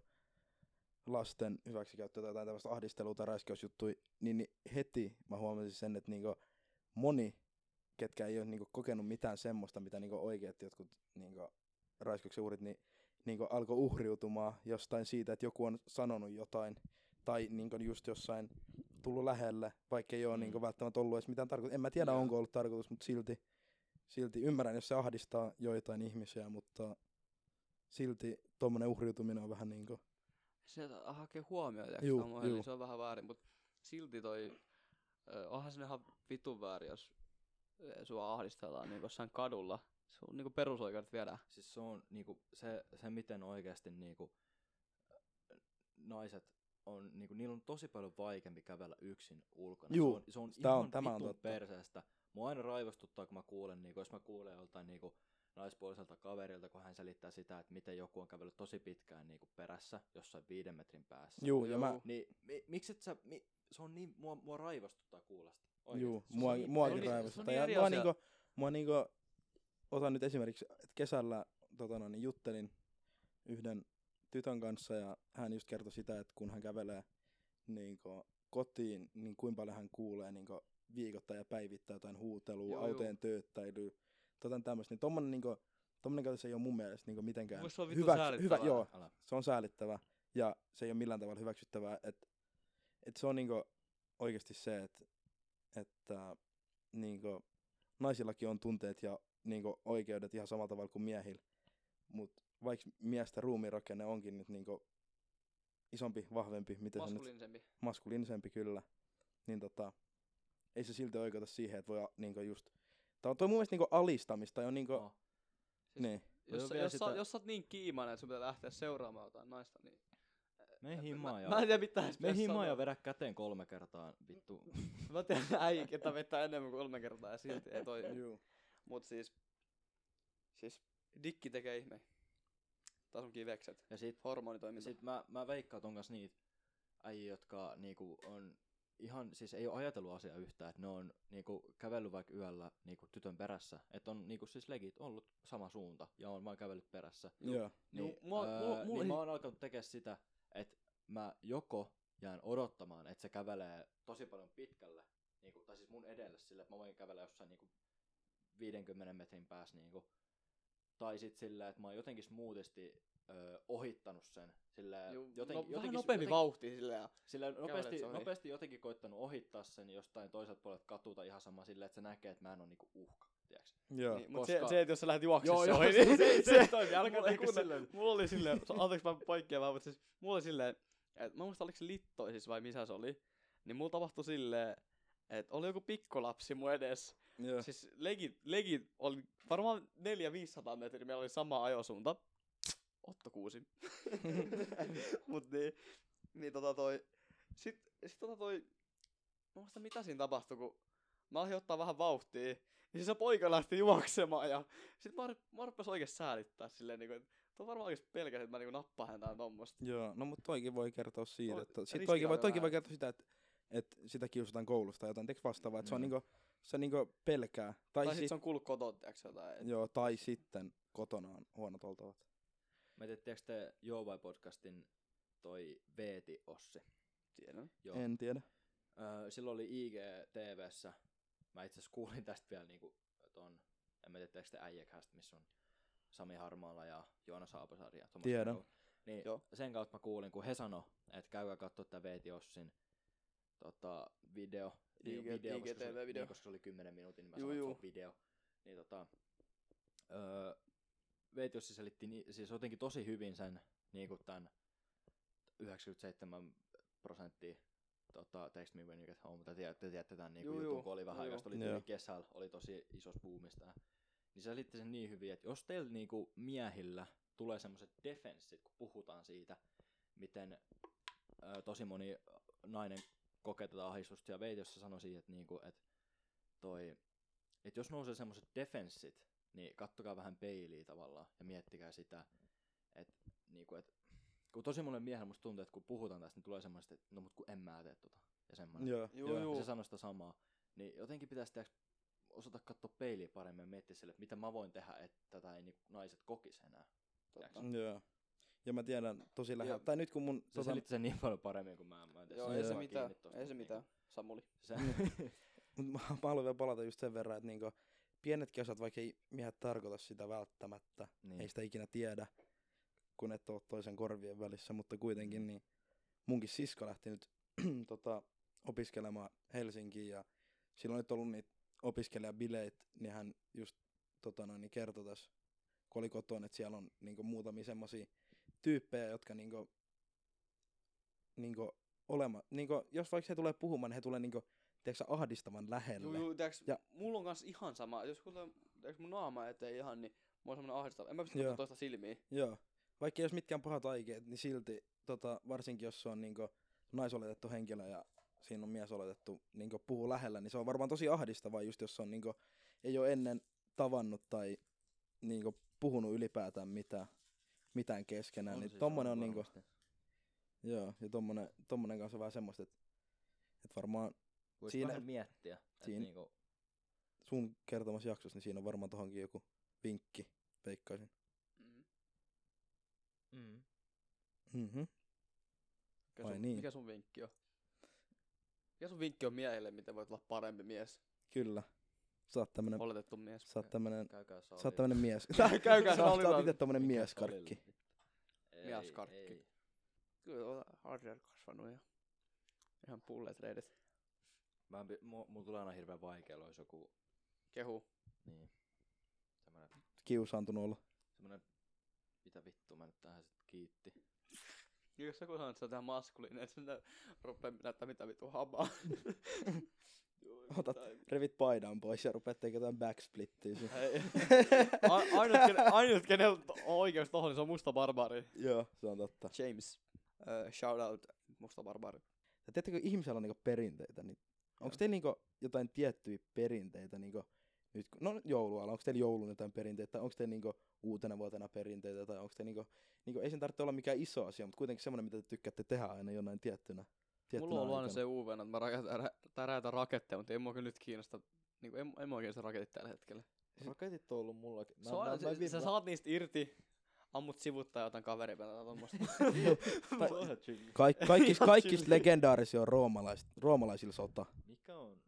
S3: lasten hyväksikäyttöä tai jotain tämmöistä ahdistelua tai raiskausjuttuja, niin, niin heti mä huomasin sen, että niinku, moni, ketkä ei ole niinku, kokenut mitään semmoista, mitä niinku, oikeat jotkut niinku, raiskauksen uhrit, niin niinku, alkoi uhriutumaan jostain siitä, että joku on sanonut jotain tai niinku, just jossain tullut lähelle, vaikka ei ole
S2: Mm.
S3: mm. niinku, välttämättä ollut edes mitään tarkoitus. En mä tiedä,
S1: Joo.
S3: onko ollut tarkoitus, mutta silti, silti ymmärrän, jos se ahdistaa joitain ihmisiä, mutta silti tuommoinen uhriutuminen on vähän niinku,
S1: Se hakee huomioon, tiiäks,
S3: Juu,
S1: tommoinen, niin
S3: juu.
S1: se on vähän väärin, mutta silti toi, ö, onhan se ihan vitun väärin, jos ö, sua ahdistellaan niin jossain kadulla. Sun niin perusoikeudet viedään.
S2: Siis se on niinku, se, se miten oikeasti niinku, naiset on, niinku, niillä on tosi paljon vaikeampi kävellä yksin ulkona.
S3: Juu,
S2: se on, se on
S3: tää
S2: ihan
S3: on- tämä on
S2: vitun
S3: totta.
S2: perseestä. Mua aina raivostuttaa, kun mä kuulen, niinku, jos mä kuulen joltain niinku, naispuoliselta kaverilta, kun hän selittää sitä, että miten joku on kävellyt tosi pitkään niinku, perässä jossain viiden metrin päässä.
S3: juu, ja mä,
S1: Juu.
S2: Niin, mi, miksi et sä, mi, se on niin, mua, mua raivostuttaa kuulosta.
S3: Juu,
S2: Se on
S3: mua,
S2: niin
S3: muakin
S1: se on
S2: perseestä.
S3: raivostuttaa.
S1: niin eri
S3: Ja mua
S1: asia.
S3: niinku, mua niinku, otan nyt esimerkiksi, että kesällä tota noin, juttelin yhden tytön kanssa ja hän just kertoi sitä, että kun hän kävelee niinku, kotiin, niin kuinka paljon hän kuulee niinku, viikoittain ja päivittäin jotain huutelua,
S1: Joo,
S3: joo,
S1: joo.
S3: autojen tööttäilyä, jotain tämmöistä. Niin tommonen, niinku, tommonen käytös ei ole mun mielestä niinku, mitenkään
S1: Musta se on vitun
S3: hyvä, hyvä,
S1: säälittävää.
S3: joo,
S2: Älä.
S3: se on säälittävä ja se ei ole millään tavalla hyväksyttävää, että et se on niinku oikeasti se, että että niinku, naisillakin on tunteet ja niinku, oikeudet ihan samalla tavalla kuin miehillä, mutta vaikka miestä ruumirakenne onkin nyt niinku, isompi, vahvempi, miten se nyt,
S1: Maskuliinisempi.
S3: maskuliinisempi kyllä, niin tota, ei se silti oikeuta siihen, että voi a- niinku, just, tää on toi mun mielestä niinku, alistamista, ja on niinku,
S2: Oh.
S3: oh.
S1: siis
S3: niin.
S2: Joo,
S1: Jos, sä-
S2: vielä
S1: jos, sitä...
S2: sitä-
S1: jos sä oot niin kiimainen, että sun pitää lähteä seuraamaan jotain naista, niin...
S2: Me
S1: Mä-
S2: himaa
S1: Mä, mä en
S2: ja,
S1: tiedä mitä edes
S2: me
S1: pitäis
S2: himaa
S1: sanoa.
S2: ja vedä käteen kolme kertaa, vittu.
S1: Mä tiedän äijä, ketä vetää enemmän kuin kolme kertaa ja silti ei toi.
S3: Juu.
S1: Mut siis, siis dikki tekee ihme. Taas on kivekset.
S2: Ja sit, ja
S1: Hormonitoiminta.
S2: sit mä, mä veikkaan, että on kanssa niitä äijä, jotka niinku on ihan, siis ei ole ajatellut asiaa yhtään, että ne on niinku kävellyt vaikka yöllä niinku tytön perässä, että on niinku siis legit ollut sama suunta ja on vaan kävellyt perässä.
S3: Joo.
S1: Juu,
S2: Niin,
S1: mua-
S2: öö,
S1: mulla- mulla
S2: niin
S1: ei-
S2: mä oon alkanut tekemään sitä, että mä joko jään odottamaan, että se kävelee tosi paljon pitkälle, niin kuin, tai siis mun edelle sille, että mä voin kävellä jossain niin kuin 50 metrin päässä, niin kuin, tai sitten silleen, että mä oon jotenkin smoothisti öö, ohittanut sen, silleen,
S1: Juu,
S2: jotenkin,
S1: no, vähän
S2: jotenkin,
S1: nopeampi
S2: jotenkin,
S1: vauhti silleen. ja-
S2: silleen nopeasti,
S1: kävelet ohi.
S2: nopeasti jotenkin koittanut ohittaa sen jostain toiselta puolelta katuta ihan sama silleen, että se näkee, että mä en ole niinku uhka, tiiäks.
S3: Joo.
S1: Niin, mut se,
S2: koska-
S1: se, että jos sä lähdet juoksessa
S2: Joo,
S1: ohi,
S2: joo,
S1: niin
S2: se- se- se ei toimi, älkää
S1: mulla ei
S2: tehkö
S1: kunnon-
S2: silleen.
S1: Mulla oli silleen, so- anteeksi mä poikkean vaan, mutta siis mulla oli silleen, että mä muistan oliko se littoisissa vai missä se oli, niin mulla tapahtui silleen, että oli joku pikkolapsi mun edessä,
S3: Joo.
S1: Siis legit, legit oli varmaan 400-500 metriä, meillä oli sama ajosuunta. Otto kuusi. Mut niin, niin tota toi, sit, sit tota toi, mä muistan mitä siinä tapahtui, kun mä aloin ottaa vähän vauhtia, niin se poika lähti juoksemaan ja sit mä, rup- mä rupesin oikeesti säälittää silleen niinku, että on varmaan oikeesti pelkäsin, että mä niinku nappaan häntä tai tommosta.
S3: Joo, no mutta toikin voi kertoa siitä,
S1: Toi-
S3: että sit
S1: riski
S3: toikin, voi,
S1: aika
S3: toikin
S1: väärin.
S3: voi kertoa sitä, että, että sitä kiusataan koulusta tai jotain, teks vastaavaa, että se on
S2: Mm.
S3: niinku, se niinku pelkää. Tai,
S1: Niin. Tai
S3: tai,
S1: sit
S3: sit,
S1: se on kuullut kotoa, tiiäks jotain. et-
S3: joo, tai sitten kotona on huonot oltavat.
S2: Mä tiedättekö te Joo vai podcastin toi Veeti Ossi?
S1: Tiedän.
S2: Joo.
S3: En tiedä.
S2: Öö, silloin oli IGTVssä, mä itse asiassa kuulin tästä vielä niinku ton, en mä tiedä teekö te Äijäcast, missä on Sami Harmaala ja Joona Saapasari ja Tomas
S3: Tiedän.
S2: Karol. Niin,
S1: Joo.
S2: sen kautta mä kuulin, kun he sano, että käykää katsoa tämä Veeti Ossin tota, video, niin,
S1: IG-
S2: video, koska se, oli-
S1: IGTV-video.
S2: Niin, koska se oli 10 minuutin, niin mä
S1: Juu,
S2: sanoin, että se
S1: juu.
S2: on video. Niin tota, öö, Veeti Ossi selitti ni, siis jotenkin tosi hyvin sen, niin kuin tämän 97 prosenttia tota, text me when you get home, mutta te, te tiedätte tämän niin
S1: Juu,
S2: jutun,
S1: juu,
S2: kun oli vähän
S1: juu,
S2: aikaa,
S1: juu.
S2: sitten oli tyyli
S3: Joo.
S2: kesällä, oli tosi isos boomista. Niin se selitti sen niin hyvin, että jos teillä niinku miehillä tulee semmoiset defenssit, kun puhutaan siitä, miten ö, tosi moni nainen kokee tätä ahdistusta, ja Veiti, jos se sanoi siitä, että, niinku, että, toi, että jos nousee semmoiset defenssit, niin kattokaa vähän peiliä tavallaan ja miettikää sitä, että niinku, et, kun tosi monen miehen musta tuntuu, että kun puhutaan tästä, niin tulee semmoista, että no mut kun en mä tee tota. Ja semmoinen.
S3: Joo.
S1: Juu,
S2: Joo,
S1: juu.
S2: ja se sanoi sitä samaa. Niin jotenkin pitäisi tehdä, osata katsoa peiliä paremmin ja miettiä sille, että mitä mä voin tehdä, että tätä ei niinku naiset kokisi enää.
S1: Totta.
S2: Tiedätkö?
S3: Joo. Ja mä tiedän tosi
S1: Joo.
S3: lähellä. Tai nyt kun mun... tota,
S2: Se selitti sen niin paljon paremmin kuin mä. mä en tiedä,
S1: Joo,
S2: se
S1: ei
S2: ei
S1: se
S2: vaan
S1: mitään,
S2: kiinni tosta,
S1: ei se
S2: mut
S1: mitään. Samuli.
S2: niinku- Se,
S3: Mut mä, mä haluan vielä palata just sen verran, että niinku, pienetkin osat, vaikka ei miehet tarkoita sitä välttämättä,
S2: Niin.
S3: niin. ei sitä ikinä tiedä, kun et ole toisen korvien välissä, mutta kuitenkin niin munkin sisko lähti nyt tota, opiskelemaan Helsinkiin ja silloin nyt ollut niitä opiskelijabileitä, niin hän just tota, noin, niin kertoi tässä, kun oli kotona, että siellä on niinku, muutamia semmoisia tyyppejä, jotka niinku, niinku, olema, niinku, jos vaikka he tulee puhumaan, niin he tulee niinku, tiedätkö, sä, ahdistavan lähelle.
S1: Juu, juu, tiiäks,
S3: Ja-
S1: mulla on kans ihan sama. Jos tulee tiiäks, mun naama eteen ihan, niin mulla on semmonen ahdistava. En mä pysty
S3: Joo.
S1: katsomaan toista silmiin.
S3: Joo. Vaikka ei olisi mitkään pahat aikeet, niin silti, tota, varsinkin jos se on niinku naisoletettu henkilö ja siinä on mies oletettu niinku puhuu lähellä, niin se on varmaan tosi ahdistavaa just jos se on niinku, ei ole ennen tavannut tai niinku puhunut ylipäätään mitään, mitään keskenään.
S2: se
S3: niin
S2: siis
S3: tommonen on niinku,
S2: varmasti.
S3: joo, ja tommonen, tommonen kanssa on vähän semmoista, että et varmaan
S2: Voisi
S3: siinä-
S2: vähän miettiä. Siinä.
S3: siinä-
S2: Niinku,
S3: sun kertomassa jaksossa, niin siinä on varmaan tohonkin joku vinkki, veikkaisin.
S1: Mm.
S2: mm.
S3: Mhm.
S1: Mikä,
S3: Vai
S1: sun,
S3: niin?
S1: mikä sun vinkki on? Mikä sun vinkki on miehelle, miten voit olla parempi mies?
S3: Kyllä. Sä oot tämmönen,
S1: Oletettu mies.
S3: sä oot tämmönen
S2: Käykää salilla.
S3: Sä oot tämmönen mies.
S1: Käykää
S3: sä oot, sä
S1: salilla.
S3: oot itse tommonen
S2: Mikä
S3: mieskarkki.
S2: salilla? Ei,
S1: Mieskarkki.
S2: ei.
S1: Kyllä on harder kasvanut ja ihan pulleet reidet.
S2: Mä, en pi- mu- mulla tulee aina hirveän vaikea, jos joku
S1: Kehu.
S2: Niin. Semmoinen,
S3: Kiusaantunut olla.
S2: semmoinen, mitä vittu mä nyt tähän sit kiitti.
S1: Ja Jos joku sanoo, että se on tähän maskuliinen, että se nä- rupeaa näyttää mitä vittu habaa. Joo,
S3: Otat-
S1: jotain.
S3: Revit paidan pois ja rupeat tekemään jotain backsplittiä. sun.
S1: Ei. A- ainut, ken- ainut kenellä to- on oikeus tohon, niin se on musta barbaari.
S3: Joo, se on totta.
S1: James. Uh, shout out musta barbaari.
S3: Ja tiedättekö, ihmisellä on niinku perinteitä, niin onko teillä niinku jotain tiettyjä perinteitä niinku nyt, kun- no joulualla, onko teillä joulun jotain perinteitä, tai onko teillä niinku uutena vuotena perinteitä, tai onko teillä niinku, niinku, ei sen tarvitse olla mikään iso asia, mutta kuitenkin semmoinen, mitä te tykkäätte tehdä aina jonain tiettynä. tiettynä
S1: Mulla on ollut aina
S3: aikana.
S1: se UV, että mä rakennän täräytä raketteja, mutta ei mua kyllä nyt kiinnosta. Niin kuin, en, en mua kiinnosta raketit tällä hetkellä.
S2: Raketit on ollut mulla.
S1: Mä, se on, mä, se, mä, sä
S2: mä-
S1: saat niistä irti, ammut sivuttaa jotain kaverin päällä tai tommoista.
S3: Tai-
S2: Se on ihan chilli.
S3: Kaik, kaikista,
S1: Ihan
S3: kaikista
S1: chilli.
S3: legendaarisia on roomalais, roomalaisilla sota.
S2: Mikä on?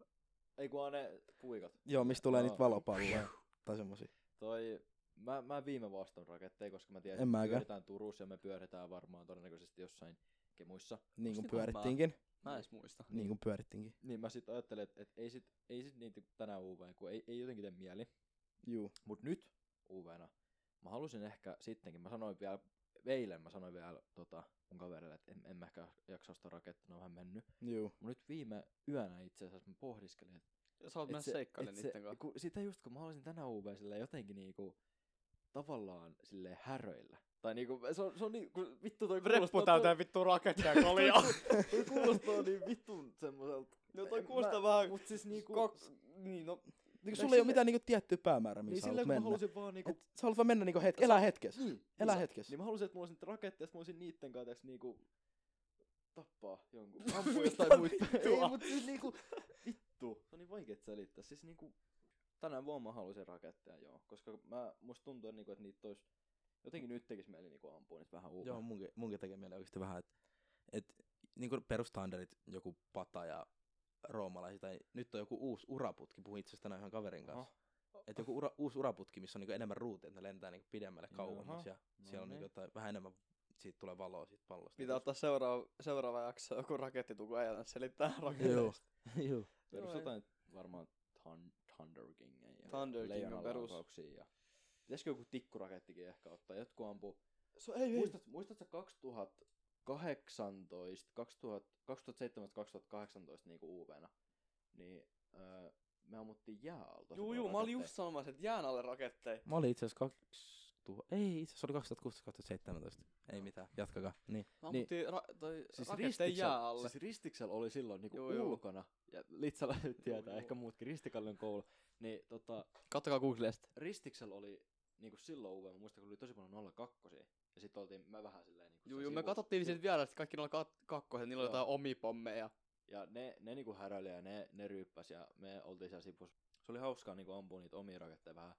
S2: Ei kun on ne puikat.
S3: Joo, mistä tulee niitä
S2: Joo.
S3: valopalloja. tai semmosia.
S2: Toi, mä, mä viime vastaan raketteja, koska mä tiedän,
S3: En
S2: että me
S3: mäkään.
S2: pyöritään Turussa ja me pyöritään varmaan todennäköisesti jossain kemuissa.
S3: Niin kuin
S1: Musta varmaan.
S3: pyörittiinkin.
S1: mä en edes muista.
S3: Niin kuin pyörittiinkin.
S2: Niin mä sit ajattelin, että et ei sit, ei sit niitä tänään UV, kun ei, ei jotenkin tee mieli.
S3: Juu.
S2: Mut nyt UVna, mä halusin ehkä sittenkin, mä sanoin vielä, eilen mä sanoin vielä tota, mun kaverille, että en, en mä ehkä jaksa ostaa rakettia, ne on vähän mennyt.
S3: Juu.
S2: Mut nyt viime yönä itse asiassa mä pohdiskelin, että
S1: Sä oot
S2: et
S1: mennä
S2: se-
S1: seikkailemaan
S2: et se-
S1: niitten kanssa.
S2: Kun, sitä just kun mä haluaisin tänä UV silleen jotenkin niinku tavallaan silleen häröillä. Tai niinku, se on, se on niin, kun vittu toi kuulostaa...
S1: vittu raketteja
S2: toi- toi- toi kuulostaa niin vittun semmoiselta.
S1: No
S2: En
S1: toi
S2: mä-
S1: kuulostaa vähän
S2: Mut siis niinku...
S1: Kaks, niin no,
S3: Niin
S2: sille-
S3: sulla ei ole mitään niinku tiettyä päämäärää,
S2: niin
S3: mihin sä
S2: silleen kun
S3: haluat
S2: mä
S3: mennä.
S2: halusin vaan niinku...
S3: Et sä haluat vaan mennä niinku hetki, elää hetkessä.
S2: niin,
S3: Elää
S2: niin,
S3: hetkessä.
S2: Niin mä halusin, että mulla olisi niitä raketteja, että mä voisin niitten kanssa tiiäks niinku tappaa jonkun. Ampua jostain muita. Ei, mut siis niinku, vittu. Se on niin vaikea selittää. Siis niinku, tänään vuonna mä halusin raketteja, joo. Koska mä, musta tuntuu, että niinku, että niitä olisi, jotenkin nyt tekis mieli niinku ampua niitä vähän
S3: Joo,
S2: uudelleen.
S3: munkin, munkin tekee mieleen oikeesti vähän, että et, niinku perustandardit, joku pata ja
S4: roomalaisia, tai nyt on joku uusi uraputki, puhuin itse asiassa tänään yhden kaverin kanssa.
S2: Aha.
S3: Ah.
S4: Että joku ura, uusi uraputki, missä on niinku enemmän ruutia, että ne lentää niinku pidemmälle kauemmas ja
S2: no
S4: siellä on
S2: niin.
S4: niinku jotain, vähän enemmän, siitä tulee valoa siitä pallosta.
S1: Pitää ottaa seuraava, seuraava jakso joku rakettituku ajan selittää raketeista.
S4: Joo.
S2: Perustetaan varmaan thun, Thunder Kingin ja
S1: Thunder King on perus.
S2: leijonanlaukauksiin Ja... Pitäisikö joku tikkurakettikin ehkä ottaa? Jotkut ampuu.
S1: So, ei, ei.
S2: Muistat, muistatko 2018, 2000, 2017-2018 niinku uupena? Niin öö, me ammuttiin jääalta.
S1: Juu, juu, mä olin just sanomassa, että jään alle raketteja.
S2: Niin.
S4: Mä olin itse asiassa 2000, ei itse asiassa oli 2016-2017. Ei mitään, jatkakaa. Niin.
S1: Mä
S2: Niin.
S1: ammuttiin ra- toi siis raketteja
S2: ristiksel,
S1: jää alle.
S2: siis ristiksel oli silloin niinku
S1: Juu,
S2: joo,
S1: juu.
S2: ulkona, ja litsalaiset tietää,
S1: juu.
S2: ehkä muutkin, ristikallon koulu, niin tota,
S1: Kattokaa Googlesta.
S2: Ristiksellä oli niinku silloin uudemmin, mä muistan, kun oli tosi paljon 02 ja sitten oltiin mä vähän silleen niinku
S1: Juu,
S2: sen
S1: juu, me
S2: sivussa.
S1: katsottiin siitä vierestä, kaikki noilla kat- kakkoset, niillä oli
S2: Joo.
S1: jotain omipommeja.
S2: Ja ne, ne niinku häröili ja ne, ne ryyppäs ja me oltiin siellä sivussa. Se oli hauskaa niinku ampua niitä omia raketteja vähän,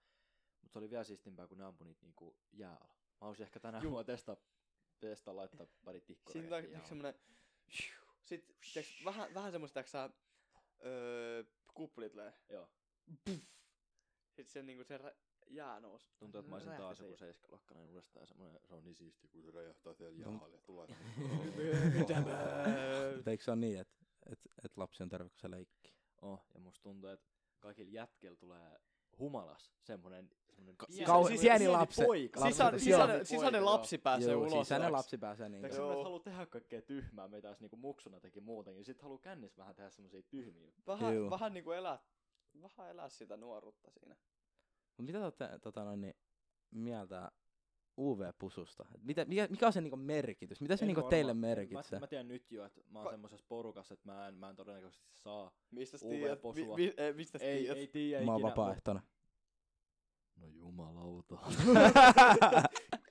S2: mutta se oli vielä siistimpää, kun ne ampui niitä niinku jääalla. Mä olisin ehkä tänään mua testaa, testaa laittaa pari tikkuja.
S1: Siinä on semmonen... Sitten tiiäks, vähän, vähän semmoista, tiiäks sä... Öö, kuplit löi.
S2: Joo.
S1: Sitten se niinku se rä- jää nousi.
S2: Tuntuu, että mä olisin
S1: Räjähti
S2: taas
S1: No, se
S2: joku
S1: jää.
S2: seiskalakkanen uudestaan semmonen, se on niin siisti, kun se räjähtää siellä
S3: No.
S2: jäähalle ja tulee.
S4: Mitä?
S3: Mutta eikö se ole niin, että et, et lapsi on terve, kun se leikkii?
S2: Oh, ja musta tuntuu, että kaikilla jätkeillä tulee humalas semmoinen, semmoinen pieni-
S1: kau-
S2: semmoinen
S1: Siis sieni
S3: lapse-
S2: poika.
S3: lapsi-
S1: Sisäinen,
S3: Lapset-
S1: sisäinen,
S2: Pieni
S1: sisäinen
S2: poika,
S1: lapsi pääsee
S3: Juu, siis
S1: ulos.
S3: sisäinen
S1: tiiäks.
S3: lapsi pääsee niin.
S2: Joo.
S1: Joo.
S2: Joo. haluaa tehdä kaikkea tyhmää, me taas niinku muksuna teki muutenkin. Sitten haluaa kännissä vähän tehdä semmoisia tyhmiä juttuja.
S1: Vähän,
S3: Juu.
S1: vähän niinku elää, vähän elää sitä nuoruutta siinä.
S4: Mut mitä te ootte tota, noin, niin, mieltä UV-pususta? Et Mitä, mikä, mikä on sen niinku merkitys? Mitä se
S2: En
S4: niinku
S2: varmaan-
S4: teille
S2: Mä,
S4: merkitsee?
S2: mä tiedän nyt jo, että mä oon
S1: Ka-
S2: semmosessa porukassa, että mä en, mä en todennäköisesti saa.
S1: Mistä sä
S2: UV
S1: tiedät?
S2: posua.
S1: Mi- mi- eh, Mistä sä
S2: Ei,
S1: tiedät?
S2: ei tiedä
S3: Mä oon
S2: ikinä.
S3: vapaaehtoinen.
S2: No jumalauta.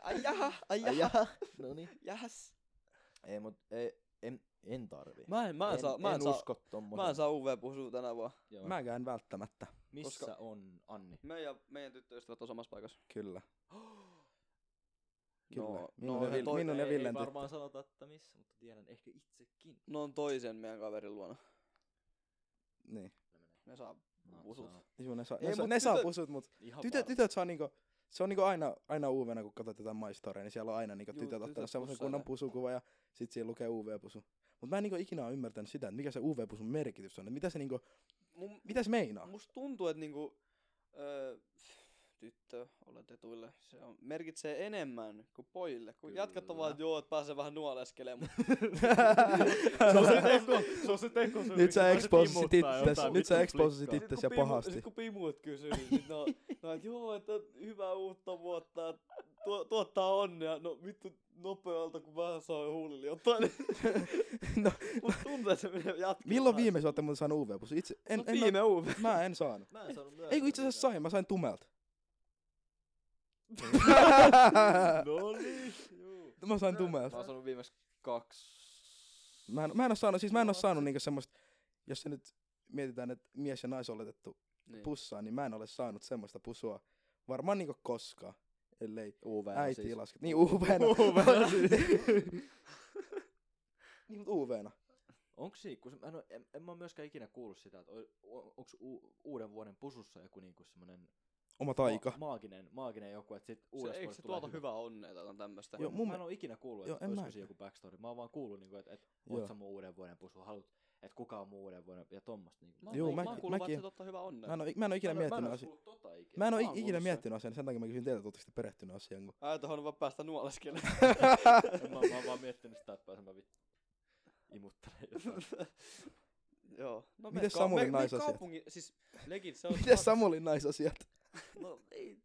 S1: Ai jaha, ai jaha,
S2: no niin.
S1: jahas.
S2: Ei, mut ei, en, en tarvi.
S1: Mä en, mä en, saa, mä en, saa,
S2: tommosen.
S1: mä en saa UV-pusua tänä vuonna.
S2: Joo.
S3: Mä en välttämättä.
S2: Missä
S1: koska-
S2: on Anni?
S1: Meidän, meidän tyttöystävät on samassa paikassa.
S3: Kyllä. Kyllä.
S1: No,
S3: minun,
S1: no,
S3: ja Vil-
S1: toi-
S3: minun ja
S2: ei, ei
S3: Villen tyttö.
S2: varmaan sanota, että missä, mutta tiedän ehkä itsekin.
S1: Ne on toisen meidän kaverin luona.
S3: Niin.
S1: Ne saa
S2: No,
S1: pusut.
S2: saa.
S3: Juu, ne saa,
S1: Ei,
S3: ne, saa,
S1: mut
S3: ne saa
S1: tytöt-
S3: pusut, mut
S2: Ihan
S3: tytöt,
S2: varma.
S3: tytöt saa niinku, se on niinku aina, aina uuvena, kun katsot jotain My Storya, niin siellä on aina niinku
S1: Juu,
S3: tytöt
S1: tytöt
S3: ottanut semmoisen
S1: pussailee.
S3: kunnon pusukuva ja sit siinä lukee UV-pusu. Mut mä en niinku ikinä ole ymmärtänyt sitä, että mikä se UV-pusun merkitys on, että mitä se niinku,
S1: Mun,
S3: mitä se meinaa?
S1: musta tuntuu, että niinku, öö, tyttö oletetuille se on, merkitsee enemmän kuin pojille. Kun
S2: Kyllä.
S1: jätkät on vaan, että joo, että pääsee vähän nuoleskelemaan.
S2: se on se teko, se on se teko. Se niinku
S3: Nyt sä exposasit itses, nyt sä exposasit
S1: Sit kun
S3: itses ja
S1: pimu-
S3: pahasti.
S1: Sit kun pimuut kysyy, niin sit no, no et joo, että hyvää uutta vuotta, et tuo, tuottaa onnea. No vittu nopealta, kun vähän saa huulille jotain.
S3: No,
S1: Mut tuntuu, että se menee jatkemaan.
S3: Milloin viimeis ootte muuten saanut UV-pusu? Itse, en,
S1: No
S3: en,
S1: viime UV.
S3: mä en saanut.
S2: Mä en saanut myöskään.
S3: Ei kun itse asiassa sain, mä sain tumelta.
S2: No niin, juu.
S3: mä sain tumelta.
S1: Mä oon sanonut viimeksi kaksi.
S3: Mä en, mä en ole saanut, siis mä en ole saanut niinku semmoista, jos se nyt mietitään, että mies ja nais oletettu
S1: Niin.
S3: pussaa, niin mä en ole saanut semmoista pusua varmaan niinku koskaan, ellei
S2: UV
S3: äiti siis. laske. Niin UV-na.
S2: UV-na
S3: niin, mutta UV-na.
S2: Onks siinä, kun se- mä en, oo- en, en mä oo myöskään ikinä kuullut sitä, että on, onks u, uuden vuoden pusussa joku niinku semmonen
S3: Oma taika.
S2: Ma, maaginen, maaginen joku, että sit
S1: Se,
S2: uudesta
S1: eikö se
S2: vuodesta tulee
S1: tuota
S2: hyvä.
S1: hyvää onnea tai jotain tämmöstä?
S3: Joo,
S2: Mun
S3: mun
S2: mä en
S3: mie-
S2: ole ikinä kuullut,
S3: Joo,
S2: että
S3: en
S2: olisiko
S3: mäkään.
S2: siinä joku backstory. Mä oon vaan kuullut, niinku, että et,
S3: Joo.
S2: oot sä mun uuden vuoden pusu, haluat, että kuka on mun uuden vuoden ja tommosta. Niinku.
S1: Mä,
S3: Juu,
S1: Juu, mä, mä
S3: mäkin-
S1: kuulun vaan,
S3: mäkin-
S1: että se tuottaa hyvää onnea.
S3: Mä en ole, mä en ole ikinä miettinyt asiaa.
S2: tota
S3: Mä en ole
S1: Mä oon
S3: ikinä
S1: kuullut
S3: miettinyt asiaa, niin sen takia mä kysyn teiltä, että ootteko te perehtynyt asiaan. Kun...
S1: Ää, tuohon on vaan päästä nuoleskelemaan.
S2: en, mä, mä oon vaan miettinyt sitä, että pääsen mä vittu imuttelen jotain.
S1: Joo. No,
S3: Mites
S1: ka-
S3: Samulin
S1: me- me
S3: naisasiat?
S1: Kaupungin, siis legit se on...
S3: Miten Samulin naisasiat?
S1: No ei,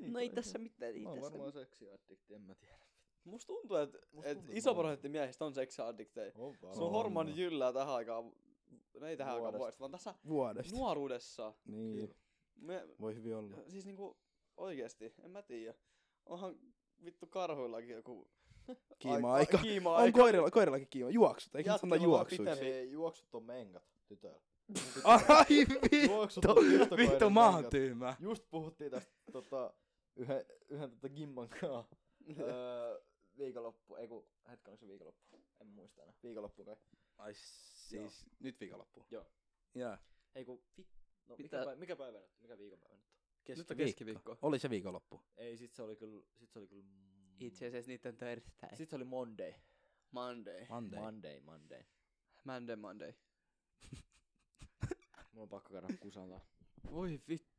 S1: no ei tässä mitään, ei
S2: Niin, Mä oon
S1: tässä
S2: varmaan seksiaddikti, en mä tiedä.
S1: Musta tuntuu, että
S2: Musta
S1: et
S2: tuntuu, että
S1: iso
S2: mä oon-
S1: prosentti miehistä on seksiaddikteja.
S2: On vaan.
S1: Se on
S3: on,
S1: hormoni
S3: on.
S1: jyllää tähän aikaan, no ei tähän aikaan
S2: Vuodesta.
S1: vuodesta, vaan tässä
S3: Vuodesta.
S1: nuoruudessa.
S3: Niin,
S1: Me,
S3: voi hyvin olla.
S1: siis niinku oikeesti, en mä tiedä. Onhan vittu karhuillakin joku
S3: Kiima-aika.
S1: Kiima
S3: On
S1: aika.
S3: koirilla, koirillakin kiima. Juoksut, eikö nyt sanota
S1: Jätkällä on
S3: juoksuiksi?
S2: Ei, juoksut on menkat, tytöllä.
S3: Ai
S2: Juoksut
S3: vittu,
S2: on tyttökoiran
S3: vittu mä oon
S2: menkat.
S3: tyhmä.
S2: Just puhuttiin tästä tota, yhden, yhden tota Gimman kanssa. öö, viikonloppu, ei kun, hetken oliko se viikonloppu? En muista enää. Viikonloppu kai.
S3: Ai Siis Joo. nyt viikon loppu.
S4: Joo.
S2: Ei kun, vit... no, mikä,
S1: Pitää-
S2: päivä, mikä päivä nyt? Mikä viikonpäivä nyt on?
S1: Nyt on keskiviikko.
S4: Oli se viikonloppu.
S2: Ei, sit se oli kyllä, sit se oli kyllä... mm,
S1: asiassa niitä on torstai.
S2: Sit se oli Monday.
S1: Siis- Monday.
S4: Monday.
S2: Monday, Monday.
S1: Monday, Monday.
S2: Mulla on pakko käydä kusalla.
S1: Voi vittu.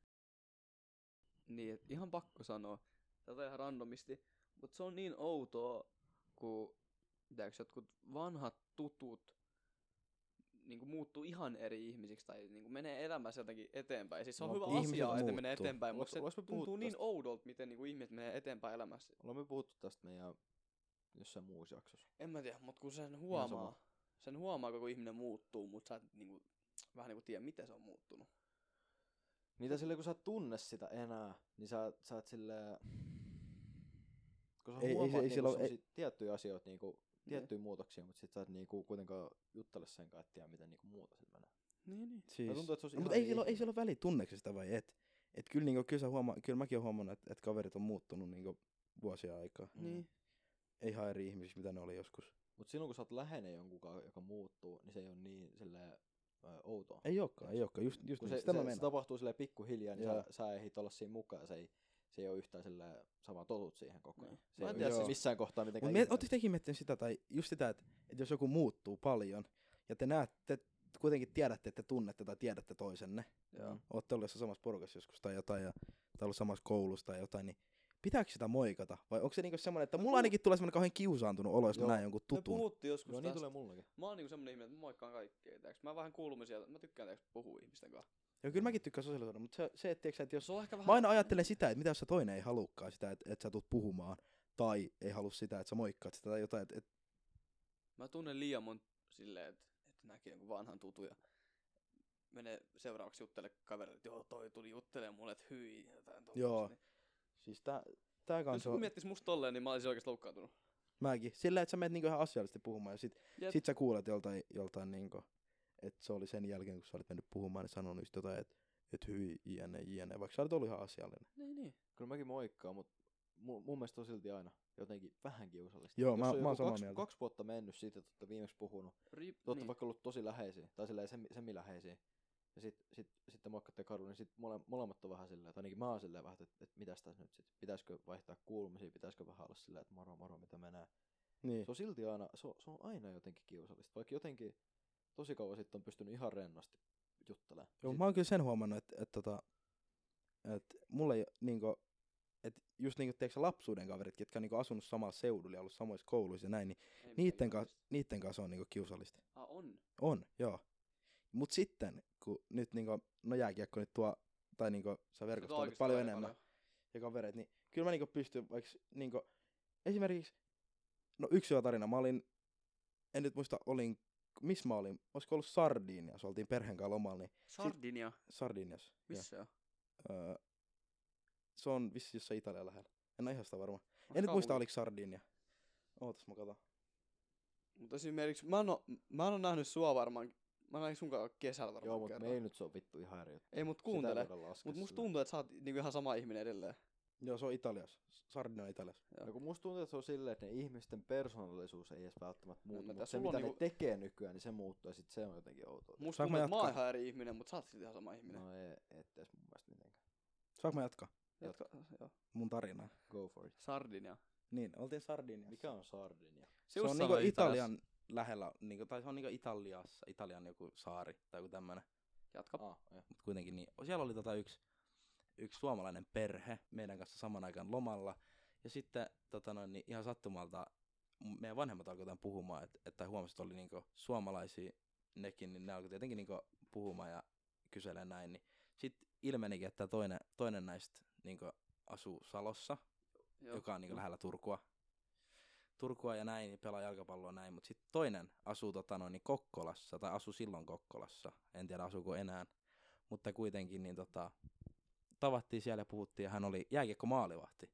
S1: Niin, et ihan pakko sanoa. Tätä ihan randomisti. Mutta se on niin outoa, kun tiedätkö, jotkut vanhat tutut niin kuin muuttuu ihan eri ihmisiksi tai niin kuin menee elämässä jotenkin eteenpäin. Siis se on
S2: No,
S1: hyvä
S3: ihmiset
S1: asia, että
S3: muuttuu.
S1: menee eteenpäin,
S2: Olis-
S1: mutta se
S2: olis me
S1: tuntuu
S2: puhuttu
S1: niin
S2: tästä.
S1: oudolta, miten niin kuin ihmiset menee eteenpäin elämässä.
S2: Olemme puhuttu tästä meidän jossain muussa jaksossa.
S1: En mä tiedä, mutta kun sen huomaa,
S2: sama.
S1: sen huomaa, kun ihminen muuttuu, mutta sä et niin kuin, vähän niin kuin tiedä, miten se on muuttunut.
S2: Mitä silleen, kun sä et tunne sitä enää, niin sä, sä oot silleen... Kun sä
S3: Ei- ei
S2: ei,
S3: se-
S2: huomaat ei,
S3: ei
S2: niinku,
S3: sillä ole-
S2: ei,
S3: ei- Niin.
S2: tiettyjä asioita, niinku, tiettyjä muutoksia, mutta sit sä et niinku, kuitenkaan juttele sen kanssa, että tiedä, miten niinku, muuta sit menee.
S1: Niin, niin.
S3: Siis.
S2: Mä tuntuu, että se olisi
S3: No,
S2: ihan
S3: mutta ei
S2: eri
S3: sillä, ole- ei
S2: ihminen.
S3: sillä ole väliä tunneksista vai et. Et kyllä, niinku, kyllä, sä huomaa, kyllä mäkin olen huomannut, että et kaverit on muuttunut niinku, vuosia aikaa.
S2: Mm.
S1: Niin.
S3: Ei ihan eri ihmisiksi, mitä ne oli joskus.
S2: Mut silloin, kun sä oot läheinen jonkun kanssa, joka muuttuu, niin se ei ole niin silleen ö, outoa.
S3: Ei olekaan, ei olekaan. Just, just
S2: kun
S3: niin,
S2: se,
S3: sitä mä
S2: se, se
S3: meinaan.
S2: tapahtuu silleen pikkuhiljaa, niin
S3: Joo.
S2: sä, sä ehdit olla siinä mukaan. Se ei, se ei ole yhtään silleen, sä vaan totut siihen koko ajan.
S1: Niin. Mä
S2: Se ei
S1: en
S2: ole
S1: tiedä,
S2: yhtään
S1: siis-
S2: missään kohtaa
S3: Mutta
S2: mitenkään
S3: miet,
S2: irrelevant.
S3: ootteko tekin miettinyt sitä, tai just sitä, että, että jos joku muuttuu paljon, ja te näette, kuitenkin tiedätte, että te tunnette tai tiedätte toisenne,
S1: Joo.
S3: ootte ollut jossain samassa porukassa joskus tai jotain, ja, tai ollut samassa koulussa tai jotain, niin pitääkö sitä moikata? Vai onko se niinku semmoinen, että mulla ainakin tulee semmoinen kauhean kiusaantunut olo, jos mä
S2: Joo.
S3: näen jonkun
S1: Me
S3: tutun.
S1: puhuttiin joskus
S2: No niin
S1: tästä.
S2: tulee mullakin.
S1: Mä oon niinku semmonen ihminen, että mä moikkaan kaikkea, tiiäks. Mä vähän kuulumisia, mä tykkään tiiäks, puhua ihmisten kanssa.
S3: Ja kyllä mäkin tykkään sosiaalisuudesta, mutta se, se että, tiiäksä, että jos...
S1: Se on ehkä vähän...
S3: Mä aina ajattelen sitä, että mitä jos se toinen ei halukkaan sitä, että, että sä tulet puhumaan, tai ei halua sitä, että sä moikkaat sitä tai jotain, että, että
S1: Mä tunnen liian mon silleen, että, että näkee jonkun vanhan tutuja. Menee seuraavaksi juttele kaverille, että joo, toi tuli juttelee mulle, että hyi, jotain tommoista.
S3: Joo,
S1: Niin.
S3: siis tää, tää
S1: Jos
S3: kanssa
S1: joku
S3: on,
S1: miettis musta tolleen, niin mä olisin oikeesti loukkaantunut.
S3: mäkin, sillä että sä menet niinku ihan asiallisesti puhumaan, ja sit
S1: Jep.
S3: Sitten sä kuulet joltain, joltain niinku, että se oli sen jälkeen, kun sä olit mennyt puhumaan, niin sanonut just jotain, että et hyi, jne, jne, vaikka sä olit ollut ihan asiallinen.
S1: Niin, niin.
S2: Kyllä mäkin moikkaan, mutta mun, mun mielestä on silti aina jotenkin vähän kiusallista.
S3: Joo,
S2: Jos
S3: mä-
S2: on
S3: mä
S2: joku
S3: oon samaa
S2: kaksi,
S3: mieltä.
S2: kaksi vuotta mennyt siitä, että olette viimeksi puhunut.
S1: Riip,
S2: Te olette
S1: niin.
S2: vaikka ollut tosi läheisiä, tai silleen semi, semiläheisiä. Ja sit, sit, sitten moikkaatte kadulla, niin sit mole, molemmat on vähän silleen, tai ainakin mä oon silleen vähän, että, että mitäs tässä nyt sit, pitäisikö vaihtaa kuulumisia, pitäisikö vähän olla silleen, että moro moro, mitä menee.
S3: Niin.
S2: Se on silti aina, se on, se on aina jotenkin kiusallista, vaikka jotenkin tosi kauan sitten on pystynyt ihan rennosti juttelemaan.
S3: Joo,
S2: Sit-
S3: mä oon kyllä sen huomannut, että et, tota, et, mulla ei niinku, että just niinku teekö lapsuuden kaverit, ketkä on niinku asunut samalla seudulla ja ollut samoissa kouluissa ja näin, niin
S1: Ei mitään
S3: niitten, ka,
S1: kiusallista.
S3: niitten kanssa on niinku kiusallista.
S1: Ah, on.
S3: On, joo. Mut sitten, kun nyt niinku, no jääkiekko nyt tuo, tai niinku sä verkostoit paljon,
S1: oikeesti
S3: paljon
S1: tulee
S3: enemmän. ja kavereet, niin kyllä mä niinku pystyn vaikka niinku, esimerkiksi, no yksi hyvä tarina, mä olin, en nyt muista, olin, missä mä olin, olisiko ollut Sardiniassa, oltiin perheen kanssa lomalla, niin
S1: Sardinia.
S3: Sardiniassa. joo.
S1: Missä se on?
S3: Öö, se on vissi jossain Italian lähellä. En ole ihan sitä varma. En nyt
S1: Kaupunki.
S3: muista, oliko Sardinia. Ootas mä katon.
S1: Mutta esimerkiksi mä en, oo, mä en oo nähnyt sua varmaan, mä näin sun kanssa kesällä varmaan
S2: Joo, mutta
S1: kerran.
S2: meillä nyt se on vittu ihan eri juttu.
S1: Ei mut
S2: Sitä ei
S1: kuuntele.
S2: voida laskea
S1: Mut musta
S2: silleen.
S1: tuntuu, että sä oot niinku ihan sama ihminen edelleen.
S3: Joo, se on Italiassa. Sardinia on Italiassa.
S2: No kun musta tuntuu, että se on silleen, että ne ihmisten persoonallisuus ei edes välttämättä muutu,
S1: mä
S2: mutta
S1: tässä
S2: se
S1: sulla
S2: mitä
S1: on
S2: ne
S1: niinku-
S2: tekee nykyään, niin se muuttuu ja sit se on jotenkin outoa.
S1: Musta
S3: Saanko
S1: tuntuu,
S3: mä
S1: että mä oon
S3: jatkaa?
S1: ihan eri ihminen, mutta sä oot silti ihan sama ihminen.
S2: No ei, et edes mun mielestä mitenkään.
S3: Saanko mä jatkaa
S1: Jatka, joo.
S3: mun tarinaa?
S2: Go for it.
S1: Sardinia.
S3: Niin, oltiin Sardiniassa.
S2: Mikä on Sardinia?
S3: Se, on niinku Italian lähellä, niinku, tai se on niinku Italiassa, Italian joku saari tai joku tämmönen.
S1: Jatka.
S2: Ah, joo.
S3: mutta kuitenkin niin, siellä oli tota yksi, yksi suomalainen perhe meidän kanssa saman aikaan lomalla. Ja sitten tota noin, niin ihan sattumalta m- meidän vanhemmat alkoi tämän puhumaan, että, että huomasi, että oli niinku suomalaisia nekin, niin ne alkoi tietenkin niinku puhumaan ja kyselee näin. Niin sitten ilmenikin, että toinen, toinen näistä niinku asuu Salossa,
S1: Joo. Mm.
S3: joka on niinku lähellä Turkua. Turkua ja näin, ja pelaa jalkapalloa ja näin, mutta sitten toinen asuu tota noin, niin Kokkolassa, tai asuu silloin Kokkolassa, en tiedä asuuko enää, mutta kuitenkin niin tota, tavattiin siellä ja puhuttiin, ja hän oli jääkiekko maalivahti.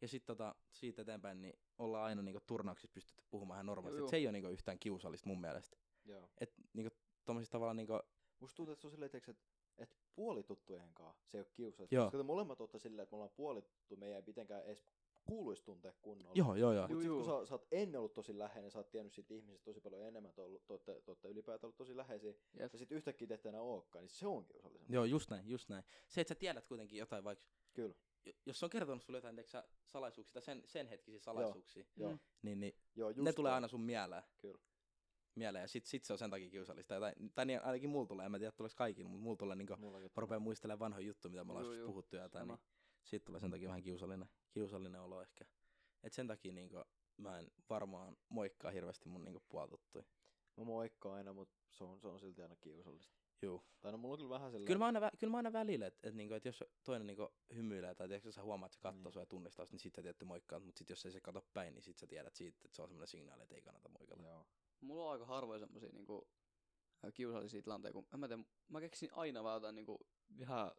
S3: Ja sitten tota, siitä eteenpäin niin ollaan aina niinku turnauksissa pystytty puhumaan ihan normaalisti.
S1: Joo,
S3: Et Se ei ole niinku yhtään kiusallista mun mielestä.
S2: Joo.
S3: Et niinku tommosista tavalla niinku,
S2: Musta tuntuu, että se on silleen, tiiäks, että et puolituttujen kanssa se ei ole kiusallista.
S3: Joo.
S2: Koska te molemmat olette silleen, että me ollaan puolituttu, me ei mitenkään edes kuuluisi tuntea kunnolla.
S3: Joo, joo, joo.
S1: Juu,
S2: Mutta sitten kun
S1: juu.
S2: sä, sä oot ennen ollut tosi läheinen, sä oot tiennyt siitä ihmisestä tosi paljon enemmän, te ollut- te ootte- te ootte ylipäätään ollut tosi läheisiä,
S1: Jep.
S2: ja sitten yhtäkkiä te ette enää olekaan, niin se on kiusallisempaa.
S3: Joo, just näin, just näin. Se, että sä tiedät kuitenkin jotain, vaikka
S2: Kyllä.
S3: jo- jos se on kertonut sulle jotain tiedätkö, sä, salaisuuksia tai sen, sen hetkisiä salaisuuksia,
S2: Joo,
S1: Mm.
S3: niin, niin
S2: joo just
S3: ne tulee
S2: toi.
S3: aina sun mieleen.
S2: Kyllä.
S3: Mieleen, ja sit, sit se on sen takia kiusallista. Tai, tai niin, ainakin mulla tulee, en mä tiedä tuleeko kaikilla, mutta mulla tulee niinku,
S2: Mullakin
S3: mä rupean muistelemaan vanhoja juttuja, mitä me ollaan
S1: Juu,
S3: joskus
S1: juu.
S3: puhuttu ja jotain,
S1: Sama.
S3: niin siitä tulee sen takia vähän kiusallinen, kiusallinen olo ehkä. Et sen takia niinku, mä en varmaan moikkaa hirveästi mun niinku puoltuttuja.
S2: Mä moikkaan aina, mutta se on, se on silti aina kiusallista.
S3: Juu.
S2: Tai no mulla on kyllä vähän sellainen...
S3: Kyllä mä aina, vä- kyllä mä aina välillä, että et, niinku, et jos toinen niinku, hymyilee tai tiedätkö, sä huomaat, että se katsoo
S2: Niin.
S3: niin. sua ja tunnistaa, sut, niin sit sä tiedät, että moikkaat, mutta sit jos ei se kato päin, niin sit sä tiedät siitä, että se on semmoinen signaali, että ei kannata moikata.
S2: Joo.
S1: Mulla on aika harvoin semmosia niinku äh, kiusallisia tilanteita, kun en mä, tiedä, mä keksin aina vaan jotain niinku ihan äh,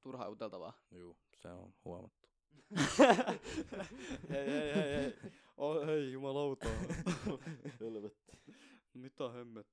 S1: turhaa juteltavaa.
S3: Juu, se on huomattu.
S1: Hei, hei, hei, hei. Oh, hei, jumalauta.
S2: Helvetti.
S1: Mitä hemmettä?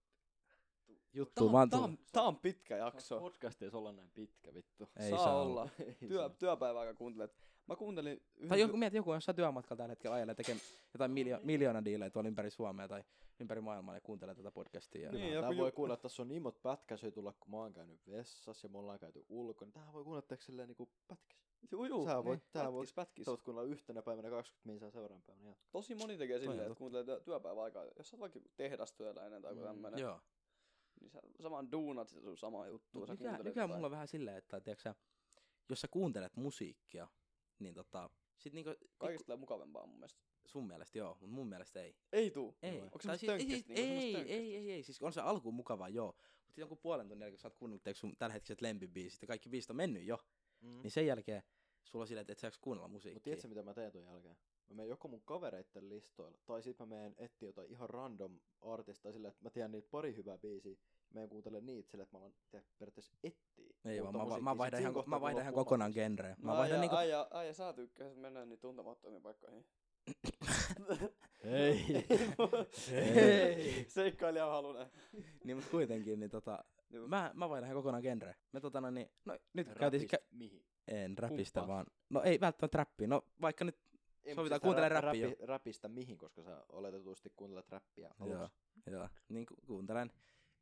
S3: Juttu vaan
S1: tää,
S3: tulee.
S1: on, tää on pitkä jakso.
S2: Podcasteissa olla näin pitkä, vittu.
S3: Ei
S1: saa,
S3: saa
S1: olla. Työ,
S2: Työ...
S1: työpäivää aikaa kuuntelet. Mä kuuntelin yhden...
S3: Tai joku, mieti joku, jos sä työmatkalla tällä hetkellä ajelee tekee jotain miljo- miljoona diilejä tuolla ympäri Suomea tai ympäri maailmaa ja kuuntelee tätä podcastia. Ja
S1: Niin,
S3: niin.
S1: ja
S2: Tää
S1: kun
S2: voi
S1: ju-
S2: kuulla, että tässä on niin monta pätkää, se ei tulla, kun mä oon käynyt vessassa ja me ollaan käyty ulkona. Niin Tähän voi kuunnella teeksi silleen niinku pätkäs.
S1: Juu, juu.
S2: Sä voit-
S1: niin,
S2: tää
S1: pätkis,
S2: voit-
S1: pätkis.
S2: Sä voit kuunnella yhtenä päivänä 20 minsaa seuraavan päivänä. Joo.
S1: Tosi moni tekee silleen, että
S3: totta.
S1: kuuntelee työ, työpäivän aikaa. Jos sä oot vaikka tehdastyöläinen tai joku
S2: Mm,
S1: tämmönen,
S3: Joo.
S1: niin sä samaan duunat sitä sun samaa juttua. Sä
S3: Nykyään,
S1: kuuntelet
S3: nykyään
S1: jotain.
S3: mulla on vähän silleen, että tiedätkö, sä, jos sä kuuntelet musiikkia, niin tota, sit niinku,
S1: Kaikista tulee mukavampaa mun mielestä.
S3: sun mielestä joo, mutta mun mielestä ei.
S1: Ei tuu.
S3: Ei.
S1: Onko
S3: Tai
S1: semmoista
S3: siis- ei, siis-
S1: tönkkästä? niinku,
S3: ei,
S1: semmoista
S3: ei,
S1: tönkkästä?
S3: ei, ei, siis on se alkuun mukavaa, joo. Mutta sitten jonkun puolen tunnin jälkeen, kun sä oot kuunnellut teekö sun tällä hetkiset lempibiisit ja kaikki biisit on mennyt jo,
S2: Mm.
S3: niin sen jälkeen sulla on silleen, että et sä jaksa kuunnella
S2: Mut
S3: musiikkia.
S2: tiedätkö mitä mä teen ton jälkeen? Mä menen joko mun kavereitten listoilla, tai sit mä menen etsiä jotain ihan random artistaa sillä, että mä tiedän niitä pari hyvää biisiä, mä en kuuntele niitä sillä, että mä alan tiedä, periaatteessa etsiä.
S3: Ei vaan,
S2: uutta
S3: mä, va-
S2: musiikkia.
S3: mä
S2: Sit
S3: vaihdan
S2: siinä
S3: ihan,
S2: kohtaa,
S3: mä
S2: kun
S3: vaihdan
S2: mulla
S3: ihan
S2: on
S3: kokonaan
S2: pumpahti.
S3: genreä. Mä
S1: No
S3: vaihdan
S1: äijä-
S3: niinku...
S1: äijä, äijä, sä tykkäsit mennä niin tuntemattomiin paikkoihin.
S2: Ei.
S1: Ei. Seikkailija on halunen.
S3: Niin mut kuitenkin, niin tota...
S1: Juu.
S3: Mä, mä vaihdan ihan kokonaan genreä. Me tota no niin... No nyt käytiin...
S2: Rapista
S3: Kä-
S2: mihin?
S3: en rapista
S1: Kumppaan.
S3: vaan... No ei välttämättä räppiä. No vaikka nyt...
S2: Ei, mut
S3: Sovitaan,
S2: siis
S3: kuuntele
S2: rap-
S3: räppiä.
S2: rapi- Rapista mihin, koska sä oletetusti kuuntelet räppiä aluksi.
S3: Joo, joo. Niin ku, kuuntelen.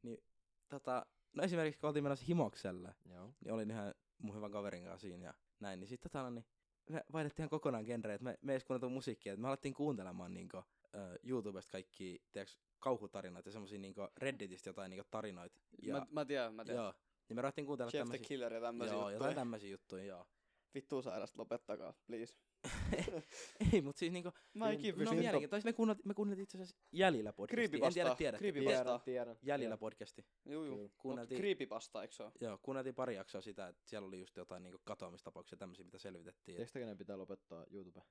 S3: Niin tota... No esimerkiksi kun oltiin menossa himokselle,
S2: Joo.
S3: niin olin ihan mun hyvän kaverin kanssa siinä ja näin. Niin sit tota no niin... Me vaihdettiin ihan kokonaan genreä, että me, me ei edes kuunneltu musiikkia. Et me alettiin kuuntelemaan niinku... ö, YouTubesta kaikki, tiedäks, kauhutarinoita ja semmosia niinku Redditistä jotain niinku tarinoita. Ja,
S1: Mä, mä tiedän, mä tiedän.
S3: Joo. Niin me ruvettiin kuuntelemaan
S1: Chef the
S3: tämmöisiä.
S1: Killer ja tämmösiä
S3: Joo, jotain
S1: juttuja.
S3: tämmöisiä juttuja, joo.
S1: Vittu sairasta, lopettakaa, please.
S3: Ei, mutta siis niinku,
S1: Mä en
S2: Niin,
S1: kivy.
S3: no
S2: Pysyy-
S3: mielenkiintoista. Tai siis me kuunneltiin, me kuunneltiin itse asiassa Jäljellä podcasti. En tiedä,
S1: Creepypastaa.
S3: tiedättekö.
S1: Creepypastaa.
S3: Jä-
S2: Tiedän, tiedän.
S3: Jäljellä podcasti.
S1: Juu, juu.
S2: Kyllä.
S1: Kuunneltiin.
S3: Kuunneltiin-
S1: Creepypasta, eikö se oo?
S3: Joo, kuunneltiin pari jaksoa sitä, että siellä oli just jotain niinku katoamistapauksia tämmöisiä, mitä selvitettiin. Et,
S2: Tiedätkö, kenen pitää lopettaa YouTube?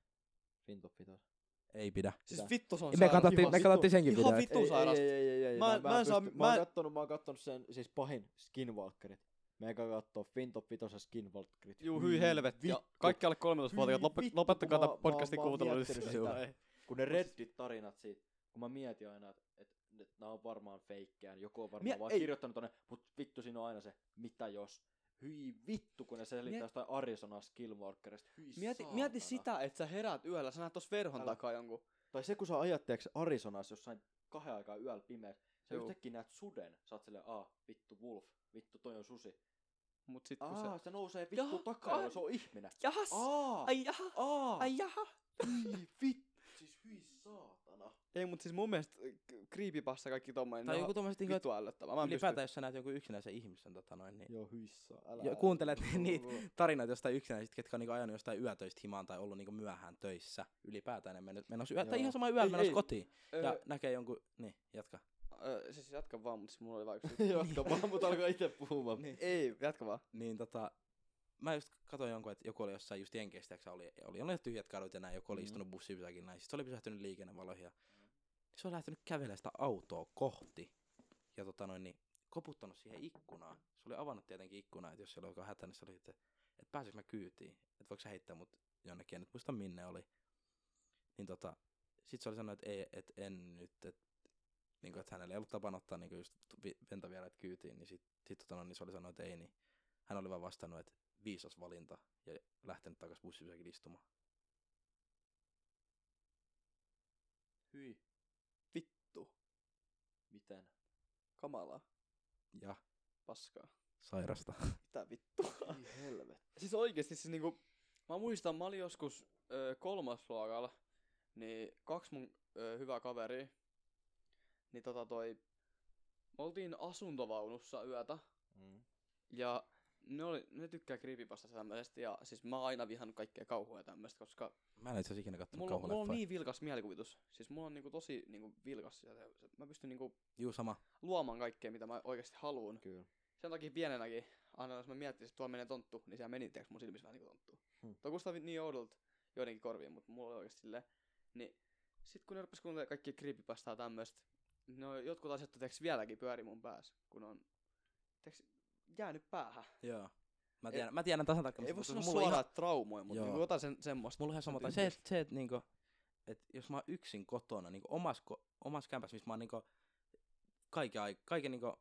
S2: Fintoppi taas.
S3: ei pidä.
S1: Siis vittu se on
S3: Me
S1: sairasta.
S3: katsottiin,
S1: Ihan
S3: me
S1: vittu-
S3: katsottiin senkin
S1: ihan
S3: videon.
S1: vittu- sairasta.
S2: Ei, ei, ei, ei, ei.
S1: Mä- mä en saa-
S2: pysty- mä,
S1: mä-
S2: oon kattonut, mä oon kattonut sen, siis pahin Skinwalkerit. Me eikä kattoo Fintop 5 Skinwalkerit.
S1: Juu, hyi helvetti. Ja kaikki alle 13-vuotiaat,
S2: Hyi
S1: lope-
S2: vittu,
S1: lopettakaa
S2: kun mä-
S1: tää
S2: mä-
S1: podcastin
S2: mä oon
S1: kuuntelu nyt.
S2: miettinyt
S1: Juu.
S2: sitä.
S1: Ei.
S2: Kun ne Reddit-tarinat siitä, kun mä mietin aina, että et, et, nämä on varmaan feikkejä, niin joku on varmaan
S1: Mie-
S2: vaan
S1: ei.
S2: kirjoittanut tonne, mutta vittu siinä on aina se, mitä jos. Hyi vittu, kun ne selittää
S1: Mie-
S2: jostain Arizonaa Skillwalkerista. Hyi
S1: Mieti,
S2: saatana.
S1: mieti sitä, että sä heräät yöllä, sä näet tos verhon
S2: Älä.
S1: takaa jonkun.
S2: Tai se, kun sä ajat tiiäks, Arizonassa jossain kahden aikaa yöllä pimeässä, sä
S1: Juu.
S2: yhtäkkiä näet suden, sä oot silleen, aa, vittu wolf, vittu toi on susi.
S1: Mut sit kun se...
S2: Aa, se, nousee vittu
S1: Jaha,
S2: takaa,
S1: ai.
S2: se on ihminen.
S1: Jahas!
S2: Aa,
S1: Ai jaha!
S2: aa,
S1: Ai jaha!
S2: hyi vittu, siis hyi saatana.
S1: Ei, mut siis mun mielestä k- creepypasta kaikki tommonen,
S3: Tai
S1: ne
S3: joku
S1: on
S3: tommoset niinku,
S1: vittu ällöttävää. Mä en pysty.
S3: ylipäätään jos sä näet jonkun yksinäisen ihmisen tota noin, niin
S2: Joo, hyi saa, älä.
S3: Ja
S2: älä.
S3: kuuntelet niitä
S2: Joo, joo.
S3: tarinoita jostain yksinäisistä, ketkä on niinku ajanut jostain yötöistä himaan tai ollut niinku myöhään töissä ylipäätään. Ne mennyt, menossa yö, tai
S2: Joo.
S3: ihan sama yöllä
S1: Ei,
S3: menossa
S1: ei.
S3: kotiin ja
S1: Öö,
S3: näkee jonkun, niin jatka.
S1: öö, siis jatka vaan, mut siis mulla oli vaan yksi
S2: Jatka vaan, mut alkaa itse puhumaan.
S3: Niin.
S1: Ei, jatka vaan.
S3: niin tota, mä just katsoin jonkun, että joku oli jossain just Jenkeistä, tiiäks, oli, oli, oli tyhjät kadut ja näin, joku oli
S2: Mhm.
S3: mm-hmm. istunut bussipysäkin näin, sit se oli pysähtynyt liikennevaloihin ja se oli lähtenyt kävelemään sitä autoa kohti ja tota noin, niin koputtanut siihen ikkunaan. Se oli avannut tietenkin ikkunaa, että jos siellä oli joku hätä, niin se oli, että, että pääseekö mä kyytiin, että voiko sä heittää mut jonnekin, en nyt muista minne oli. Niin tota, sit se oli sanonut, että ei, että en nyt, että niin kuin, että hänellä ei ollut tapana ottaa niin kuin just vi- ventovieraat kyytiin, niin sitten sit, tota, noin, niin se oli sanonut, että ei, niin hän oli vaan vastannut, että viisas valinta ja lähtenyt takaisin bussipysäkin istumaan.
S2: Hyi.
S1: Vittu.
S2: Miten?
S1: Kamalaa.
S4: Ja
S1: Paskaa.
S3: Sairasta.
S1: Mitä vittua?
S2: Ei helvetti.
S1: siis oikeesti siis niinku, mä muistan, mä olin joskus ö, kolmasluokalla, niin kaksi mun ö, hyvää kaveria, niin tota toi, me oltiin asuntovaunussa yötä,
S2: Mm.
S1: ja ne, oli, ne tykkää creepypasta tämmöisestä, ja siis mä oon aina vihannut kaikkea kauhua ja tämmöistä, koska
S4: mä en itse asiassa ikinä kattonut
S1: mulla, mulla on
S4: kauhuleffoja. Niin...
S1: niin vilkas mielikuvitus. Siis mulla on niinku tosi niinku vilkas, ja se- se- mä pystyn niinku
S4: Juu, sama.
S1: luomaan kaikkea, mitä mä oikeasti haluan.
S2: Kyllä.
S1: Sen takia pienenäkin, aina jos mä miettisin, että tuolla menee tonttu, niin se meni tiiäks mun silmissä vähän niinku tonttu.
S2: Hmm.
S1: Hmm. Tuo kuulostaa vi- niin oudolta joidenkin korviin, mutta mulla oli oikeesti silleen. Niin sit kun ne rupes kuuntelemaan kaikkia creepypastaa tämmöstä, no jotkut asiat tiiäks vieläkin pyöri mun päässä, kun on tiiäks, jäänyt päähän.
S4: Joo. Mä
S1: Ei-
S4: tiedän, mä tiedän tasan tarkkaan.
S1: Ei voi
S4: mistä-
S1: sanoa
S4: mulla on
S1: suoraan
S4: ihan-
S1: ihan... traumoja, mutta
S4: Joo.
S1: niinku jotain sen, semmoista.
S4: Mulla on ihan sama. Tai se,
S1: Tyyliin.
S4: että, se, että niinku, et jos mä oon yksin kotona, niinku omas, ko- omas kämpässä, missä mä oon niinku kaiken, ai- kaiken niinku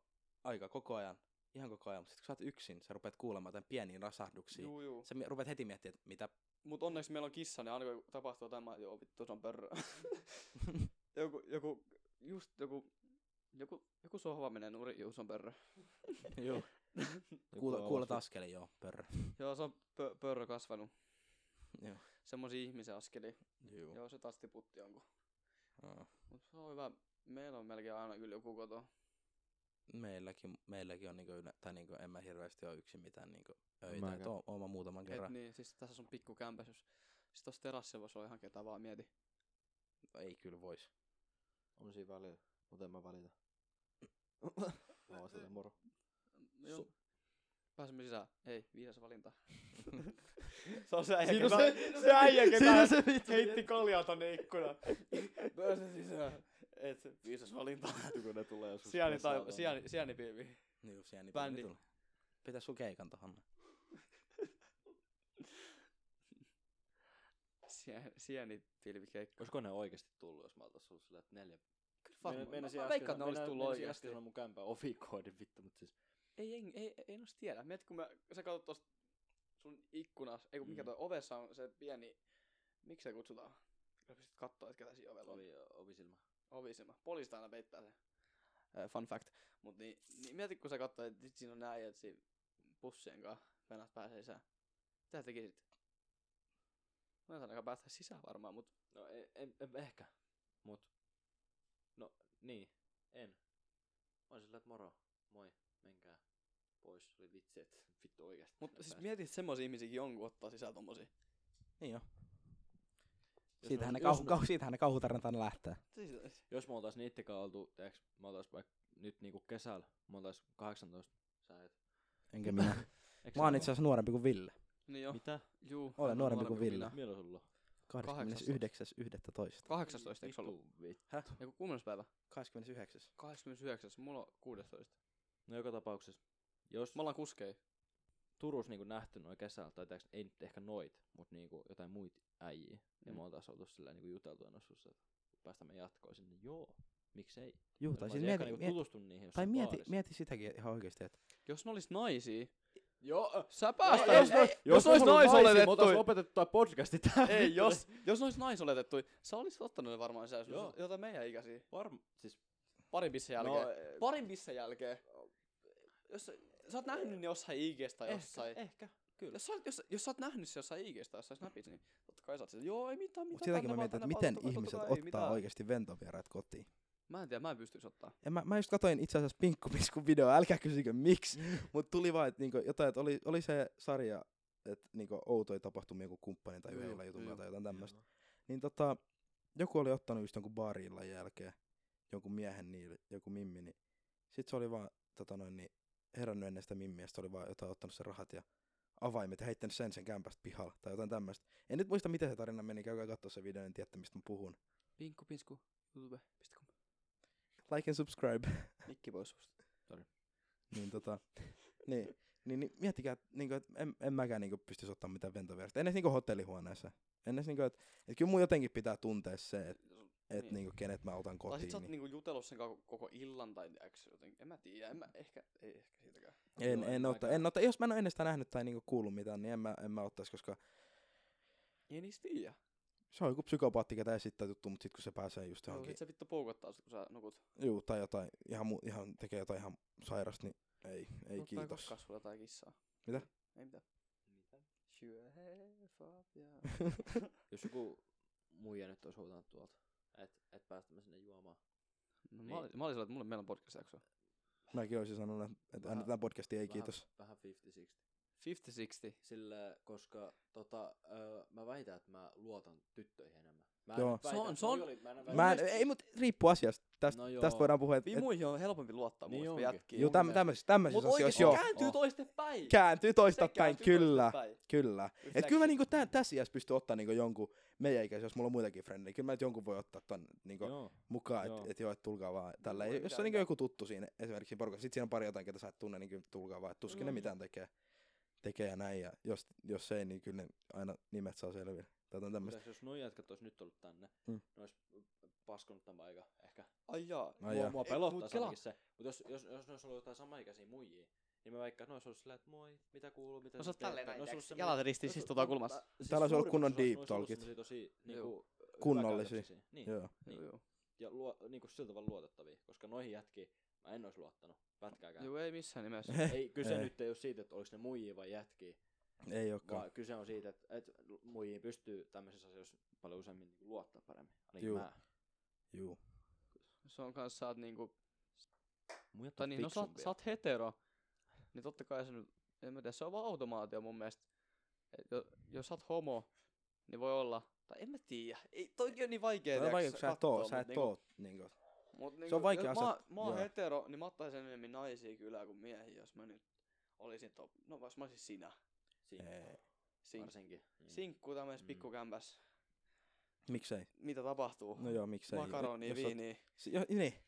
S4: aika koko ajan, ihan koko ajan, mutta sit kun sä oot yksin, sä rupeat kuulemaan jotain pieniä rasahduksia. Juu.
S1: Juu, juu.
S4: Sä mi- rupeat heti miettimään, että mitä
S1: Mut onneksi meillä on kissa, niin aina kun tapahtuu tämä, joo vittu se on pörrö. joku, joku, just joku, joku, joku sohva menee nurin, joo se on pörrö.
S4: Joo.
S2: Joku
S4: Kuulet,
S2: avasi
S4: kuulet askeleen, joo, pörrö.
S1: joo se on pö, pörrö kasvanut.
S4: Joo.
S1: Semmoisia ihmisen askelia.
S4: Joo.
S1: Joo se taas tiputti jonkun.
S4: Joo.
S1: Mut se on hyvä, meillä on melkein aina kyllä joku koto.
S4: Meilläkin, meilläkin on, niinku, yle- tai niinku, en mä hirveästi ole yksin mitään niinku, öitä.
S2: Mäkään.
S4: Et oon, oon mä muutaman
S1: Et
S4: kerran.
S1: niin, siis tässä sun pikkukämpäs, jos siis tossa terassilla voisi olla ihan ketä vaan mieti.
S4: Ei kyllä vois.
S2: On siinä välillä, mutta en mä valita. mä oon sitä moro.
S1: No
S4: Su-
S1: Joo. Pääsemme sisään. Ei, viisas valinta. se on se äijä,
S2: Siinä on
S1: ketä-
S2: se-
S1: se äijä, ketä-
S2: Siinä se vittu.
S1: heitti kaljaa tonne ikkunaan. Pääse sisään. Et viisas valinta.
S2: Vittu, kun ne tulee joskus.
S1: Sijaini,
S2: kesällä.
S1: tai, sijaini, sijaini piivi.
S4: Niin just jääni
S1: Bändi.
S4: Pitää sun keikan tohon.
S1: Sijaini pilvi keikka.
S2: Olisiko ne oikeesti tullut, jos mä oltais ollut silleen, että neljä...
S1: Kyllä varmaan. Mä,
S2: meinasin
S1: mä
S2: äsken-
S1: veikkaan, että ne olisi
S2: meina-
S1: tullut
S2: meinasin äsken
S1: oikeasti.
S2: sanoa mun kämpän ovikoodin vittu, mut siis...
S1: Ei, ei, ei, ei noista tiedä. Mieti, kun mä, sä katsot tosta sun ikkunas, ei kun mikä
S2: Mm.
S1: toi ovessa on se pieni, miksi se kutsutaan? Sä pystyt katsoa, että ketä siinä ovella on.
S2: Ovi, ovisilmä.
S1: Ovisema. Poliisit aina peittää sen. Äh, fun fact. Mut niin, niin mieti, kun sä katsoit, että sit siinä on näin, että siinä pussien kanssa venät pääsee sisään. Mitä sä tekisit? Mä en ainakaan päästä sisään varmaan, mut
S2: No en, en, en ehkä. Mut. No niin, en. Mä oon sillä, että moro, moi, menkää pois. Oli vitsi, että vittu oikeesti.
S1: Mutta
S2: ne
S1: siis
S2: pääsi.
S1: mieti, että semmosia ihmisiäkin on, kun ottaa sisään tommosia.
S4: Niin joo.
S2: Jos
S4: Siitähän
S2: me
S4: ne,
S2: oltais-
S4: kauhu,
S2: jos
S4: kauhu, siitähän ne kauhutarinat aina lähtee.
S1: Siis,
S2: Jos me oltais niittikaan oltu, tiiäks, me oltais vaikka nyt niinku kesällä, me oltais 18. Sä et.
S4: Enkä minä.
S2: Eikö
S4: Mä oon
S2: sä-
S4: itse asiassa nuorempi kuin Ville.
S1: niin joo.
S2: Mitä?
S1: Juu.
S4: Olen
S1: hän on
S4: nuorempi kuin
S1: minä.
S4: Ville.
S2: Milloin sulla?
S4: 29.11.
S1: 18, eikö se ollut?
S2: Vittu vittu.
S4: Häh?
S1: Eiku kuumenespäivä.
S4: 29.
S1: 29. Mulla on 16.
S2: No joka tapauksessa. Jos
S1: Me ollaan kuskei.
S2: Turussa niinku nähty noin kesällä, tai tiiäks, ei nyt ehkä noit, mut niinku jotain muita äijiä. Ja
S1: Mm.
S2: me oltais oltu sillä niinku juteltu ja noissa, että päästämme jatkoon sinne. Joo, miksei.
S4: Juu,
S2: Tai
S4: tai siis mieti,
S2: niinku
S4: mieti,
S2: tutustu niihin
S4: tai
S2: jossain
S4: mieti,
S2: baarissa.
S4: mieti sitäkin ihan oikeesti, että
S1: Jos ne olis naisia,
S2: Joo.
S1: sä
S2: Päästä,
S1: päästä. jos olis naisoletettu.
S2: lopetettu tää podcasti tähän.
S1: Ei, jos, jos ne olisi naisoletettuja, sä olisit ottanut ne varmaan sisään,
S2: Joo.
S1: jos jotain meidän ikäisiä.
S2: Varm... Siis...
S1: Parin bissen jälkeen.
S2: No,
S1: No, Parin bissen jälkeen. Jos, sä- sä oot nähnyt ne jossain IGstä tai
S2: ehkä,
S1: jossain.
S2: ehkä. Kyllä.
S1: Jos, sä, oot- jos, jos sä oot nähnyt se jossain IGstä tai jossain Snapissa, niin totta kai sä oot sillä, joo ei mitään,
S3: Mut
S1: mitään.
S3: sitäkin mä
S1: tänne vaan,
S3: mietin,
S1: tänne
S3: että
S1: vaan,
S3: miten
S1: totta kai, totta kai,
S3: ihmiset
S1: ei
S3: ottaa
S1: mitään.
S3: oikeesti ventovieraat kotiin.
S1: Mä en tiedä, mä en pystyis ottaa.
S3: En mä, mä just katoin itse asiassa Pinkkupiskun video, älkää kysykö miksi,
S1: Mm.
S3: mutta tuli vaan, että niinku, jotain, että oli, oli se sarja, että niinku, outoja tapahtumia joku kumppanin tai
S1: Joo,
S3: yhdellä
S1: joo,
S3: jutulla
S1: joo.
S3: tai jotain tämmöistä. Niin tota, joku oli ottanut just jonkun baarilla jälkeen, jonkun miehen niille, joku mimmi, niin sit se oli vaan tota noin, niin herännyt ennen sitä mimmiä, sit se oli vaan jotain ottanut sen rahat ja avaimet ja heittänyt sen sen kämpästä pihalle tai jotain tämmöistä. En nyt muista, miten se tarina meni, käykää katsoa se video, niin tiedätte, mistä mä puhun.
S1: Pinkku, pinsku, youtube.com.
S3: Like and subscribe.
S1: Mikki pois susta.
S3: niin tota, niin, niin, niin miettikää, niin kuin, että en, en mäkään niin pystyisi ottaa mitään ventovierasta. En edes niin hotellihuoneessa. En edes, niin kuin, että, että kyllä mun jotenkin pitää tuntea se, että et,
S1: Niin.
S3: niin. niin kenet mä otan
S1: Tai sit
S3: kotiin.
S1: sä oot
S3: Niin.
S1: niinku jutellut sen kanssa koko illan tai tiiäks jotenkin. En mä tiedä, en mä ehkä, ei ehkä siitäkään.
S3: En,
S2: Joo,
S3: en,
S2: en
S3: otta,
S2: mäkään.
S3: en otta, jos mä en ole niinku ennen sitä nähnyt tai niin kuullut mitään, niin en mä, en mä ottaisi, koska
S1: Ei niistä tiedä.
S3: Se on joku psykopaatti, ketä esittää juttu, mutta sitten kun se pääsee just
S1: Joo,
S3: johonkin,
S1: sit se vittu puukottaa sut, kun sä nukut.
S3: juu, tai jotain, ihan, mu- ihan tekee jotain ihan sairasta, niin ei, ei
S1: Nukuttaa
S3: kiitos.
S1: kakkaa sulla tai kissaa.
S3: Mitä?
S1: Ei mitään. Syö hei, Fabian.
S2: Jos joku muija nyt olisi huutanut tuolta, et, et päästä me sinne juomaan.
S1: No,
S2: Niin.
S1: mä, olin, mä olin sillä, että mulle meillä on podcast-jakso.
S3: Mäkin olisin sanonut, että
S2: Vähän-
S3: äänitetään podcastia, ei
S2: vähän-
S3: kiitos.
S2: Vähän 50-60.
S1: 50-60.
S2: Sillä, koska tota, öö, mä väitän, että mä luotan tyttöihin enemmän. Mä
S3: Joo.
S2: nyt
S1: Se
S2: väitä,
S1: on-
S2: että
S1: se on-
S2: noi oli- mä en väitä-
S3: Mä en, ei, mutta riippuu asiasta. Tästä,
S2: No
S3: no
S2: joo.
S3: tästä voidaan puhua, että...
S1: Niin muihin on helpompi luottaa
S2: Niin
S1: niin muista
S2: onkin.
S1: jätkiä.
S3: Joo,
S2: mun
S3: täm,
S2: mielestä.
S3: tämmöisissä, tämmöisissä
S1: Mutta oikeesti
S3: asioissa, joo.
S1: kääntyy
S2: Oh.
S1: toisten päin.
S3: Kääntyy toista
S1: Se
S3: päin,
S1: kääntyy
S3: kyllä,
S1: toista päin.
S3: kyllä. Et kyllä mä niinku tää, tässä iässä pystyy ottaa niinku jonkun meidän ikäisen, jos mulla on muitakin frendejä, kyllä mä nyt jonkun voi ottaa ton niinku
S2: Joo.
S3: mukaan,
S2: Joo.
S3: että et joo, et tulkaa vaan tällä.
S1: voi
S3: Jos
S1: pitää
S3: on niinku
S1: hyvä.
S3: joku tuttu siinä esimerkiksi porukassa, sit siinä on pari jotain, ketä sä et tunne, niin kyllä tulkaa vaan, et tuskin
S1: No,
S3: ne
S2: Mm.
S3: mitään tekee, tekee ja näin. Ja jos, jos ei, niin kyllä ne aina nimet saa selville. Tätä on tämmöistä.
S2: Mitäs jos noi jätkät olisi nyt ollut tänne,
S3: Mm.
S2: mm. ne olisi paskonut tämän paikan ehkä.
S1: Ai jaa.
S3: Ai
S2: mua,
S3: jaa.
S2: mua
S1: Ei,
S2: pelottaa
S1: mut
S2: se
S1: kela-
S2: ainakin se. Mutta jos, jos, jos ne olisi ollut jotain samaikäisiä muijia, niin mä väikkaan, että ne olisi ollut sillä, että moi, mitä kuuluu, mitä
S1: No se
S2: te
S1: on tälleen
S2: teette. Ne
S1: näin.
S2: olisi ollut
S1: tiiäks,
S2: semmoinen-
S1: Jalat ristiin
S2: ne
S1: siis
S2: olisi-
S1: tota
S2: no,
S1: kulmassa.
S2: mä- siis
S3: Täällä olisi ollut kunnon
S2: suurimmassa
S3: deep
S2: osassa ne olisi
S3: talkit.
S2: ollut semmosia tosi niinku,
S1: Joo.
S2: hyväkäytöksisiä.
S3: Kunnollisia.
S2: Niin.
S3: Joo.
S1: Joo, joo.
S2: Ja luo, niinku sillä tavalla luotettavia, koska noihin jätkiin mä en olisi luottanut pätkääkään.
S1: Joo, ei missään nimessä.
S2: Ei, kyse
S3: Ei.
S2: nyt ei ole siitä, että oliko ne muijia vai jätkiä,
S3: Ei olekaan.
S2: vaan kyse on siitä, että, että muihin pystyy tämmöisissä asioissa paljon useammin niinku luottaa paremmin. Ainakin
S3: Juu.
S2: mä.
S3: Juu.
S1: Se on kans saat niinku...
S2: Muijat
S1: Tai
S2: on
S1: niin, no sä, oot-
S2: fiksumpia.
S1: sä oot hetero. Niin totta kai se nyt... En mä tiedä, se on vaan automaatio mun mielestä. Et jo, jos sä oot homo, niin voi olla... Tai en mä tiedä. Ei, toikin on niin vaikea.
S3: Tää on
S1: tiiäks,
S3: vaikea, kun sä et oo,
S1: kattoo,
S3: sä
S1: mut
S3: et
S1: niinku-
S3: oo. Niinku.
S1: Mut niinku,
S3: on vaikea
S1: jos Mä,
S3: asetti-
S1: mä oon
S3: joo.
S1: hetero, niin mä ottaisin enemmän naisia kyllä kuin miehiä, jos mä nyt olisin top. No jos mä olisin sinä.
S2: Siinä.
S3: Ei.
S1: Sink,
S2: varsinkin. Mm.
S1: sinkku tämmöis
S2: Mm.
S1: pikkukämpäs.
S3: Miksei?
S1: Mitä tapahtuu?
S3: No joo, miksei.
S1: Makaronia,
S3: Jos oot-
S1: viiniä.
S3: Si- jo- Niin. P-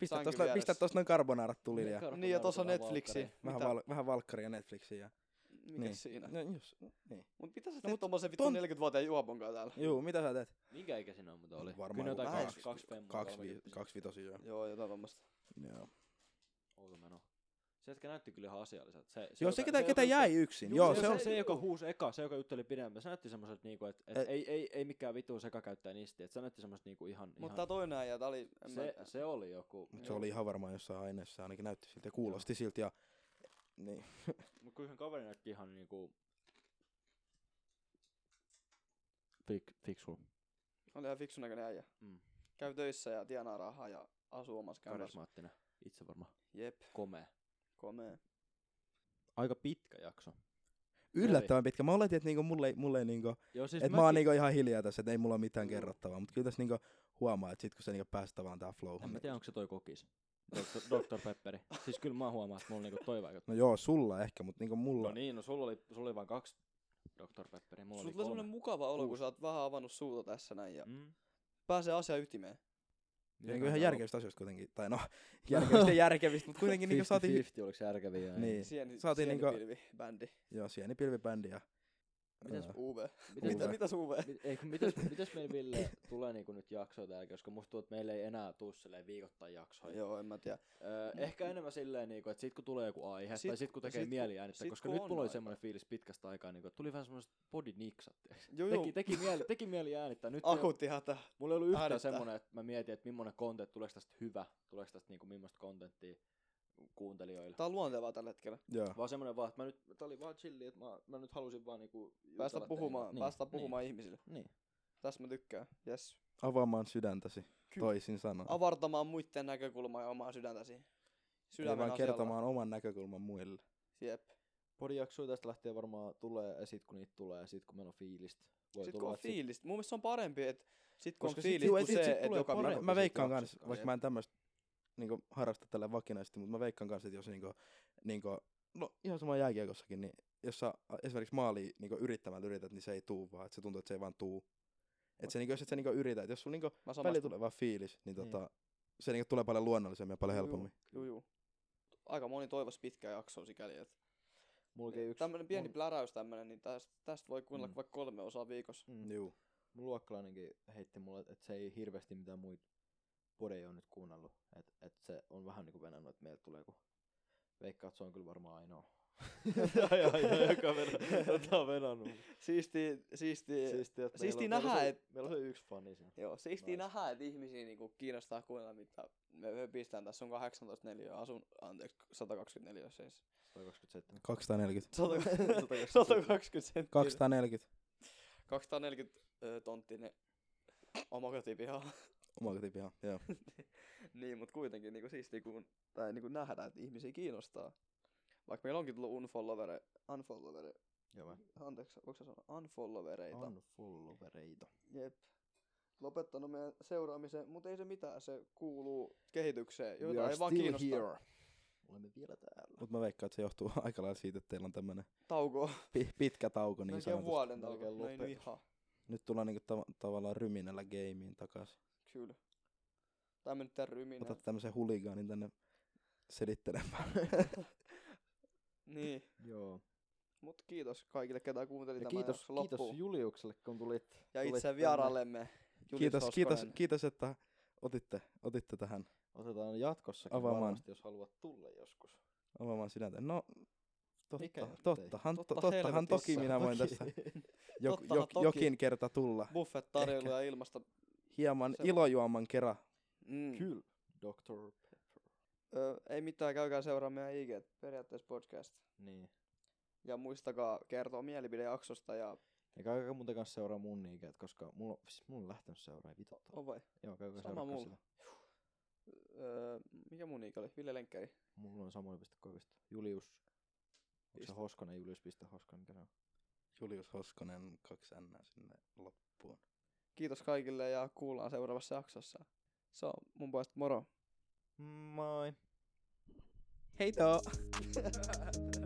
S3: Pistä
S1: Sankin
S3: tosta, pistä
S1: vieressä.
S3: tosta noin carbonaarat tulille ja
S1: Niin ja tossa on Netflixi.
S3: vähän,
S1: Mitä-
S3: val, vähän valkkaria Netflixiä. Ja...
S1: Mikäs
S3: niin.
S1: siinä?
S3: No, jos, niin.
S1: No, Mut mitä sä
S3: mut
S1: teet tommosen vittu
S3: ton-
S1: 40-vuotiaan juopon kanssa täällä?
S3: Juu, mitä sä teet?
S2: Minkä ikäisenä on muuten oli?
S3: Varmaan
S2: Kyllä
S3: joku
S2: jotain
S1: kaksi-
S2: kaksi, kaksi femmaa.
S3: Kaksi, vi-
S2: kolmekymppisiä.
S3: kaksi vitosia, joo.
S1: Joo, jotain tommosta.
S3: Joo.
S2: Outo meno. Se jätkä näytti kyllä ihan asialliselta. Se,
S3: Joo, se ketä, ketä jäi yksin.
S2: Juu,
S3: Niin, Joo,
S2: se,
S3: se on... niinku
S2: se, joka huusi eka, se joka jutteli pidemmän. Se näytti semmoiselta niinku, että et,
S3: Et-
S2: ei, ei, ei mikään vitu seka käyttää nisti. Et se näytti semmoista niinku ihan...
S1: Mut tää
S2: ihan
S1: toinen äijä, tää oli... en mä-
S2: se, se oli joku.
S3: Mut se oli ihan varmaan jossain aineessa, ainakin näytti siltä ja kuulosti siltä ja... Niin.
S2: Mut kyllähän kaveri näytti ihan niinku... Fik, fiksu.
S1: Oli ihan fiksun näköinen äijä.
S2: Mm.
S1: Käy töissä ja tienaa rahaa ja asuu omassa kämpässä.
S2: Karismaattinen. Itse varma.
S1: Jep,
S2: Komea.
S1: komee.
S2: Aika pitkä jakso.
S3: Yllättävän pitkä. Mä oletin, että niinku mulle, ei- mulle ei niinku...
S2: Joo, siis
S3: Et mä oon
S2: mäkin- Mm.
S3: niinku ihan hiljaa tässä, että ei mulla ole mitään
S2: Joo.
S3: kerrottavaa. Mut kyllä tässä niinku huomaa, että sit kun se niinku päästään vaan tähän flowhun.
S2: En mä
S3: niin-
S2: tiedä, onko se toi kokis. Dr. Dr. Pepperi. Siis kyllä mä huomaan, että mulla niinku toi vaikuttaa.
S3: No joo, sulla ehkä, mut niinku mulla...
S2: No niin, no sulla oli, sulla oli vaan kaksi Dr. Pepperiä, mulla
S1: Sulla tulee
S2: oli kolme.
S1: semmonen mukava olo, kun sä oot vähän avannut suuta tässä näin ja
S2: Mm.
S1: pääsee asia ytimeen.
S3: Niinku ihan järkevistä asioista kuitenkin. Tai no, järkevistä ja järkevistä, mut kuitenkin niinku saatiin...
S2: 50-50, oliko se järkeviä?
S3: Niin.
S1: Sieni,
S3: Saatiin niinku-
S1: sienipilvi, bändi.
S3: Joo, sienipilvibändi ja...
S2: Mitäs-
S3: Öö,
S1: UV.
S2: Mitäs,
S1: Mitä,
S3: UV.
S1: mitä UV?
S2: mit, ei, kun mitäs, mitäs meillä Ville tulee niinku nyt jaksoa täällä, koska musta tuntuu, että meillä ei enää tuu silleen viikoittain jaksoja.
S1: Joo, en mä tiedä.
S2: Öö, ehkä enemmän silleen, niinku, että sit kun tulee joku aihe,
S1: Sit-
S2: tai sit kun tekee
S1: sit kun-
S2: mieli äänittää,
S1: sit
S2: koska
S1: kun
S2: nyt
S1: on
S2: mulla oli
S1: aikaa.
S2: semmoinen fiilis pitkästä aikaa, niinku, että tuli vähän semmoiset bodiniksat. tiiäks.
S1: Joo, joo.
S2: Teki, teki, mieli, teki mieli äänittää. Nyt ei oo-
S1: Akuutti hätä.
S2: Mulla ei ollut yhtään
S1: Äänittää.
S2: semmoinen, että mä mietin, että millainen content, tuleeko tästä hyvä, tuleeko tästä niinku millaista contenttia kuuntelijoille.
S1: Tää on luontevaa tällä hetkellä.
S3: Joo.
S2: Vaan semmoinen vaan, että mä nyt, tää oli vaan chilli, että mä, mä nyt halusin vaan niinku
S1: Päästä
S2: jutella
S1: puhumaan,
S2: teille.
S1: päästä puhumaan ihmisille.
S2: Niin.
S1: Tässä mä tykkään. Yes.
S3: Avaamaan sydäntäsi,
S1: Kyllä.
S3: toisin sanoen.
S1: Avartamaan muiden näkökulmaa ja omaa sydäntäsi.
S3: Ei
S1: Sydämen
S3: vaan
S1: asialla.
S3: kertomaan oman näkökulman muille.
S1: Jep.
S2: Podi jaksoja tästä lähtee varmaan tulee, ja sit kun niitä tulee, ja sit kun meillä on fiilistä. Voi
S1: Sitten kun
S2: tulla,
S1: on
S2: että sit-
S1: fiilistä. Mun mielestä se on parempi, että sit kun on
S3: Koska sit-
S1: fiilis,
S3: juu,
S1: kuin
S3: et sit-
S1: se,
S3: sit
S1: että
S3: tulee
S1: joka
S3: parempi.
S1: päivä.
S2: päivä
S3: Mä
S2: siitä
S3: veikkaan kans,
S2: jaksosta,
S3: vaikka
S2: jep.
S3: mä en tämmöstä niinku harrasta tällä vakinaisesti, mutta mä veikkaan kans, että jos niinku, niinku, no ihan sama jääkiekossakin, niin jos sä a- esimerkiksi maali niinku yrittämällä yrität, niin se ei tuu vaan, että se tuntuu, että se ei vaan tuu. Et se, niinku, jos et sä niinku yritä, et jos sulla niinku
S1: Mä
S3: väliin
S1: samastun.
S3: tulee vaan fiilis, niin
S2: Niin.
S3: tota, se niinku tulee paljon luonnollisemmin ja paljon
S1: Juu,
S3: helpommin.
S1: Juu, juu. Aika moni toivoisi pitkää jaksoa sikäli, että
S2: Mulla oli yksi,
S1: tämmönen pieni
S2: mun-
S1: pläräys tämmönen, niin tästä, tästä voi kuunnella
S2: Mm.
S1: vaikka kolme osaa viikossa.
S2: Mm.
S3: Juu.
S2: mun luokkalainenkin heitti mulle, että se ei hirveästi mitään muita podeja on nyt kuunnellut. Että et se on vähän niinku venannut, että meiltä tulee joku. Veikkaat, se on kyllä varmaan ainoa ai, ai, ai, joka vena, jota on venannut.
S1: Siisti, siisti,
S2: Siistiä, että
S1: Siis Siistiä
S2: meillä on-
S1: nähdä,
S2: meillä on se-
S1: et-
S2: Meillä on se yksi fani siinä.
S1: Joo, siistiä
S2: Nice.
S1: nähdä, että ihmisiä niinku kiinnostaa kuunnella, mitä me, me pistään. Tässä on 18 neliöä, asun, anteeksi, 124 siis.
S2: 127.
S3: 240.
S1: 120 senttiä.
S3: 240.
S1: 240 ö, tonttinen omakotipiha.
S3: Omakotipiha, joo.
S1: niin, mutta kuitenkin niinku siistiä, kun tai niinku nähdään, että ihmisiä kiinnostaa. Vaikka meillä onkin tullut unfollowere, unfollowere,
S2: Joo mä.
S1: anteeksi, voiko sä sanoa unfollowereita?
S2: followereita.
S1: Jep. Lopettanut meidän seuraamisen, mutta ei se mitään, se kuuluu kehitykseen, joita ei vaan kiinnosta.
S2: Olemme vielä täällä.
S3: Mut mä veikkaan, että se johtuu aika lailla siitä, että teillä on tämmönen
S1: Tauko,
S3: pi- pitkä tauko niin
S1: niin melkein
S3: sanotusti.
S1: vuoden tauko,
S2: melkein
S1: no ei nyt
S2: lopetus.
S1: ihan,
S3: Nyt tullaan niinku tav- tavallaan ryminällä gameen takas.
S1: kyllä. Tämä nyt tän ryminä.
S3: Otat tämmösen huligaanin tänne selittelemään.
S1: Niin,
S2: Joo.
S1: mut kiitos kaikille, ketä kuunteli
S2: Ja
S1: tämän
S2: kiitos,
S1: jakson loppuun.
S2: kiitos Juliukselle, kun tulit.
S1: ja
S2: tulit
S1: itse
S2: tänne.
S1: vieraallemme Julius
S3: kiitos, kiitos,
S1: Hoskonen.
S3: kiitos, että otitte, otitte tähän
S2: Otetaan jatkossakin
S3: Avaamaan.
S2: varmasti, jos haluat tulla joskus.
S3: avaamaan sydäntä. No,
S2: Mikä nyt
S3: totta,
S2: ei?
S3: tottahan,
S1: Totta
S3: totta tottahan
S1: helvetissä.
S3: toki minä voin tässä jok,
S1: Tottahan
S3: jok,
S1: toki.
S3: jokin kerta tulla.
S1: buffet tarjoiluja ilmasta.
S3: Hieman
S1: Se-
S3: ilojuoman kera.
S1: Mm.
S2: Kyllä. Dr. Pepper.
S1: Ö, ei mitään, käykää seuraamaan meidän IG, periaatteessa podcast.
S2: Niin.
S1: Ja muistakaa kertoa mielipidejaksosta ja...
S2: Ja käykää muuten kanssa seuraa mun niinkään, koska mulla on, siis mulla on lähtenyt seuraa vituttaa.
S1: Oh vai.
S2: Joo, käykää
S1: sama
S2: seuraa
S1: mulla.
S2: sitä.
S1: Öö, mikä mun IG oli? Ville Lenkkäri.
S2: Mulla on samoin piste koivista. Julius. Onko se
S1: Piste.
S2: Hoskonen, Julius piste Hoskonen, mikä se on?
S3: Julius Hoskonen, kaksi n sinne loppuun.
S1: Kiitos kaikille ja kuullaan seuraavassa jaksossa. Se on mun puolesta moro.
S2: Moi.
S1: Hei toi!